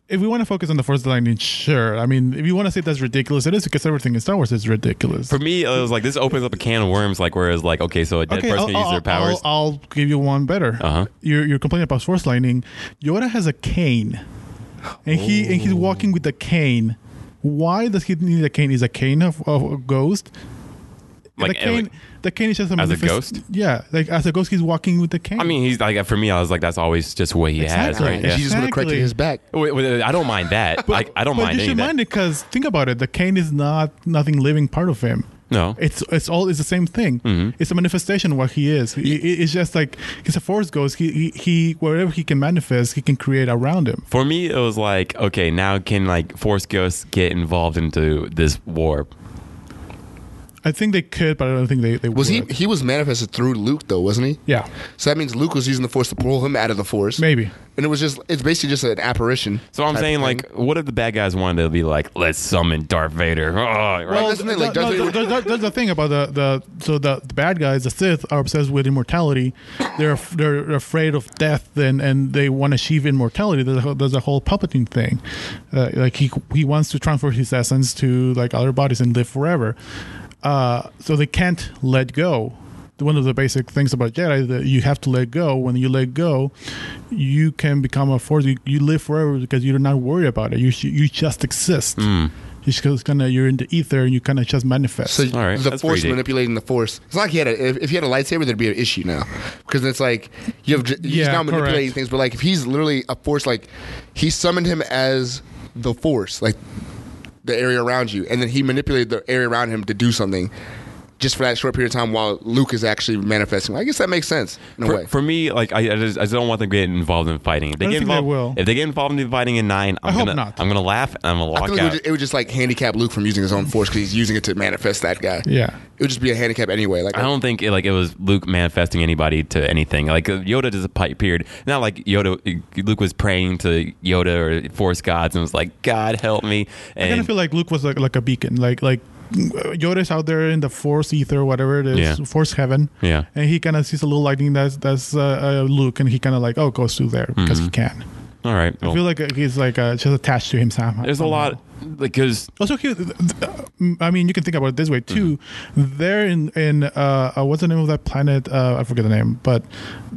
Speaker 2: If we want to focus on the Force Lightning, sure. I mean, if you want to say that's ridiculous, it is because everything in Star Wars is ridiculous.
Speaker 1: For me, it was like this opens up a can of worms. Like, whereas like, okay, so a dead person
Speaker 2: oh,
Speaker 1: can use their powers.
Speaker 2: I'll, I'll give you one better.
Speaker 1: Uh-huh.
Speaker 2: You're, you're complaining about force lightning. Yoda has a cane, and he and he's walking with a cane. Why does he need a cane? Is a cane of, of a ghost?
Speaker 1: Like,
Speaker 2: the cane,
Speaker 1: like-
Speaker 2: the cane is just a
Speaker 1: As a
Speaker 2: manifest-
Speaker 1: ghost?
Speaker 2: Yeah, like as a ghost, he's walking with the cane.
Speaker 1: I mean, he's like for me, I was like, that's always just what he has,
Speaker 2: Exactly.
Speaker 1: right? Yeah.
Speaker 3: She's just gonna correct
Speaker 2: Exactly.
Speaker 3: it in his back.
Speaker 1: Wait, wait, I don't mind that. Like, I don't
Speaker 2: but
Speaker 1: mind
Speaker 2: you
Speaker 1: any
Speaker 2: should
Speaker 1: of
Speaker 2: mind
Speaker 1: that.
Speaker 2: it because think about it. The cane is not nothing living part of him.
Speaker 1: No.
Speaker 2: It's it's all it's the same thing.
Speaker 1: Mm-hmm.
Speaker 2: It's a manifestation of what he is. He, he- it's just like he's a force ghost. He, he he wherever he can manifest, he can create around him.
Speaker 1: For me, it was like, okay, now can like Force ghosts get involved into this war?
Speaker 2: I think they could, but I don't think they they
Speaker 3: Was he?
Speaker 2: would.
Speaker 3: He was manifested through Luke, though, wasn't he?
Speaker 2: Yeah,
Speaker 3: So that means Luke was using the Force to pull him out of the Force.
Speaker 2: maybe.
Speaker 3: And it was just. It's basically just an apparition.
Speaker 1: So I'm
Speaker 3: type
Speaker 1: saying,
Speaker 3: thing.
Speaker 1: like, what if the bad guys wanted to be like, let's summon Darth Vader? Oh, right?
Speaker 3: Well, that's the thing, like,
Speaker 2: No,
Speaker 3: Darth
Speaker 2: no,
Speaker 3: Vader-
Speaker 2: that- that- that's the thing about the, the so the, the bad guys, the Sith, are obsessed with immortality. They're af- they're afraid of death, and, and they want to achieve immortality. There's a, whole- there's a whole puppeting thing, uh, like he he wants to transfer his essence to like other bodies and live forever. Uh, so they can't let go. one of the basic things about Jedi is that you have to let go. When you let go, you can become a force. You, you live forever because you're not worried about it. You sh- you just exist.
Speaker 1: Hmm.
Speaker 2: You just kind of you're in the ether and you kind of just manifest.
Speaker 3: So
Speaker 1: All right,
Speaker 3: the
Speaker 1: that's
Speaker 3: force
Speaker 1: pretty deep.
Speaker 3: manipulating the force. It's like he had a if, if he had a lightsaber, there'd be an issue now because it's like you have j- he's
Speaker 2: Yeah,
Speaker 3: now manipulating
Speaker 2: correct.
Speaker 3: things. But like if he's literally a force, like he summoned him as the force, like the area around you, and then he manipulated the area around him to do something just for that short period of time while Luke is actually manifesting. I guess that makes sense in a
Speaker 1: For,
Speaker 3: way.
Speaker 1: for me, like I, I just I just don't want them getting involved in fighting. If they
Speaker 2: I don't
Speaker 1: get
Speaker 2: think they
Speaker 1: involved,
Speaker 2: will.
Speaker 1: if they get involved in fighting in nine, I'm
Speaker 2: hope
Speaker 1: gonna
Speaker 2: not.
Speaker 1: I'm gonna laugh and I'm gonna
Speaker 3: I
Speaker 1: walk
Speaker 3: feel like it
Speaker 1: out.
Speaker 3: would, ju- it would just like handicap Luke from using his own force because he's using it to manifest that guy.
Speaker 2: Yeah.
Speaker 3: it would just be a handicap anyway. Like
Speaker 1: I don't think it, like it was Luke manifesting anybody to anything. Like uh, Yoda just appeared. Not like Yoda. uh, Luke was praying to Yoda or Force gods and was like, "God help me."
Speaker 2: I kind
Speaker 1: And
Speaker 2: of feel like Luke was like like a beacon, like like Yoda's out there in the Force ether, whatever it is,
Speaker 1: Yeah.
Speaker 2: Force heaven.
Speaker 1: Yeah.
Speaker 2: and he kind of sees a little lightning that's that's uh, uh, Luke, and he kind of like oh goes through there because he
Speaker 1: Mm-hmm.
Speaker 2: can.
Speaker 1: all right,
Speaker 2: I
Speaker 1: well,
Speaker 2: feel like uh, he's like uh, just attached to him somehow.
Speaker 1: there's a lot because
Speaker 2: Also, he, I mean, you can think about it this way too.
Speaker 3: Mm-hmm.
Speaker 2: There in in uh, uh, what's the name of that planet? Uh, I forget the name, but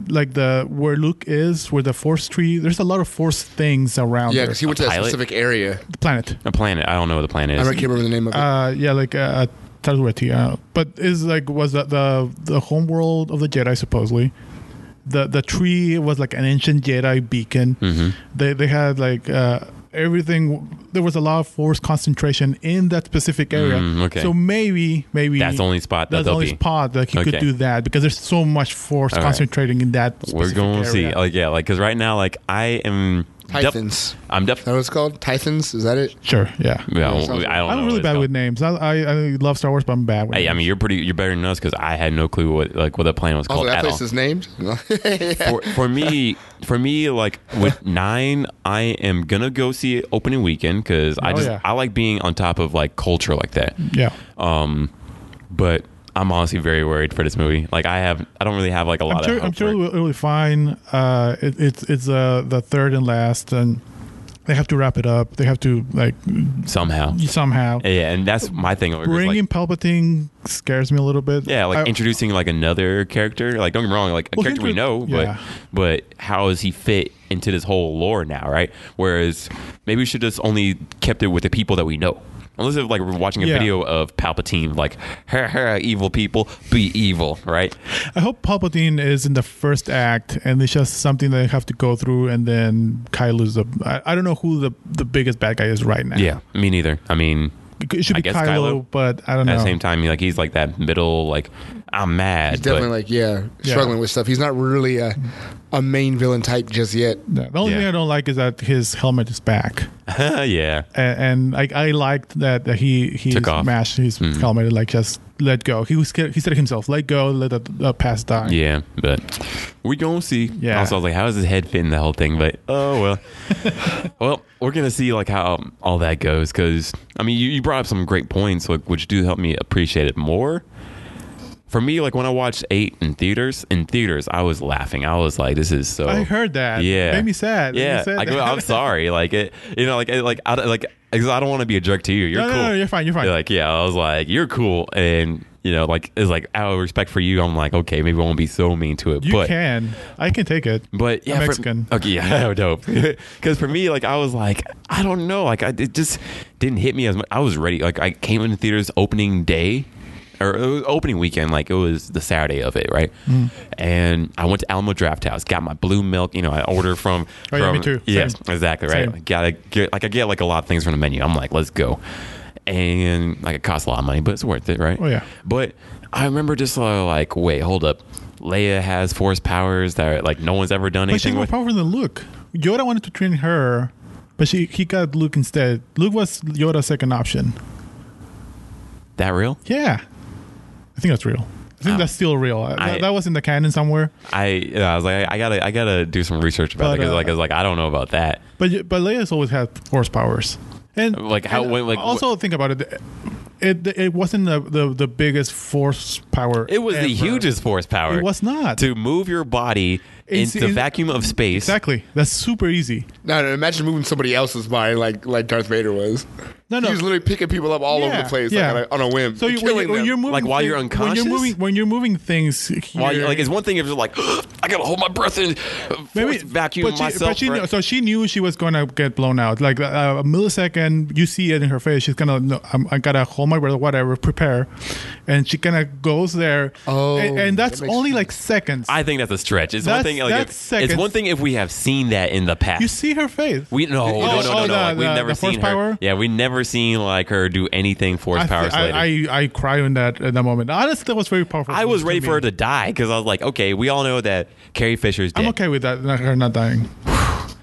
Speaker 2: like the where Luke is, where the Force tree. There's a lot of Force things around.
Speaker 3: yeah,
Speaker 2: there.
Speaker 3: because he went to that
Speaker 1: pilot?
Speaker 3: specific area.
Speaker 2: the planet.
Speaker 1: a planet. I don't know what the planet
Speaker 3: I
Speaker 1: is.
Speaker 3: don't- can't remember the name of it.
Speaker 2: uh yeah like uh Tarueti, uh, but is like was that the the home world of the jedi supposedly the the tree was like an ancient jedi beacon
Speaker 3: Hmm.
Speaker 1: Mm-hmm.
Speaker 2: they they had like uh everything there was a lot of force concentration in that specific area
Speaker 1: Mm, okay.
Speaker 2: so maybe maybe
Speaker 1: That's the only spot that
Speaker 2: that's the
Speaker 1: they'll
Speaker 2: only
Speaker 1: be.
Speaker 2: spot that he
Speaker 1: Okay.
Speaker 2: could do that because there's so much force
Speaker 1: All right.
Speaker 2: concentrating in that
Speaker 1: We're
Speaker 2: specific
Speaker 1: going to see.
Speaker 2: area.
Speaker 1: Like yeah, like because right now, like I am. def-
Speaker 3: Titans.
Speaker 1: I'm
Speaker 3: Is
Speaker 1: def-
Speaker 3: that what it's called? Titans? Is that it?
Speaker 2: sure yeah
Speaker 1: Yeah,
Speaker 3: Yeah, sounds-
Speaker 1: I don't. know
Speaker 2: i'm
Speaker 1: what
Speaker 2: really
Speaker 1: it's
Speaker 2: bad
Speaker 1: called.
Speaker 2: with names I, I i love star wars but i'm bad with
Speaker 1: Hey, I
Speaker 2: names.
Speaker 1: mean, you're pretty. You're better than us because I had no clue what like what the planet was
Speaker 3: Also,
Speaker 1: called
Speaker 3: that
Speaker 1: at all.
Speaker 3: place is named. No.
Speaker 1: for, for me, for me, like with nine, I am gonna go see it opening weekend because I
Speaker 2: Oh,
Speaker 1: just
Speaker 2: yeah.
Speaker 1: I like being on top of like culture like that.
Speaker 2: yeah
Speaker 1: Um, but I'm honestly very worried for this movie. Like I have, I don't really have like a lot
Speaker 2: I'm sure,
Speaker 1: of. Hope
Speaker 2: I'm sure
Speaker 1: for it.
Speaker 2: it'll, it'll be fine. Uh, it, it's it's uh, the third and last, and they have to wrap it up. They have to like
Speaker 1: somehow.
Speaker 2: somehow
Speaker 1: Yeah, and that's my thing. Over
Speaker 2: bringing
Speaker 1: like,
Speaker 2: Palpatine scares me a little bit.
Speaker 1: yeah, like
Speaker 2: I-
Speaker 1: introducing like another character. Like don't get me wrong, like a
Speaker 2: Well,
Speaker 1: character we
Speaker 2: intro-
Speaker 1: know,
Speaker 2: yeah.
Speaker 1: but but how does he fit into this whole lore now, right? Whereas maybe we should just only kept it with the people that we know. Unless if like we're watching a
Speaker 2: Yeah.
Speaker 1: video of Palpatine, like, ha ha, evil people, be evil, right?
Speaker 2: I hope Palpatine is in the first act, and it's just something they have to go through, and then Kylo's the. I, I don't know who the the biggest bad guy is right now.
Speaker 1: Yeah, me neither. I mean,
Speaker 2: it should
Speaker 1: I
Speaker 2: be
Speaker 1: guess
Speaker 2: Kylo,
Speaker 1: Kylo.
Speaker 2: but I don't
Speaker 1: at
Speaker 2: know.
Speaker 1: the same time, like he's like that middle, like I'm mad.
Speaker 3: He's definitely
Speaker 1: but-
Speaker 3: like, yeah, struggling with stuff. He's not really a,
Speaker 2: Mm-hmm.
Speaker 3: a main villain type just yet.
Speaker 2: Yeah. The only
Speaker 1: Yeah.
Speaker 2: thing I don't like is that his helmet is back.
Speaker 1: yeah,
Speaker 2: and, and I, I liked that, that he he
Speaker 1: Took off. Mm-hmm.
Speaker 2: smashed his helmet and like just let go. He was he said himself, "Let go, let the uh, past die."
Speaker 1: yeah, but we gonna see.
Speaker 2: Yeah.
Speaker 1: Also, I was like, how does his head fit in the whole thing? But oh well, well, we're gonna see like how all that goes. Because I mean, you, you brought up some great points, like, which do help me appreciate it more. For me, like when I watched eight in theaters, in theaters, I was laughing. I was like, "This is so."
Speaker 2: I heard that.
Speaker 1: Yeah,
Speaker 2: It made me sad. It made me
Speaker 1: Yeah,
Speaker 2: sad.
Speaker 1: like, well, I'm sorry. Like it, you know, like it- like I don't- like because I don't want to be a jerk to you. You're
Speaker 2: No, no,
Speaker 1: cool.
Speaker 2: no, you're fine, you're fine.
Speaker 1: Like yeah, I was like, you're cool, and you know, like it's like out of respect for you, I'm like, okay, maybe I won't be so mean to it.
Speaker 2: You
Speaker 1: but
Speaker 2: can. I can take it.
Speaker 1: but yeah,
Speaker 2: I'm
Speaker 1: for-
Speaker 2: Mexican.
Speaker 1: okay, yeah, dope. Because for me, like I was like, I don't know, like I, it just didn't hit me as much. I was ready. Like I came into theaters opening day or it was opening weekend, like it was the Saturday of it, right?
Speaker 2: Mm.
Speaker 1: And I went to Alamo Draft House, got my blue milk. You know, I order from.
Speaker 2: Oh, yeah,
Speaker 1: from-
Speaker 2: me too.
Speaker 1: Yes,
Speaker 2: Same.
Speaker 1: exactly. Right.
Speaker 2: Same.
Speaker 1: Gotta get like I get like a lot of things from the menu. I'm like, let's go. And like it costs a lot of money, but it's worth it, right?
Speaker 2: Oh, yeah.
Speaker 1: But I remember just uh, like, wait, hold up. Leia has force powers that are, like no one's ever done
Speaker 2: But she's
Speaker 1: anything
Speaker 2: more
Speaker 1: with.
Speaker 2: powerful than Luke. Yoda wanted to train her, but she he got Luke instead. Luke was Yoda's second option.
Speaker 1: That real?
Speaker 2: Yeah, I think that's real. I think
Speaker 1: Um,
Speaker 2: that's still real. That-
Speaker 1: I-
Speaker 2: that was in the canon somewhere.
Speaker 1: I yeah, I was like, I, I gotta I gotta do some research about
Speaker 2: But,
Speaker 1: that because
Speaker 2: uh,
Speaker 1: like I was like, I don't know about that.
Speaker 2: But but Leia's always had force powers, and
Speaker 1: Like, how-
Speaker 2: and
Speaker 1: when, like,
Speaker 2: also think about it. it it wasn't the, the, the biggest force power.
Speaker 1: It was
Speaker 2: ever.
Speaker 1: the hugest force power.
Speaker 2: It was not.
Speaker 1: to move your body
Speaker 2: It's-
Speaker 1: into the
Speaker 2: it's-
Speaker 1: vacuum of space.
Speaker 2: Exactly. That's super easy.
Speaker 3: No, no, imagine moving somebody else's body like like Darth Vader was.
Speaker 2: No, no.
Speaker 3: He was literally picking people up all over
Speaker 2: Yeah,
Speaker 3: the place
Speaker 2: yeah.
Speaker 3: like, on, a, on a whim.
Speaker 2: So you, when, you,
Speaker 3: killing
Speaker 2: when
Speaker 3: them.
Speaker 2: you're moving,
Speaker 1: Like, while you're
Speaker 2: things-
Speaker 1: unconscious?
Speaker 2: when you're moving, when you're moving things,
Speaker 1: While
Speaker 2: here-
Speaker 1: you're, like it's one thing if you're like I gotta hold my breath in,
Speaker 2: Maybe-
Speaker 1: vacuum
Speaker 2: but she,
Speaker 1: myself.
Speaker 2: But she
Speaker 1: right?
Speaker 2: knew, so she knew she was gonna get blown out. Like uh, a millisecond, you see it in her face. She's gonna, no, I'm, I gotta hold my breath, whatever, prepare, and she kind of goes there.
Speaker 3: Oh,
Speaker 2: and, and that's
Speaker 3: that makes
Speaker 2: only like seconds.
Speaker 1: I think that's a stretch. It's one
Speaker 2: That's-
Speaker 1: thing. Like,
Speaker 2: that's
Speaker 1: if-
Speaker 2: seconds.
Speaker 1: it's one thing if we have seen that in the past.
Speaker 2: you see her face.
Speaker 1: we no, no, no,
Speaker 3: Oh,
Speaker 1: no,
Speaker 2: oh,
Speaker 1: no.
Speaker 2: the-
Speaker 1: like, we've
Speaker 2: the-
Speaker 1: never
Speaker 2: the
Speaker 1: seen her.
Speaker 2: horsepower?
Speaker 1: Yeah, we never seen like her do anything force
Speaker 2: I,
Speaker 1: power
Speaker 2: thi-
Speaker 1: slated. I,
Speaker 2: I, I I cry in that in that moment. Honestly, that was very powerful.
Speaker 1: was ready
Speaker 2: me.
Speaker 1: for her to die because I was like, okay, we all know that Carrie Fisher's dead.
Speaker 2: I'm okay with that. Not, her not dying.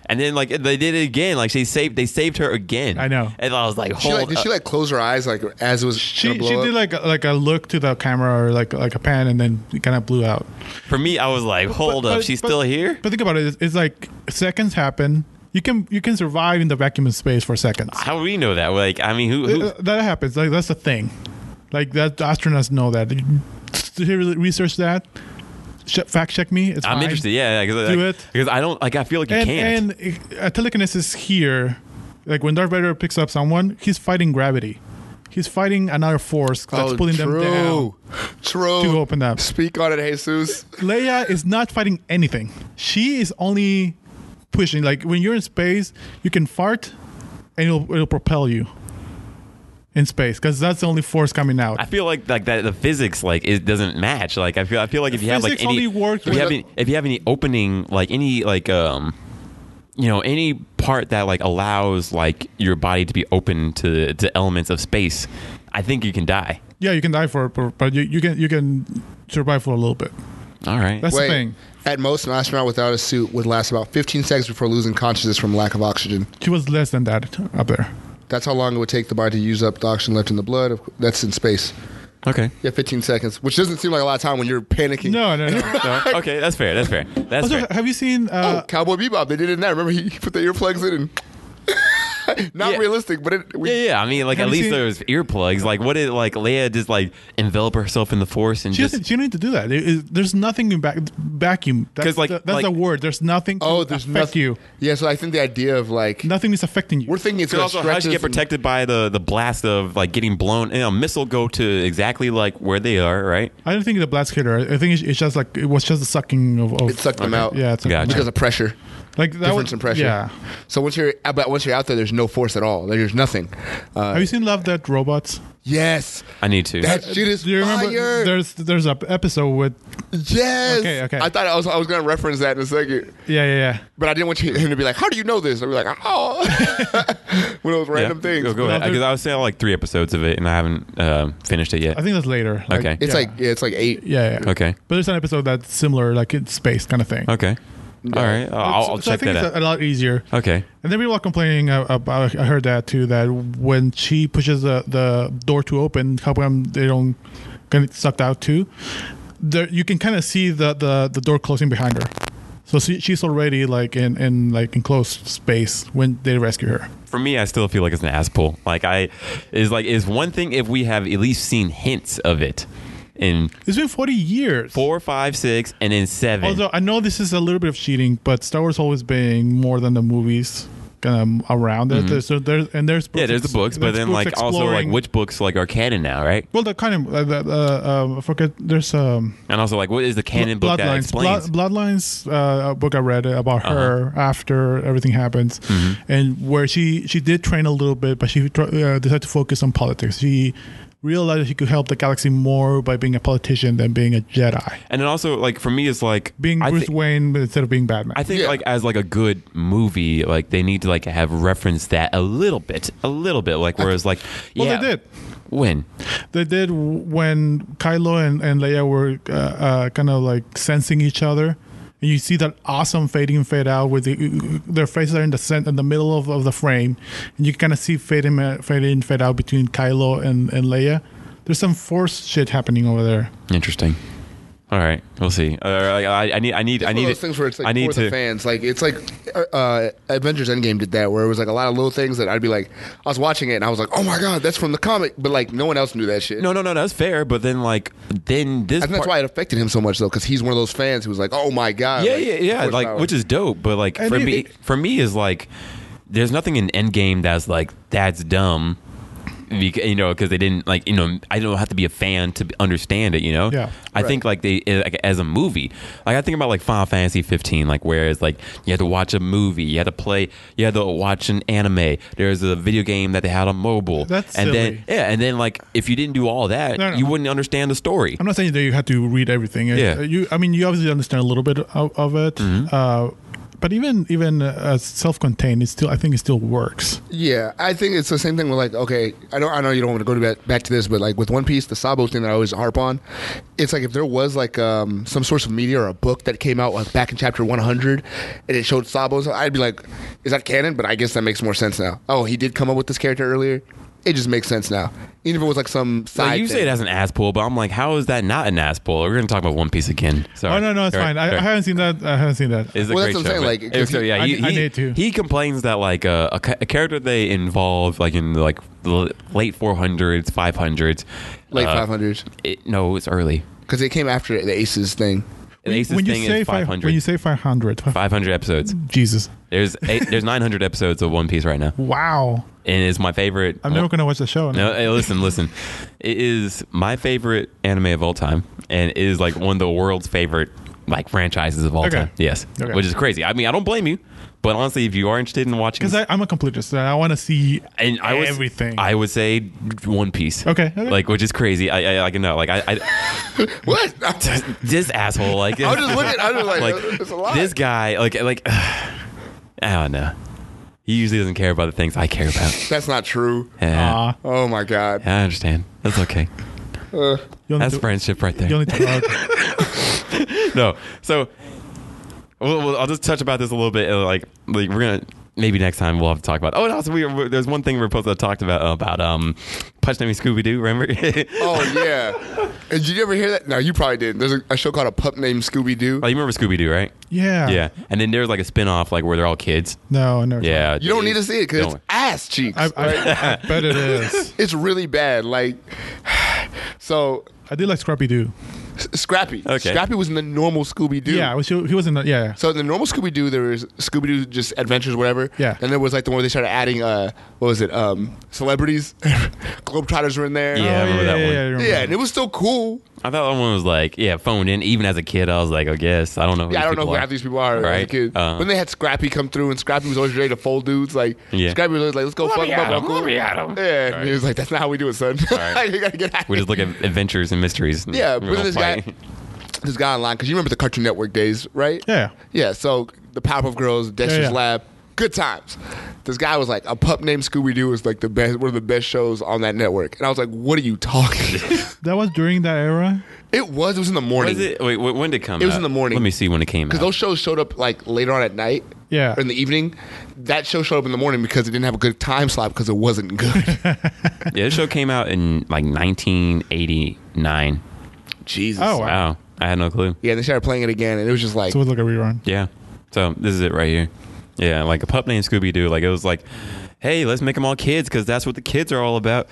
Speaker 1: And then like they did it again. Like she saved, they saved her again.
Speaker 2: I know.
Speaker 1: And I was like,
Speaker 3: She,
Speaker 1: hold.
Speaker 3: like, did
Speaker 1: up.
Speaker 3: she like close her eyes like as it was?
Speaker 2: She
Speaker 3: gonna blow
Speaker 2: she
Speaker 3: up?
Speaker 2: did like a- like a look to the camera or like like a pan and then kind of blew out.
Speaker 1: for me, I was like, hold
Speaker 2: But-
Speaker 1: up,
Speaker 2: but-
Speaker 1: she's
Speaker 2: but-
Speaker 1: still here.
Speaker 2: But think about it. It's, it's like seconds happen. You can you can survive in the vacuum of space for seconds.
Speaker 1: How do we know that? Like, I mean, who? who
Speaker 2: Uh, That happens. Like that's the thing. Like that astronauts know that. Did you really research that? Sh- fact check me. It's
Speaker 1: I'm
Speaker 2: fine.
Speaker 1: interested. Yeah, because
Speaker 2: Do
Speaker 1: like,
Speaker 2: it.
Speaker 1: because I don't like. I feel like you
Speaker 2: And
Speaker 1: can't.
Speaker 2: and uh, telekinesis here, like when Darth Vader picks up someone, he's fighting gravity. He's fighting another force
Speaker 1: Oh,
Speaker 2: that's pulling them down.
Speaker 3: Oh, True.
Speaker 2: to open up.
Speaker 3: Speak on it, Jesus.
Speaker 2: Leia is not fighting anything. She is only pushing. Like when you're in space, you can fart, and it'll it'll propel you in space because that's the only force coming out.
Speaker 1: I feel like like that the physics like it doesn't match. Like I feel I feel like if you have like
Speaker 2: Physics
Speaker 1: any
Speaker 2: only works
Speaker 1: if you
Speaker 3: with
Speaker 1: have
Speaker 3: the-
Speaker 1: any, if you have any opening like any like um you know any part that like allows like your body to be open to to elements of space, I think you can die.
Speaker 2: yeah, you can die for, for but you, you can you can survive for a little bit.
Speaker 1: All right.
Speaker 2: That's
Speaker 3: Wait.
Speaker 2: the thing.
Speaker 3: At most, an astronaut without a suit would last about 15 seconds before losing consciousness from lack of oxygen.
Speaker 2: She was less than that up there.
Speaker 3: That's how long it would take the body to use up the oxygen left in the blood. Of- That's in space.
Speaker 1: okay.
Speaker 3: Yeah, 15 seconds, which doesn't seem like a lot of time when you're panicking.
Speaker 2: No, no, no.
Speaker 1: No? okay, that's fair. That's fair. That's
Speaker 2: also,
Speaker 1: fair.
Speaker 2: have you seen?
Speaker 3: Oh,
Speaker 2: Uh,
Speaker 3: Cowboy Bebop, they did it in that. Remember, he he put the earplugs in and. Not
Speaker 1: Yeah.
Speaker 3: realistic, but it. We,
Speaker 1: Yeah, yeah. I mean, like at
Speaker 2: Have you
Speaker 1: least
Speaker 2: seen-
Speaker 1: there was earplugs. Like, what did like Leia just like envelop herself in the force and
Speaker 2: she
Speaker 1: just
Speaker 2: doesn't. She don't need to do that. There is- there's nothing in back, vacuum. That's
Speaker 1: 'Cause, like-
Speaker 2: the, that's
Speaker 1: like-
Speaker 2: the word. There's nothing. To
Speaker 3: Oh, there's
Speaker 2: affect
Speaker 3: nothing.
Speaker 2: you.
Speaker 3: Yeah, so I think the idea of like.
Speaker 2: Nothing is affecting you.
Speaker 3: We're thinking it's
Speaker 1: Because
Speaker 3: going
Speaker 1: also, how does she get protected by the, the blast of like getting blown? And a missile go to exactly like where they are, right?
Speaker 2: I don't think the blast hit her. I think it's, it's just like it was just the sucking of. of
Speaker 3: It sucked them out.
Speaker 2: Yeah, it's a-
Speaker 1: Gotcha.
Speaker 3: Because of pressure.
Speaker 2: like that
Speaker 3: difference
Speaker 2: was-
Speaker 3: in pressure.
Speaker 2: Yeah.
Speaker 3: So once you're but once you're out there, there's no force at all. There's nothing. Uh,
Speaker 2: Have you seen Love Death Robots?
Speaker 3: yes,
Speaker 1: I need to.
Speaker 3: that shit is
Speaker 2: Do you remember?
Speaker 3: fire.
Speaker 2: There's there's a episode with
Speaker 3: yes.
Speaker 2: Okay, okay.
Speaker 3: I thought I was I was gonna reference that in a second,
Speaker 2: yeah yeah yeah.
Speaker 3: but I didn't want you, him to be like, "How do you know this?" I'd be like, "Oh," one of those
Speaker 1: Yeah.
Speaker 3: random things.
Speaker 1: Go, go ahead.
Speaker 2: Another-
Speaker 1: Because I was saying like three episodes of it, and I haven't uh, finished it yet.
Speaker 2: I think that's later. Like,
Speaker 1: Okay.
Speaker 3: It's
Speaker 2: yeah.
Speaker 3: like yeah, it's like eight.
Speaker 2: yeah, yeah.
Speaker 1: okay.
Speaker 2: But there's an episode that's similar, like it's space kind of thing.
Speaker 1: Okay. All right. I'll, I'll-
Speaker 2: So-
Speaker 1: I'll
Speaker 2: so
Speaker 1: check
Speaker 2: I think
Speaker 1: that
Speaker 2: it's
Speaker 1: out.
Speaker 2: a, a lot easier.
Speaker 1: okay.
Speaker 2: And then people are complaining a- about. I heard that too. That when she pushes the, the door to open, how come they don't get sucked out too? There, you can kind of see the, the the door closing behind her. So she, she's already like in in like enclosed space when they rescue her.
Speaker 1: For me, I still feel like it's an ass pull. Like I is like is one thing if we have at least seen hints of it in
Speaker 2: It's been forty years.
Speaker 1: four, five, six, and in seven.
Speaker 2: Although I know this is a little bit of cheating, but Star Wars always being more than the movies kind of around it. So there's and there's books
Speaker 1: Mm-hmm. yeah, there's the
Speaker 2: ex-
Speaker 1: books, but
Speaker 2: there's
Speaker 1: then
Speaker 2: books
Speaker 1: like also like
Speaker 2: exploring-
Speaker 1: which books like are canon now, right?
Speaker 2: well the kind of uh, the, uh, um, I forget there's um
Speaker 1: And also like what is the canon book that explains? Uh-huh.
Speaker 2: Blood- Bloodlines, uh, a book I read about her after everything happens,
Speaker 1: Mm-hmm.
Speaker 2: and where she she did train a little bit, but she tr- uh, decided to focus on politics. She realized she could help the galaxy more by being a politician than being a Jedi,
Speaker 1: And then also, like for me, it's like
Speaker 2: being
Speaker 1: I
Speaker 2: Bruce
Speaker 1: thi-
Speaker 2: Wayne instead of being Batman.
Speaker 1: I think
Speaker 3: Yeah.
Speaker 1: like as like a good movie, like they need to like have referenced that a little bit, a little bit. Like whereas like yeah,
Speaker 2: well, they did.
Speaker 1: when
Speaker 2: They did w- when Kylo and, and Leia were uh, uh, kind of like sensing each other. And you see that awesome fade in, fade out with the, their faces are in the cent in the middle of, of the frame, and you kind of see fade in, uh, fade in, fade out between Kylo and, and Leia. There's some force shit happening over there.
Speaker 1: interesting. All right, we'll see. Uh, I, I need, I need, I
Speaker 3: one
Speaker 1: need
Speaker 3: of those things where it's like
Speaker 1: I need
Speaker 3: for the
Speaker 1: to.
Speaker 3: fans. Like it's like uh, uh, Avengers Endgame did that, where it was like a lot of little things that I'd be like, I was watching it and I was like, oh my god, that's from the comic, but like no one else knew that shit.
Speaker 1: No, no, no, no, that's fair. But then, like, then this.
Speaker 3: I think that's
Speaker 1: part-
Speaker 3: why it affected him so much though, because he's one of those fans who was like, oh my god,
Speaker 1: yeah, yeah, yeah.
Speaker 3: horsepower.
Speaker 1: Like, which is dope. But like
Speaker 2: And
Speaker 1: for
Speaker 2: it-
Speaker 1: me,
Speaker 2: it-
Speaker 1: for me is like, there's nothing in Endgame that's like that's dumb. Because, you know, because they didn't like you know, I don't have to be a fan to understand it. You know,
Speaker 2: Yeah.
Speaker 1: I think like they eh, like, as a movie, like I think about like Final Fantasy 15, like where it's like you had to watch a movie, you had to play, you had to watch an anime. There's a video game that they had on mobile.
Speaker 2: That's
Speaker 1: and
Speaker 2: silly.
Speaker 1: then yeah, and then like if you didn't do all that,
Speaker 2: No, no.
Speaker 1: you wouldn't understand the story.
Speaker 2: I'm not saying that you had to read everything. Uh,
Speaker 1: Yeah. Mm-hmm.
Speaker 2: You, I mean, you obviously understand a little bit of, of it. Uh, but even even uh, self-contained, it still I think it still works.
Speaker 3: Yeah, I think it's the same thing with like okay, I don't I know you don't want to go to back, back to this, but like with One Piece, the Sabo thing that I always harp on, it's like if there was like um, some source of media or a book that came out like back in chapter 100 and it showed Sabo's, I'd be like, is that canon? But I guess that makes more sense now. Oh, he did come up with this character earlier. It just makes sense now. Even if it was like some side.
Speaker 1: Like, you say
Speaker 3: thing.
Speaker 1: it as an ass pull, but I'm like, how is that not an ass pull? We're gonna talk about One Piece again. Sorry.
Speaker 2: Oh no, no, it's
Speaker 1: All right,
Speaker 2: fine.
Speaker 1: all
Speaker 2: I, I
Speaker 1: right.
Speaker 2: haven't seen that. I haven't seen that.
Speaker 1: It's a
Speaker 3: Well,
Speaker 1: great
Speaker 3: that's what I'm
Speaker 1: show.
Speaker 3: saying,
Speaker 1: but-
Speaker 3: like, 'cause
Speaker 1: so,
Speaker 3: he-
Speaker 1: yeah,
Speaker 2: I-
Speaker 1: he,
Speaker 2: I
Speaker 1: he-
Speaker 2: need to.
Speaker 1: he complains that like uh, a, ca- a character they involve like in like the late 400s, 500s,
Speaker 3: late
Speaker 1: uh,
Speaker 3: 500s
Speaker 1: It, no, it's early.
Speaker 3: because it came after the Aces thing.
Speaker 1: The Aces
Speaker 2: when you
Speaker 1: thing
Speaker 2: say
Speaker 1: is
Speaker 2: five-
Speaker 1: 500.
Speaker 2: when you say 500,
Speaker 1: 500 episodes.
Speaker 2: Jesus,
Speaker 1: There's eight, there's 900 episodes of One Piece right now,
Speaker 2: wow!
Speaker 1: and it's my favorite.
Speaker 2: I'm never gonna watch the show.
Speaker 1: No, hey, listen, listen. It is my favorite anime of all time, and it is like one of the world's favorite like franchises of all
Speaker 2: Okay.
Speaker 1: time. Yes,
Speaker 2: Okay.
Speaker 1: which is crazy. I mean, I don't blame you, but honestly, if you are interested in watching,
Speaker 2: because I'm a completist. and I want to see
Speaker 1: and I was,
Speaker 2: everything.
Speaker 1: I would say One Piece.
Speaker 2: Okay, okay.
Speaker 1: like which is crazy. I, I like no, like I, I
Speaker 3: What?
Speaker 1: this asshole like
Speaker 3: I was just looking. I was just like, it's a lot.
Speaker 1: this guy like like I don't know. He usually doesn't care about the things I care about.
Speaker 3: That's not true.
Speaker 1: Yeah,
Speaker 2: Aw,
Speaker 3: Oh my god.
Speaker 1: I understand. That's okay.
Speaker 2: you only
Speaker 1: That's
Speaker 2: do-
Speaker 1: friendship right there.
Speaker 2: You only do hug.
Speaker 1: no. So, we'll, we'll- I'll just touch about this a little bit. uh, Like, like we're gonna maybe next time we'll have to talk about. Oh, and also we, we there's one thing we we're supposed to have talked about about um, Punch Name Scooby Doo. Remember?
Speaker 3: Oh yeah. And did you ever hear that? No, you probably didn't. There's a, a show called A Pup Named Scooby Doo.
Speaker 1: oh, you remember Scooby Doo, right?
Speaker 2: yeah,
Speaker 1: Yeah. And then there's like a spin off like where they're all kids.
Speaker 2: No, I never. saw
Speaker 1: Yeah.
Speaker 3: You don't need to see it because
Speaker 1: Don't
Speaker 3: it's
Speaker 1: worry.
Speaker 3: ass cheeks.
Speaker 2: it. I, I, I bet it is.
Speaker 3: it's really bad. Like, so
Speaker 2: I did like Scrappy Doo.
Speaker 3: S- Scrappy.
Speaker 1: Okay.
Speaker 3: Scrappy was in the normal Scooby Doo.
Speaker 2: Yeah, I was, he was in. The, yeah,
Speaker 3: So in the normal Scooby Doo, there was Scooby Doo just adventures, whatever.
Speaker 2: Yeah.
Speaker 3: And there was like the one where they started adding, uh, what was it? Um, celebrities, Globetrotters were in there.
Speaker 1: Yeah, I remember that one.
Speaker 2: I remember
Speaker 3: Yeah,
Speaker 2: that.
Speaker 3: and it was still cool.
Speaker 1: I thought that one was like, yeah, phoned in. Even as a kid, I was like, I guess I don't know. Who
Speaker 3: Yeah, I
Speaker 1: these
Speaker 3: don't know
Speaker 1: people
Speaker 3: who
Speaker 1: are.
Speaker 3: half these people are. Right. As a
Speaker 1: Right.
Speaker 3: kid.
Speaker 1: Uh,
Speaker 3: when they had Scrappy come through, and Scrappy was always ready to fold dudes, like
Speaker 1: Yeah.
Speaker 3: Scrappy was always like, "Let's go fuck
Speaker 1: me
Speaker 3: him up,
Speaker 1: at 'em,
Speaker 3: uncle."
Speaker 1: let me at 'em.
Speaker 3: Yeah, and he was like, "That's not how we do it, son.
Speaker 1: right.
Speaker 3: you gotta get out."
Speaker 1: we
Speaker 3: of
Speaker 1: just look at adventures and mysteries. and
Speaker 3: Yeah,
Speaker 1: we
Speaker 3: but
Speaker 1: don't
Speaker 3: then this guy,
Speaker 1: fight.
Speaker 3: this guy online, because you remember the Cartoon Network days, right?
Speaker 2: Yeah.
Speaker 3: Yeah. So the Powerpuff Girls, Dexter's
Speaker 2: Yeah, yeah.
Speaker 3: Lab, good times. This guy was like, a pup named Scooby Doo is like the best, one of the best shows on that network, and I was like, what are you talking?
Speaker 2: That was during that era.
Speaker 3: it was. It was in the morning.
Speaker 1: Was it? Wait, wh- when did it come?
Speaker 3: It was
Speaker 1: out?
Speaker 3: in the morning.
Speaker 1: Let me see when it came out.
Speaker 3: Because those shows showed up like later on at night.
Speaker 2: Yeah.
Speaker 3: Or in the evening. That show showed up in the morning because it didn't have a good time slot because it wasn't good.
Speaker 1: yeah, this show came out in like 1989.
Speaker 3: Jesus.
Speaker 2: Oh, wow.
Speaker 1: Wow. I had no clue.
Speaker 3: Yeah, and they started playing it again and it was just like
Speaker 2: So it was like a rerun.
Speaker 1: Yeah. So this is it right here. Yeah, like a pup named Scooby Doo. Like it was like, hey, let's make them all kids because that's what the kids are all about.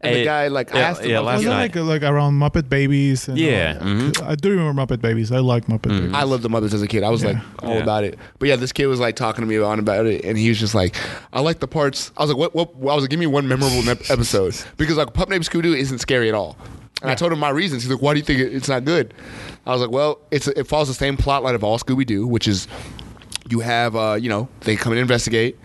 Speaker 3: And the
Speaker 1: Hey,
Speaker 3: guy, like,
Speaker 1: yeah,
Speaker 3: asked him,
Speaker 1: yeah,
Speaker 3: like,
Speaker 1: last
Speaker 2: Wasn't it
Speaker 1: night.
Speaker 2: like like around Muppet Babies? And all
Speaker 1: Yeah, Mm.
Speaker 2: that?
Speaker 1: mhm.
Speaker 2: I do remember Muppet Babies. I like Muppet Babies.
Speaker 3: I loved the mothers as a kid. I was like all
Speaker 1: Yeah.
Speaker 3: about it. But yeah, this kid was like talking to me on about it, and he was just like, "I like the parts." I was like, "What?" what? what?" I was like, "Give me one memorable nep- episode," because like Pup Named Scooby Doo isn't scary at all. And I told him my reasons. He's like, "Why do you think it- it's not good?" I was like, "Well, it's it follows the same plot line of all Scooby Doo, which is." You have, uh, you know, they come and investigate.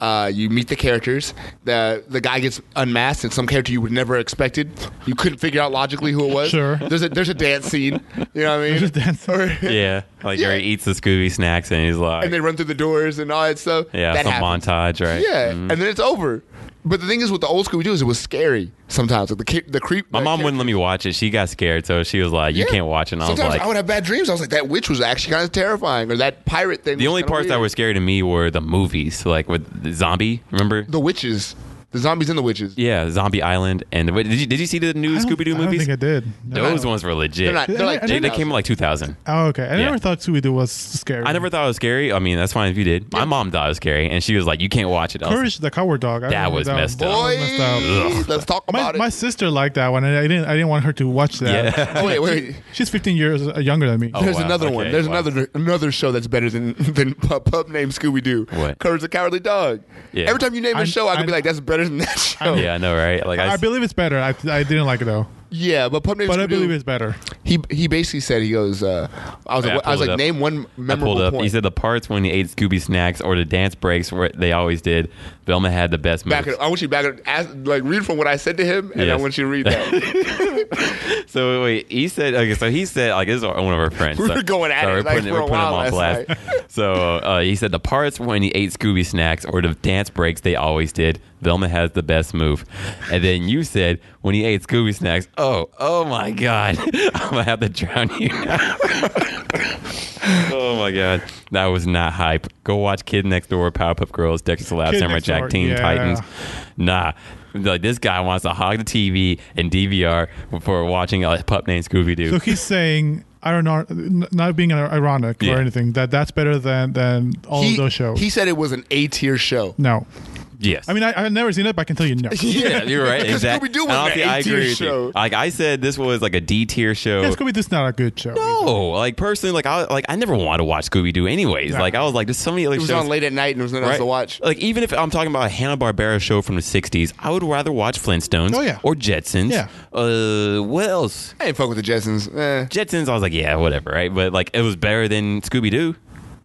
Speaker 3: Uh, you meet the characters. The the guy gets unmasked, and some character you would never expected. You couldn't figure out logically who it was.
Speaker 2: Sure.
Speaker 3: There's a there's a dance scene. You know what I mean?
Speaker 2: a dance scene.
Speaker 3: Or-
Speaker 1: yeah, like
Speaker 3: Yeah.
Speaker 1: where he eats the Scooby snacks and he's like,
Speaker 3: and they run through the doors and all that stuff.
Speaker 1: yeah,
Speaker 3: that
Speaker 1: some
Speaker 3: happens.
Speaker 1: montage, right? Mm-hmm.
Speaker 3: Yeah, and then it's over. But the thing is, with the old Scooby Doo, is it was scary sometimes. Like the ki- the creep.
Speaker 1: My
Speaker 3: the
Speaker 1: mom wouldn't
Speaker 3: character-
Speaker 1: let me watch it. She got scared, so she was like, "You
Speaker 3: Yeah.
Speaker 1: can't watch it." And I was
Speaker 3: Sometimes
Speaker 1: like,
Speaker 3: I would have bad dreams. I was like, that witch was actually kind of terrifying, or that pirate thing.
Speaker 1: "The
Speaker 3: was
Speaker 1: only
Speaker 3: kinda
Speaker 1: parts that
Speaker 3: weird.
Speaker 1: were scary to me were the movies, like with the zombie. Remember?
Speaker 3: the witches. The zombies and the witches.
Speaker 1: Yeah, Zombie Island, and wait, did you did you see the new
Speaker 2: I don't-
Speaker 1: Scooby Doo
Speaker 2: I don't
Speaker 1: movies?
Speaker 2: think I did. No.
Speaker 1: Those ones were legit.
Speaker 3: They're not. They're
Speaker 2: I-
Speaker 3: like
Speaker 2: I
Speaker 1: they,
Speaker 2: didn't
Speaker 1: they came in like 2000.
Speaker 2: Oh, okay. I
Speaker 1: Yeah.
Speaker 2: never thought Scooby Doo was scary.
Speaker 1: I never thought it was scary. I mean, that's fine if you did. My mom thought it was scary, and she was like, "You can't watch it." I was like,
Speaker 2: Courage the Coward Dog. I
Speaker 1: That
Speaker 2: remember
Speaker 1: was
Speaker 2: one.
Speaker 1: messed up.
Speaker 2: That was
Speaker 3: Boy,
Speaker 2: messed up.
Speaker 3: let's talk
Speaker 2: My,
Speaker 3: about it.
Speaker 2: my sister liked that one, and I didn't. I didn't want her to watch that.
Speaker 1: Yeah.
Speaker 3: oh, wait, wait.
Speaker 2: She's 15 years uh, younger than me.
Speaker 1: Oh.
Speaker 3: There's
Speaker 1: wow.
Speaker 3: another
Speaker 1: Okay,
Speaker 3: one. There's
Speaker 1: wow.
Speaker 3: another another show that's better than than pup, pup named Scooby Doo.
Speaker 1: What?
Speaker 3: Courage the Cowardly Dog.
Speaker 1: Yeah.
Speaker 3: Every time you name a
Speaker 2: I'm-
Speaker 3: show, I could
Speaker 2: I'm-
Speaker 3: be like, that's better than that show.
Speaker 2: I'm-
Speaker 1: yeah, I know, right? Like, I,
Speaker 2: I believe it's better. I, I didn't like it though,
Speaker 3: yeah, but pup named
Speaker 2: but I
Speaker 3: Scooby
Speaker 2: believe
Speaker 3: Doo.
Speaker 2: it's better.
Speaker 3: He he basically said he goes. Uh, I was
Speaker 1: Yeah,
Speaker 3: like,
Speaker 1: I
Speaker 3: I was
Speaker 1: pulled
Speaker 3: like,
Speaker 1: it up.
Speaker 3: name
Speaker 1: I
Speaker 3: one memorable
Speaker 1: pulled up.
Speaker 3: point.
Speaker 1: He said the parts when he ate Scooby snacks or the dance breaks where they always did. Velma had the best moves.
Speaker 3: back. It, I want you to back. It, ask, like read from what I said to him, and
Speaker 1: Yes.
Speaker 3: I want you to read that.
Speaker 1: So wait, he said okay. So he said like this is one of our friends.
Speaker 3: We were
Speaker 1: so-
Speaker 3: going at
Speaker 1: so
Speaker 3: it,
Speaker 1: We're
Speaker 3: like,
Speaker 1: putting, we're
Speaker 3: for a
Speaker 1: putting him
Speaker 3: while
Speaker 1: on blast.
Speaker 3: last
Speaker 1: so uh, he said the parts when he ate Scooby snacks or the dance breaks they always did. Velma has the best move. And then you said when he ate Scooby snacks, oh oh my god, I'm gonna have to drown you. now." oh my god, that was not hype. Go watch Kid Next Door, Powerpuff Girls, Dexter's Lab,
Speaker 2: Kid
Speaker 1: Samurai
Speaker 2: Next Door,
Speaker 1: Jack, Teen
Speaker 2: yeah.
Speaker 1: Titans. Nah. Like this guy wants to hog the TV and DVR for watching a pup named Scooby Doo.
Speaker 2: So he's saying I don't know, n- not being ironic
Speaker 1: Yeah.
Speaker 2: or anything. That that's better than than all
Speaker 3: he,
Speaker 2: of those shows.
Speaker 3: he said it was an A tier show.
Speaker 2: no,
Speaker 1: Yes.
Speaker 2: I mean I, I've never seen it, but I can tell you no.
Speaker 1: yeah, you're right.
Speaker 3: Because
Speaker 1: exactly.
Speaker 3: Scooby-Doo was
Speaker 1: And
Speaker 3: an
Speaker 1: honestly, I
Speaker 3: A-tier
Speaker 1: agree with you.
Speaker 3: show.
Speaker 1: Like I said, this was like a D tier show.
Speaker 2: Yeah, Scooby Doo's not a good show.
Speaker 1: no, like personally, like I like I never wanted to watch Scooby Doo. Anyways,
Speaker 2: No.
Speaker 1: like I was like, there's so many other
Speaker 3: It was
Speaker 1: shows.
Speaker 3: on late at night, and there was nothing else
Speaker 1: Right.
Speaker 3: to watch.
Speaker 1: Like even if I'm talking about a Hanna Barbera show from the '60s, I would rather watch Flintstones
Speaker 2: Oh, yeah.
Speaker 1: or Jetsons.
Speaker 2: Yeah.
Speaker 1: Uh, what else?
Speaker 3: I ain't fuck with the Jetsons. Eh.
Speaker 1: Jetsons, I was like, yeah, whatever, right? But like, it was better than Scooby Doo,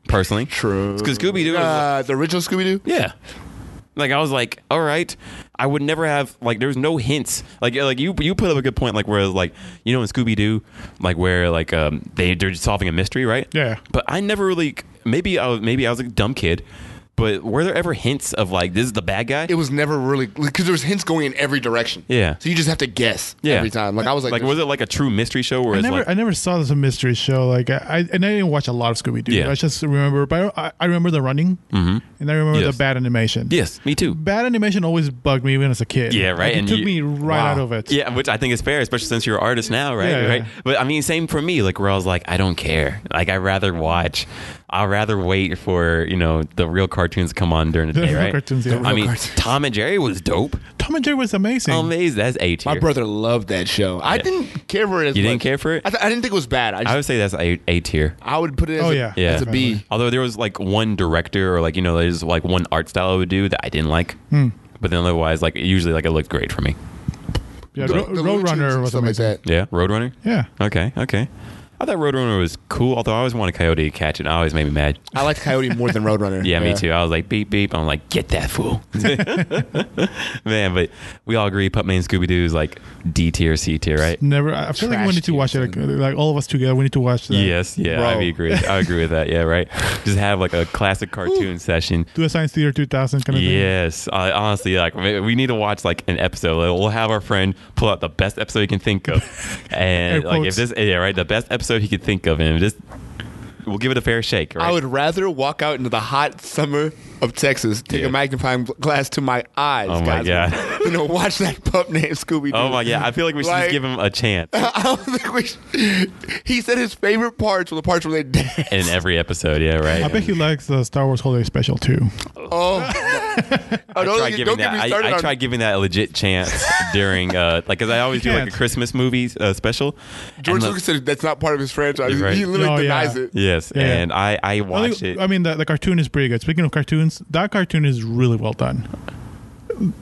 Speaker 1: personally.
Speaker 3: True.
Speaker 1: Because Scooby Doo,
Speaker 3: Uh, the original Scooby Doo.
Speaker 1: yeah. Like I was like, all right, I would never have like. There's no hints. Like like you you put up a good point. Like where like you know in Scooby Doo, like where like um they they're solving a mystery, right?
Speaker 2: Yeah.
Speaker 1: But I never really. Maybe I was maybe I was a dumb kid. But were there ever hints of like this is the bad guy?
Speaker 3: It was never really because there was hints going in every direction.
Speaker 1: Yeah.
Speaker 3: So you just have to guess
Speaker 1: Yeah.
Speaker 3: every time. Like I was like,
Speaker 1: like was it like a true mystery show where
Speaker 2: I
Speaker 1: it's
Speaker 2: never,
Speaker 1: like
Speaker 2: I never saw this a mystery show like I, I and I didn't watch a lot of Scooby Doo.
Speaker 1: Yeah. Mm-hmm.
Speaker 2: I just remember, but I, I remember the running, and I remember
Speaker 1: Yes.
Speaker 2: the bad animation.
Speaker 1: yes, me too.
Speaker 2: bad animation always bugged me even as a kid.
Speaker 1: Yeah, right,
Speaker 2: Like, it
Speaker 1: and
Speaker 2: took
Speaker 1: you-
Speaker 2: me right
Speaker 3: Wow.
Speaker 2: out of it.
Speaker 1: Yeah, which I think is fair, especially since you're an artist now, right?
Speaker 2: Yeah, yeah.
Speaker 1: right. But I mean, same for me. Like where I was like, I don't care. Like I rather watch. I'll rather wait for you know the real cartoons to come on during the
Speaker 2: The
Speaker 1: day,
Speaker 2: real
Speaker 1: right?
Speaker 2: cartoons, yeah. The
Speaker 1: I
Speaker 3: real
Speaker 1: mean,
Speaker 3: cartoons.
Speaker 1: Tom and Jerry was dope.
Speaker 2: Tom and Jerry was amazing.
Speaker 1: Amazing. That's A tier.
Speaker 3: my brother loved that show. I didn't care for it. As
Speaker 1: You didn't
Speaker 3: much.
Speaker 1: care for it?
Speaker 3: I, th- I didn't think it was bad. I, just,
Speaker 1: I would say that's A A tier.
Speaker 3: I would put it. As
Speaker 2: Oh,
Speaker 3: a,
Speaker 2: yeah.
Speaker 1: Yeah.
Speaker 3: as a B.
Speaker 1: Although there was like one director or like you know there's like one art style I would do that I didn't like.
Speaker 2: Hmm.
Speaker 1: But then otherwise, like usually, like it looked great for me.
Speaker 2: yeah,
Speaker 1: The-
Speaker 2: Ro-
Speaker 3: The Looney Tunes
Speaker 2: Roadrunner
Speaker 3: and
Speaker 2: was
Speaker 3: stuff like
Speaker 2: amazing.
Speaker 3: that.
Speaker 1: Yeah, Roadrunner.
Speaker 2: Yeah.
Speaker 1: Okay. Okay. I thought Roadrunner was cool, although I always wanted Coyote to catch it. and I always made me mad.
Speaker 3: I liked Coyote more than Roadrunner.
Speaker 1: Yeah, me too. I was like, beep, beep. I'm like, get that fool. Man, but we all agree Pup Main Scooby Doo is like D tier, C tier, right?
Speaker 2: Never. I I feel like we
Speaker 3: Trash
Speaker 2: need to watch it. Like, like all of us together, we need to watch that.
Speaker 1: Yes, yeah, I
Speaker 3: Bro.
Speaker 1: agree. I agree with that. Yeah, right. Just have like a classic cartoon session.
Speaker 2: Do a Science Theater 2000 kind of thing.
Speaker 1: Yes, I, honestly, like we we need to watch like an episode. Like, We'll have our friend pull out the best episode he can think of, and
Speaker 2: Air
Speaker 1: like if
Speaker 2: quotes.
Speaker 1: this, yeah, right, the best episode he could think of, and just we'll give it a fair shake. Right?
Speaker 3: I would rather walk out into the hot summer of Texas, take
Speaker 1: Yeah.
Speaker 3: a magnifying glass to my eyes,
Speaker 1: Oh, my
Speaker 3: guys,
Speaker 1: God.
Speaker 3: you know, watch that pup named Scooby Doo.
Speaker 1: oh my god, I feel like we should just
Speaker 3: Like-
Speaker 1: give him a chance
Speaker 3: I don't think we. Should. He said his favorite parts were the parts where they dance.
Speaker 1: in every episode. Yeah, right.
Speaker 2: I bet he likes the Star Wars Holiday Special too.
Speaker 3: Oh, oh don't,
Speaker 1: tried
Speaker 3: get-
Speaker 1: giving that-
Speaker 3: don't get me
Speaker 1: I-
Speaker 3: started
Speaker 1: I,
Speaker 3: on.
Speaker 1: tried giving that a legit chance during, uh, like, because I always do like a
Speaker 2: can't.
Speaker 1: Christmas movie uh, special.
Speaker 3: George
Speaker 1: And the-
Speaker 3: Lucas said that's not part of his franchise.
Speaker 1: You're right.
Speaker 3: He literally
Speaker 2: Oh, yeah.
Speaker 3: denies it.
Speaker 1: Yes,
Speaker 2: Yeah.
Speaker 1: and I I
Speaker 2: I,
Speaker 1: watched
Speaker 2: think-
Speaker 1: it.
Speaker 2: I mean, the, the cartoon is pretty good. Speaking of cartoons, that cartoon is really well done. You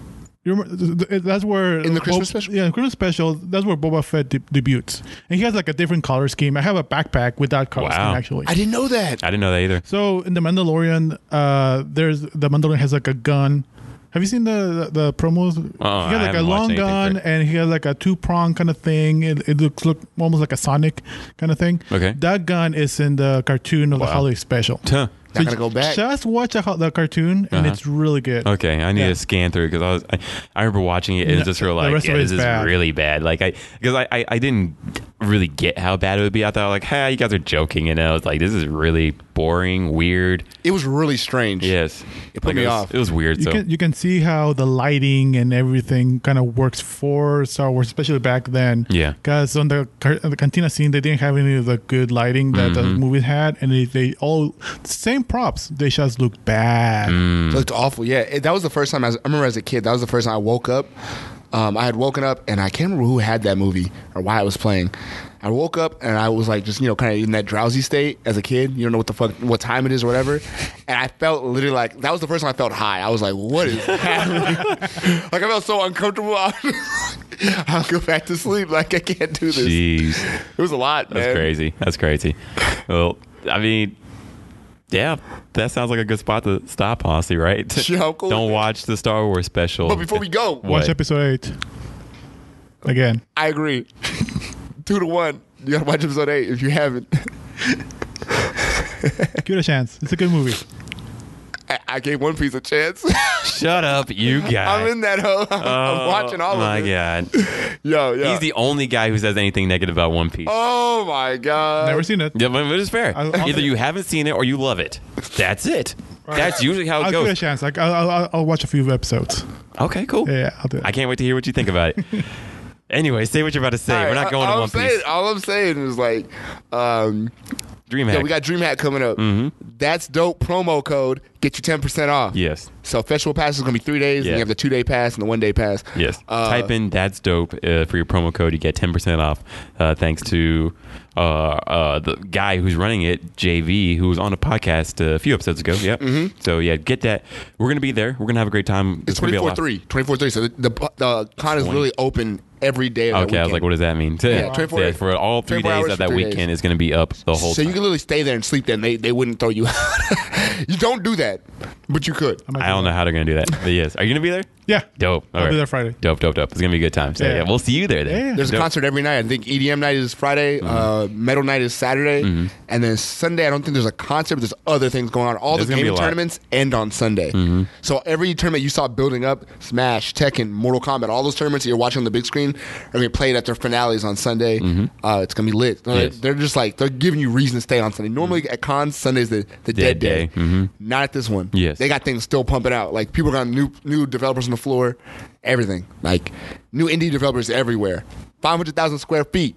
Speaker 2: remember, th- th- that's where
Speaker 3: In the Christmas special?
Speaker 2: yeah, the Christmas special. That's where Boba Fett de- debuts, and he has like a different color scheme. I have a backpack with that color
Speaker 1: Wow.
Speaker 2: scheme actually.
Speaker 3: I didn't know that.
Speaker 1: I didn't know that either.
Speaker 2: so in the Mandalorian, uh, there's the Mandalorian has like a gun. Have you seen the the, the promos?
Speaker 1: Oh, I
Speaker 2: he has like a
Speaker 1: haven't watched anything
Speaker 2: long gun
Speaker 1: for it.
Speaker 2: and he has like a two prong kind of thing. It, it looks look almost like a Sonic kind of thing.
Speaker 1: Okay.
Speaker 2: that gun is in the cartoon of the holiday special.
Speaker 1: Huh.
Speaker 3: Not gonna go back.
Speaker 2: Just watch the, ho- the cartoon, and
Speaker 1: Uh-huh.
Speaker 2: it's really good.
Speaker 1: Okay, I need
Speaker 2: Yeah.
Speaker 1: to scan through because I was I, I remember watching it and
Speaker 2: No,
Speaker 1: just real
Speaker 2: the
Speaker 1: like
Speaker 2: rest
Speaker 1: yeah,
Speaker 2: of it
Speaker 1: this
Speaker 2: is
Speaker 1: is
Speaker 2: bad.
Speaker 1: really bad. Like I because I, I I didn't really get how bad it would be. I thought like, hey, you guys are joking, you know? It's like this is really boring, weird.
Speaker 3: It was really strange.
Speaker 1: Yes,
Speaker 3: It put
Speaker 1: Like,
Speaker 3: me
Speaker 1: was,
Speaker 3: off.
Speaker 1: It was weird.
Speaker 2: You
Speaker 1: so
Speaker 2: can you can see how the lighting and everything kind of works for Star Wars, especially back then.
Speaker 1: Yeah.
Speaker 2: because on the car- on the cantina scene, they didn't have any of the good lighting that the
Speaker 1: Mm-hmm.
Speaker 2: movie had, and they, they all same props. They just look bad.
Speaker 1: Mm,
Speaker 3: It looked awful. Yeah, it, that was the first time. As, I remember as a kid, that was the first time I woke up. Um, I had woken up, and I can't remember who had that movie or why it was playing. I woke up and I was like, just you know, kind of in that drowsy state as a kid. You don't know what the fuck, what time it is, or whatever. And I felt literally like that was the first time I felt high. I was like, what is happening? like I felt so uncomfortable. I was- I'll go back to sleep. Like I can't do this.
Speaker 1: jeez,
Speaker 3: It was a lot, man.
Speaker 1: that's crazy. That's crazy. Well, I mean. Yeah, that sounds like a good spot to stop, honestly, right?
Speaker 3: Sure, I'm cool with
Speaker 1: Don't
Speaker 3: it.
Speaker 1: watch the Star Wars special.
Speaker 3: But before we go,
Speaker 1: What?
Speaker 2: Watch episode eight again.
Speaker 3: I agree. Two to one. You gotta watch episode eight if you haven't.
Speaker 2: Give it a chance. It's a good movie.
Speaker 3: I, I gave One Piece a chance.
Speaker 1: Shut up, you guy.
Speaker 3: I'm in that hoe. I'm, I'm watching all
Speaker 1: oh, my
Speaker 3: of it.
Speaker 1: god.
Speaker 3: Yo, yo.
Speaker 1: He's the only guy who says anything negative about One Piece.
Speaker 3: oh my god.
Speaker 2: Never seen it.
Speaker 1: Yeah, but but it's fair.
Speaker 2: I- I'll-
Speaker 1: Either you haven't seen it or you love it. That's it. That's usually how it
Speaker 2: I'll give it a
Speaker 1: goes.
Speaker 2: chance. Like I'll, I'll, I'll watch a few episodes.
Speaker 1: Okay, cool.
Speaker 2: Yeah, I'll do it.
Speaker 1: I can't wait to hear what you think about it. anyway, say what you're about to say.
Speaker 3: All right,
Speaker 1: We're not
Speaker 3: I-
Speaker 1: going
Speaker 3: all
Speaker 1: to
Speaker 3: I'm
Speaker 1: One
Speaker 3: saying,
Speaker 1: Piece.
Speaker 3: All I'm saying is like, um,
Speaker 1: Dream
Speaker 3: yeah,
Speaker 1: hack.
Speaker 3: we got Dream Hat coming up.
Speaker 1: Mm-hmm.
Speaker 3: That's dope promo code. Get you 10% off.
Speaker 1: yes.
Speaker 3: So festival pass is gonna be three days. And
Speaker 1: Yeah.
Speaker 3: you have the two day pass and the one day pass.
Speaker 1: Yes.
Speaker 3: Uh,
Speaker 1: Type in "That's dope" uh, for your promo code. You get ten percent off. Uh, thanks to uh, uh, the guy who's running it, JV, who was on a podcast uh, a few episodes ago. Yeah. So yeah, get that. We're gonna be there. We're gonna have a great time.
Speaker 3: Mm-hmm. It's
Speaker 1: gonna be a
Speaker 3: 24
Speaker 1: lot-
Speaker 3: 3. 24 3. So the, the, the con is literally open every day of that
Speaker 1: Okay, I was
Speaker 3: weekend.
Speaker 1: like, what does that mean?
Speaker 3: Yeah, 24
Speaker 1: Yeah, for all three
Speaker 3: 24
Speaker 1: days
Speaker 3: hours
Speaker 1: of
Speaker 3: for
Speaker 1: that
Speaker 3: three
Speaker 1: weekend
Speaker 3: days.
Speaker 1: is going to be up the whole
Speaker 3: So you
Speaker 1: time.
Speaker 3: can literally stay there and sleep there, and they, they wouldn't throw you out. you don't do that, but you could.
Speaker 2: might
Speaker 1: I don't know how they're going to do that. But yes, are you going to be there?
Speaker 2: Yeah.
Speaker 1: Dope. All
Speaker 2: I'll be
Speaker 1: right.
Speaker 2: there Friday.
Speaker 1: Dope, dope, dope. It's going to be a good time. So
Speaker 2: Yeah.
Speaker 1: yeah, we'll see you there then.
Speaker 2: Yeah.
Speaker 3: There's a
Speaker 1: Dope.
Speaker 3: concert every night. I think EDM night is
Speaker 1: Mm-hmm.
Speaker 3: Friday, uh, metal night is Saturday, and then Sunday. I don't think there's a concert, but there's other things going on. All
Speaker 1: There's
Speaker 3: the
Speaker 1: gonna be a
Speaker 3: gaming
Speaker 1: lot. Mm-hmm.
Speaker 3: tournaments end on Sunday. So every tournament you saw building up, Smash, Tekken, Mortal Kombat, all those tournaments that you're watching on the big screen are going to be played at their finales on Sunday. Uh, it's going to be lit. They're,
Speaker 1: Mm-hmm. Yes.
Speaker 3: they're just like they're giving you reason to stay on Sunday. Normally at cons, Sunday's the, the
Speaker 1: Dead
Speaker 3: dead, day.
Speaker 1: day. Mhm.
Speaker 3: Not at this one.
Speaker 1: Yes.
Speaker 3: they got things still pumping out. Like people got new new developers on the floor, everything. Like new indie developers everywhere. Five hundred thousand square feet.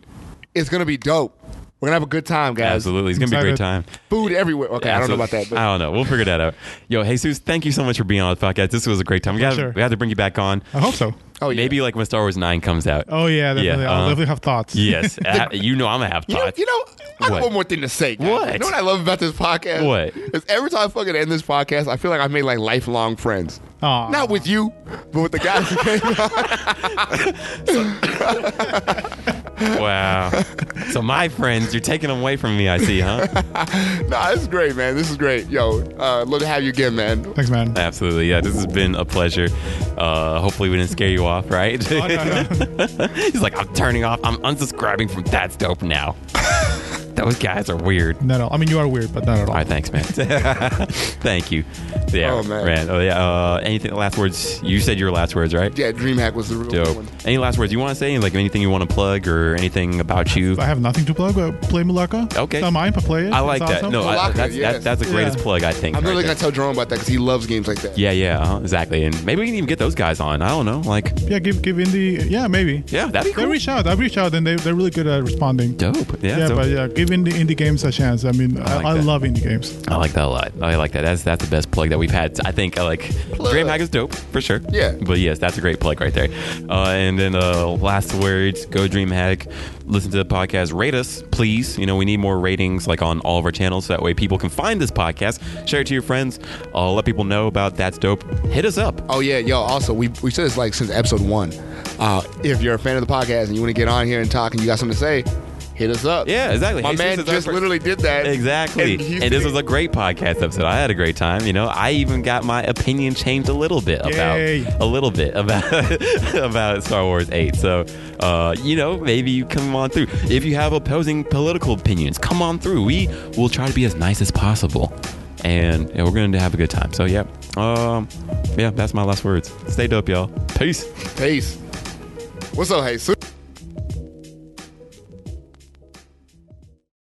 Speaker 3: It's gonna be dope. We're gonna have a good time, guys.
Speaker 1: Absolutely. It's going to be a great time.
Speaker 3: Food everywhere. Okay, I don't know about
Speaker 1: Absolutely.
Speaker 3: that. But
Speaker 1: I don't know. We'll figure that out. Yo, Jesus, thank you so much for being on the podcast. This was a great time. We got
Speaker 2: sure.
Speaker 1: we had to bring you back on.
Speaker 2: I hope so.
Speaker 3: oh yeah.
Speaker 1: Maybe like when Star Wars 9 comes out.
Speaker 2: Oh yeah, definitely. I'll
Speaker 1: uh-huh.
Speaker 2: definitely have thoughts.
Speaker 1: Yes. Uh, you know I'm going to have
Speaker 3: You know,
Speaker 1: thoughts.
Speaker 3: you know, I got
Speaker 1: What?
Speaker 3: one more thing to say. Guys.
Speaker 1: What?
Speaker 3: You know what I love about this podcast?
Speaker 1: What?
Speaker 3: Is every time I fucking end this podcast, I feel like I made like lifelong friends.
Speaker 2: Aw.
Speaker 3: Not with you, but with the guys who came on.
Speaker 1: Wow. so my friends, you're taking them away from me, I see, huh?
Speaker 3: Nah, this is great, man. This is great. Yo, uh, love to have you again, man.
Speaker 2: Thanks, man.
Speaker 1: Absolutely. Yeah, this has been a pleasure. Uh, hopefully, we didn't scare you off, right?
Speaker 2: Oh, no,
Speaker 1: He's like, I'm turning off. I'm unsubscribing from That's Dope now. Those guys are weird.
Speaker 2: Not at all. I mean, you are weird, but not at all.
Speaker 1: All right, thanks, man. Thank you. Yeah,
Speaker 3: Oh, man.
Speaker 1: Oh, yeah. Uh, anything? Last words? You said your last words, right?
Speaker 3: Yeah, DreamHack was the real
Speaker 1: Dope.
Speaker 3: one.
Speaker 1: Any last words you want to say? Like anything you want to plug or anything about you?
Speaker 2: I have nothing to plug, but play Malaka.
Speaker 1: Okay.
Speaker 2: It's not mine, but play it.
Speaker 1: I
Speaker 2: It's
Speaker 1: like that.
Speaker 2: awesome.
Speaker 1: No, I,
Speaker 3: Malacca,
Speaker 1: that's,
Speaker 3: yes.
Speaker 1: that, that's the greatest
Speaker 2: Yeah.
Speaker 1: plug I think.
Speaker 3: I'm
Speaker 1: right
Speaker 3: literally
Speaker 1: there.
Speaker 3: gonna tell Jerome about that because he loves games like that.
Speaker 1: yeah, yeah, uh-huh, exactly. And maybe we can even get those guys on. I don't know. Like,
Speaker 2: Yeah, give give indie. Yeah, maybe.
Speaker 1: yeah, that'd be
Speaker 2: They
Speaker 1: cool.
Speaker 2: reach out. I reach out, and they they're really good at responding.
Speaker 1: dope. Yeah,
Speaker 2: yeah,
Speaker 1: dope.
Speaker 2: but yeah, give indie indie games a chance. I mean, I,
Speaker 1: like
Speaker 2: I
Speaker 1: that.
Speaker 2: love indie games.
Speaker 1: I like that a lot. I like that. That's that's the best plug that we've had. I think I like
Speaker 3: Plug.
Speaker 1: Dream Hack is dope for sure.
Speaker 3: Yeah.
Speaker 1: But yes, that's a great plug right there. Uh, and then uh, last words, go Dream Hack. Listen to the podcast. Rate us, please. You know we need more ratings like on all of our channels. So that way people can find this podcast. Share it to your friends. Uh, let people know about that's dope. Hit us up.
Speaker 3: Oh yeah, yo. Also, we we said this like since episode one. Uh, if you're a fan of the podcast and you want to get on here and talk and you got something to say, hit us up.
Speaker 1: Yeah, exactly.
Speaker 3: My
Speaker 1: Jesus
Speaker 3: man
Speaker 1: is our
Speaker 3: just
Speaker 1: first-
Speaker 3: literally did that.
Speaker 1: Exactly.
Speaker 3: he's
Speaker 1: And, this
Speaker 3: sitting-
Speaker 1: was a great podcast episode. I had a great time. You know, I even got my opinion changed a little bit about
Speaker 2: Yay.
Speaker 1: a little bit about about Star Wars Eight. So, uh, you know, maybe you come on through. If you have opposing political opinions, come on through. We will try to be as nice as possible, and, and we're going to have a good time. So, yeah, um, yeah, that's my last words. Stay dope, y'all. Peace.
Speaker 3: Peace. What's up, Jesus?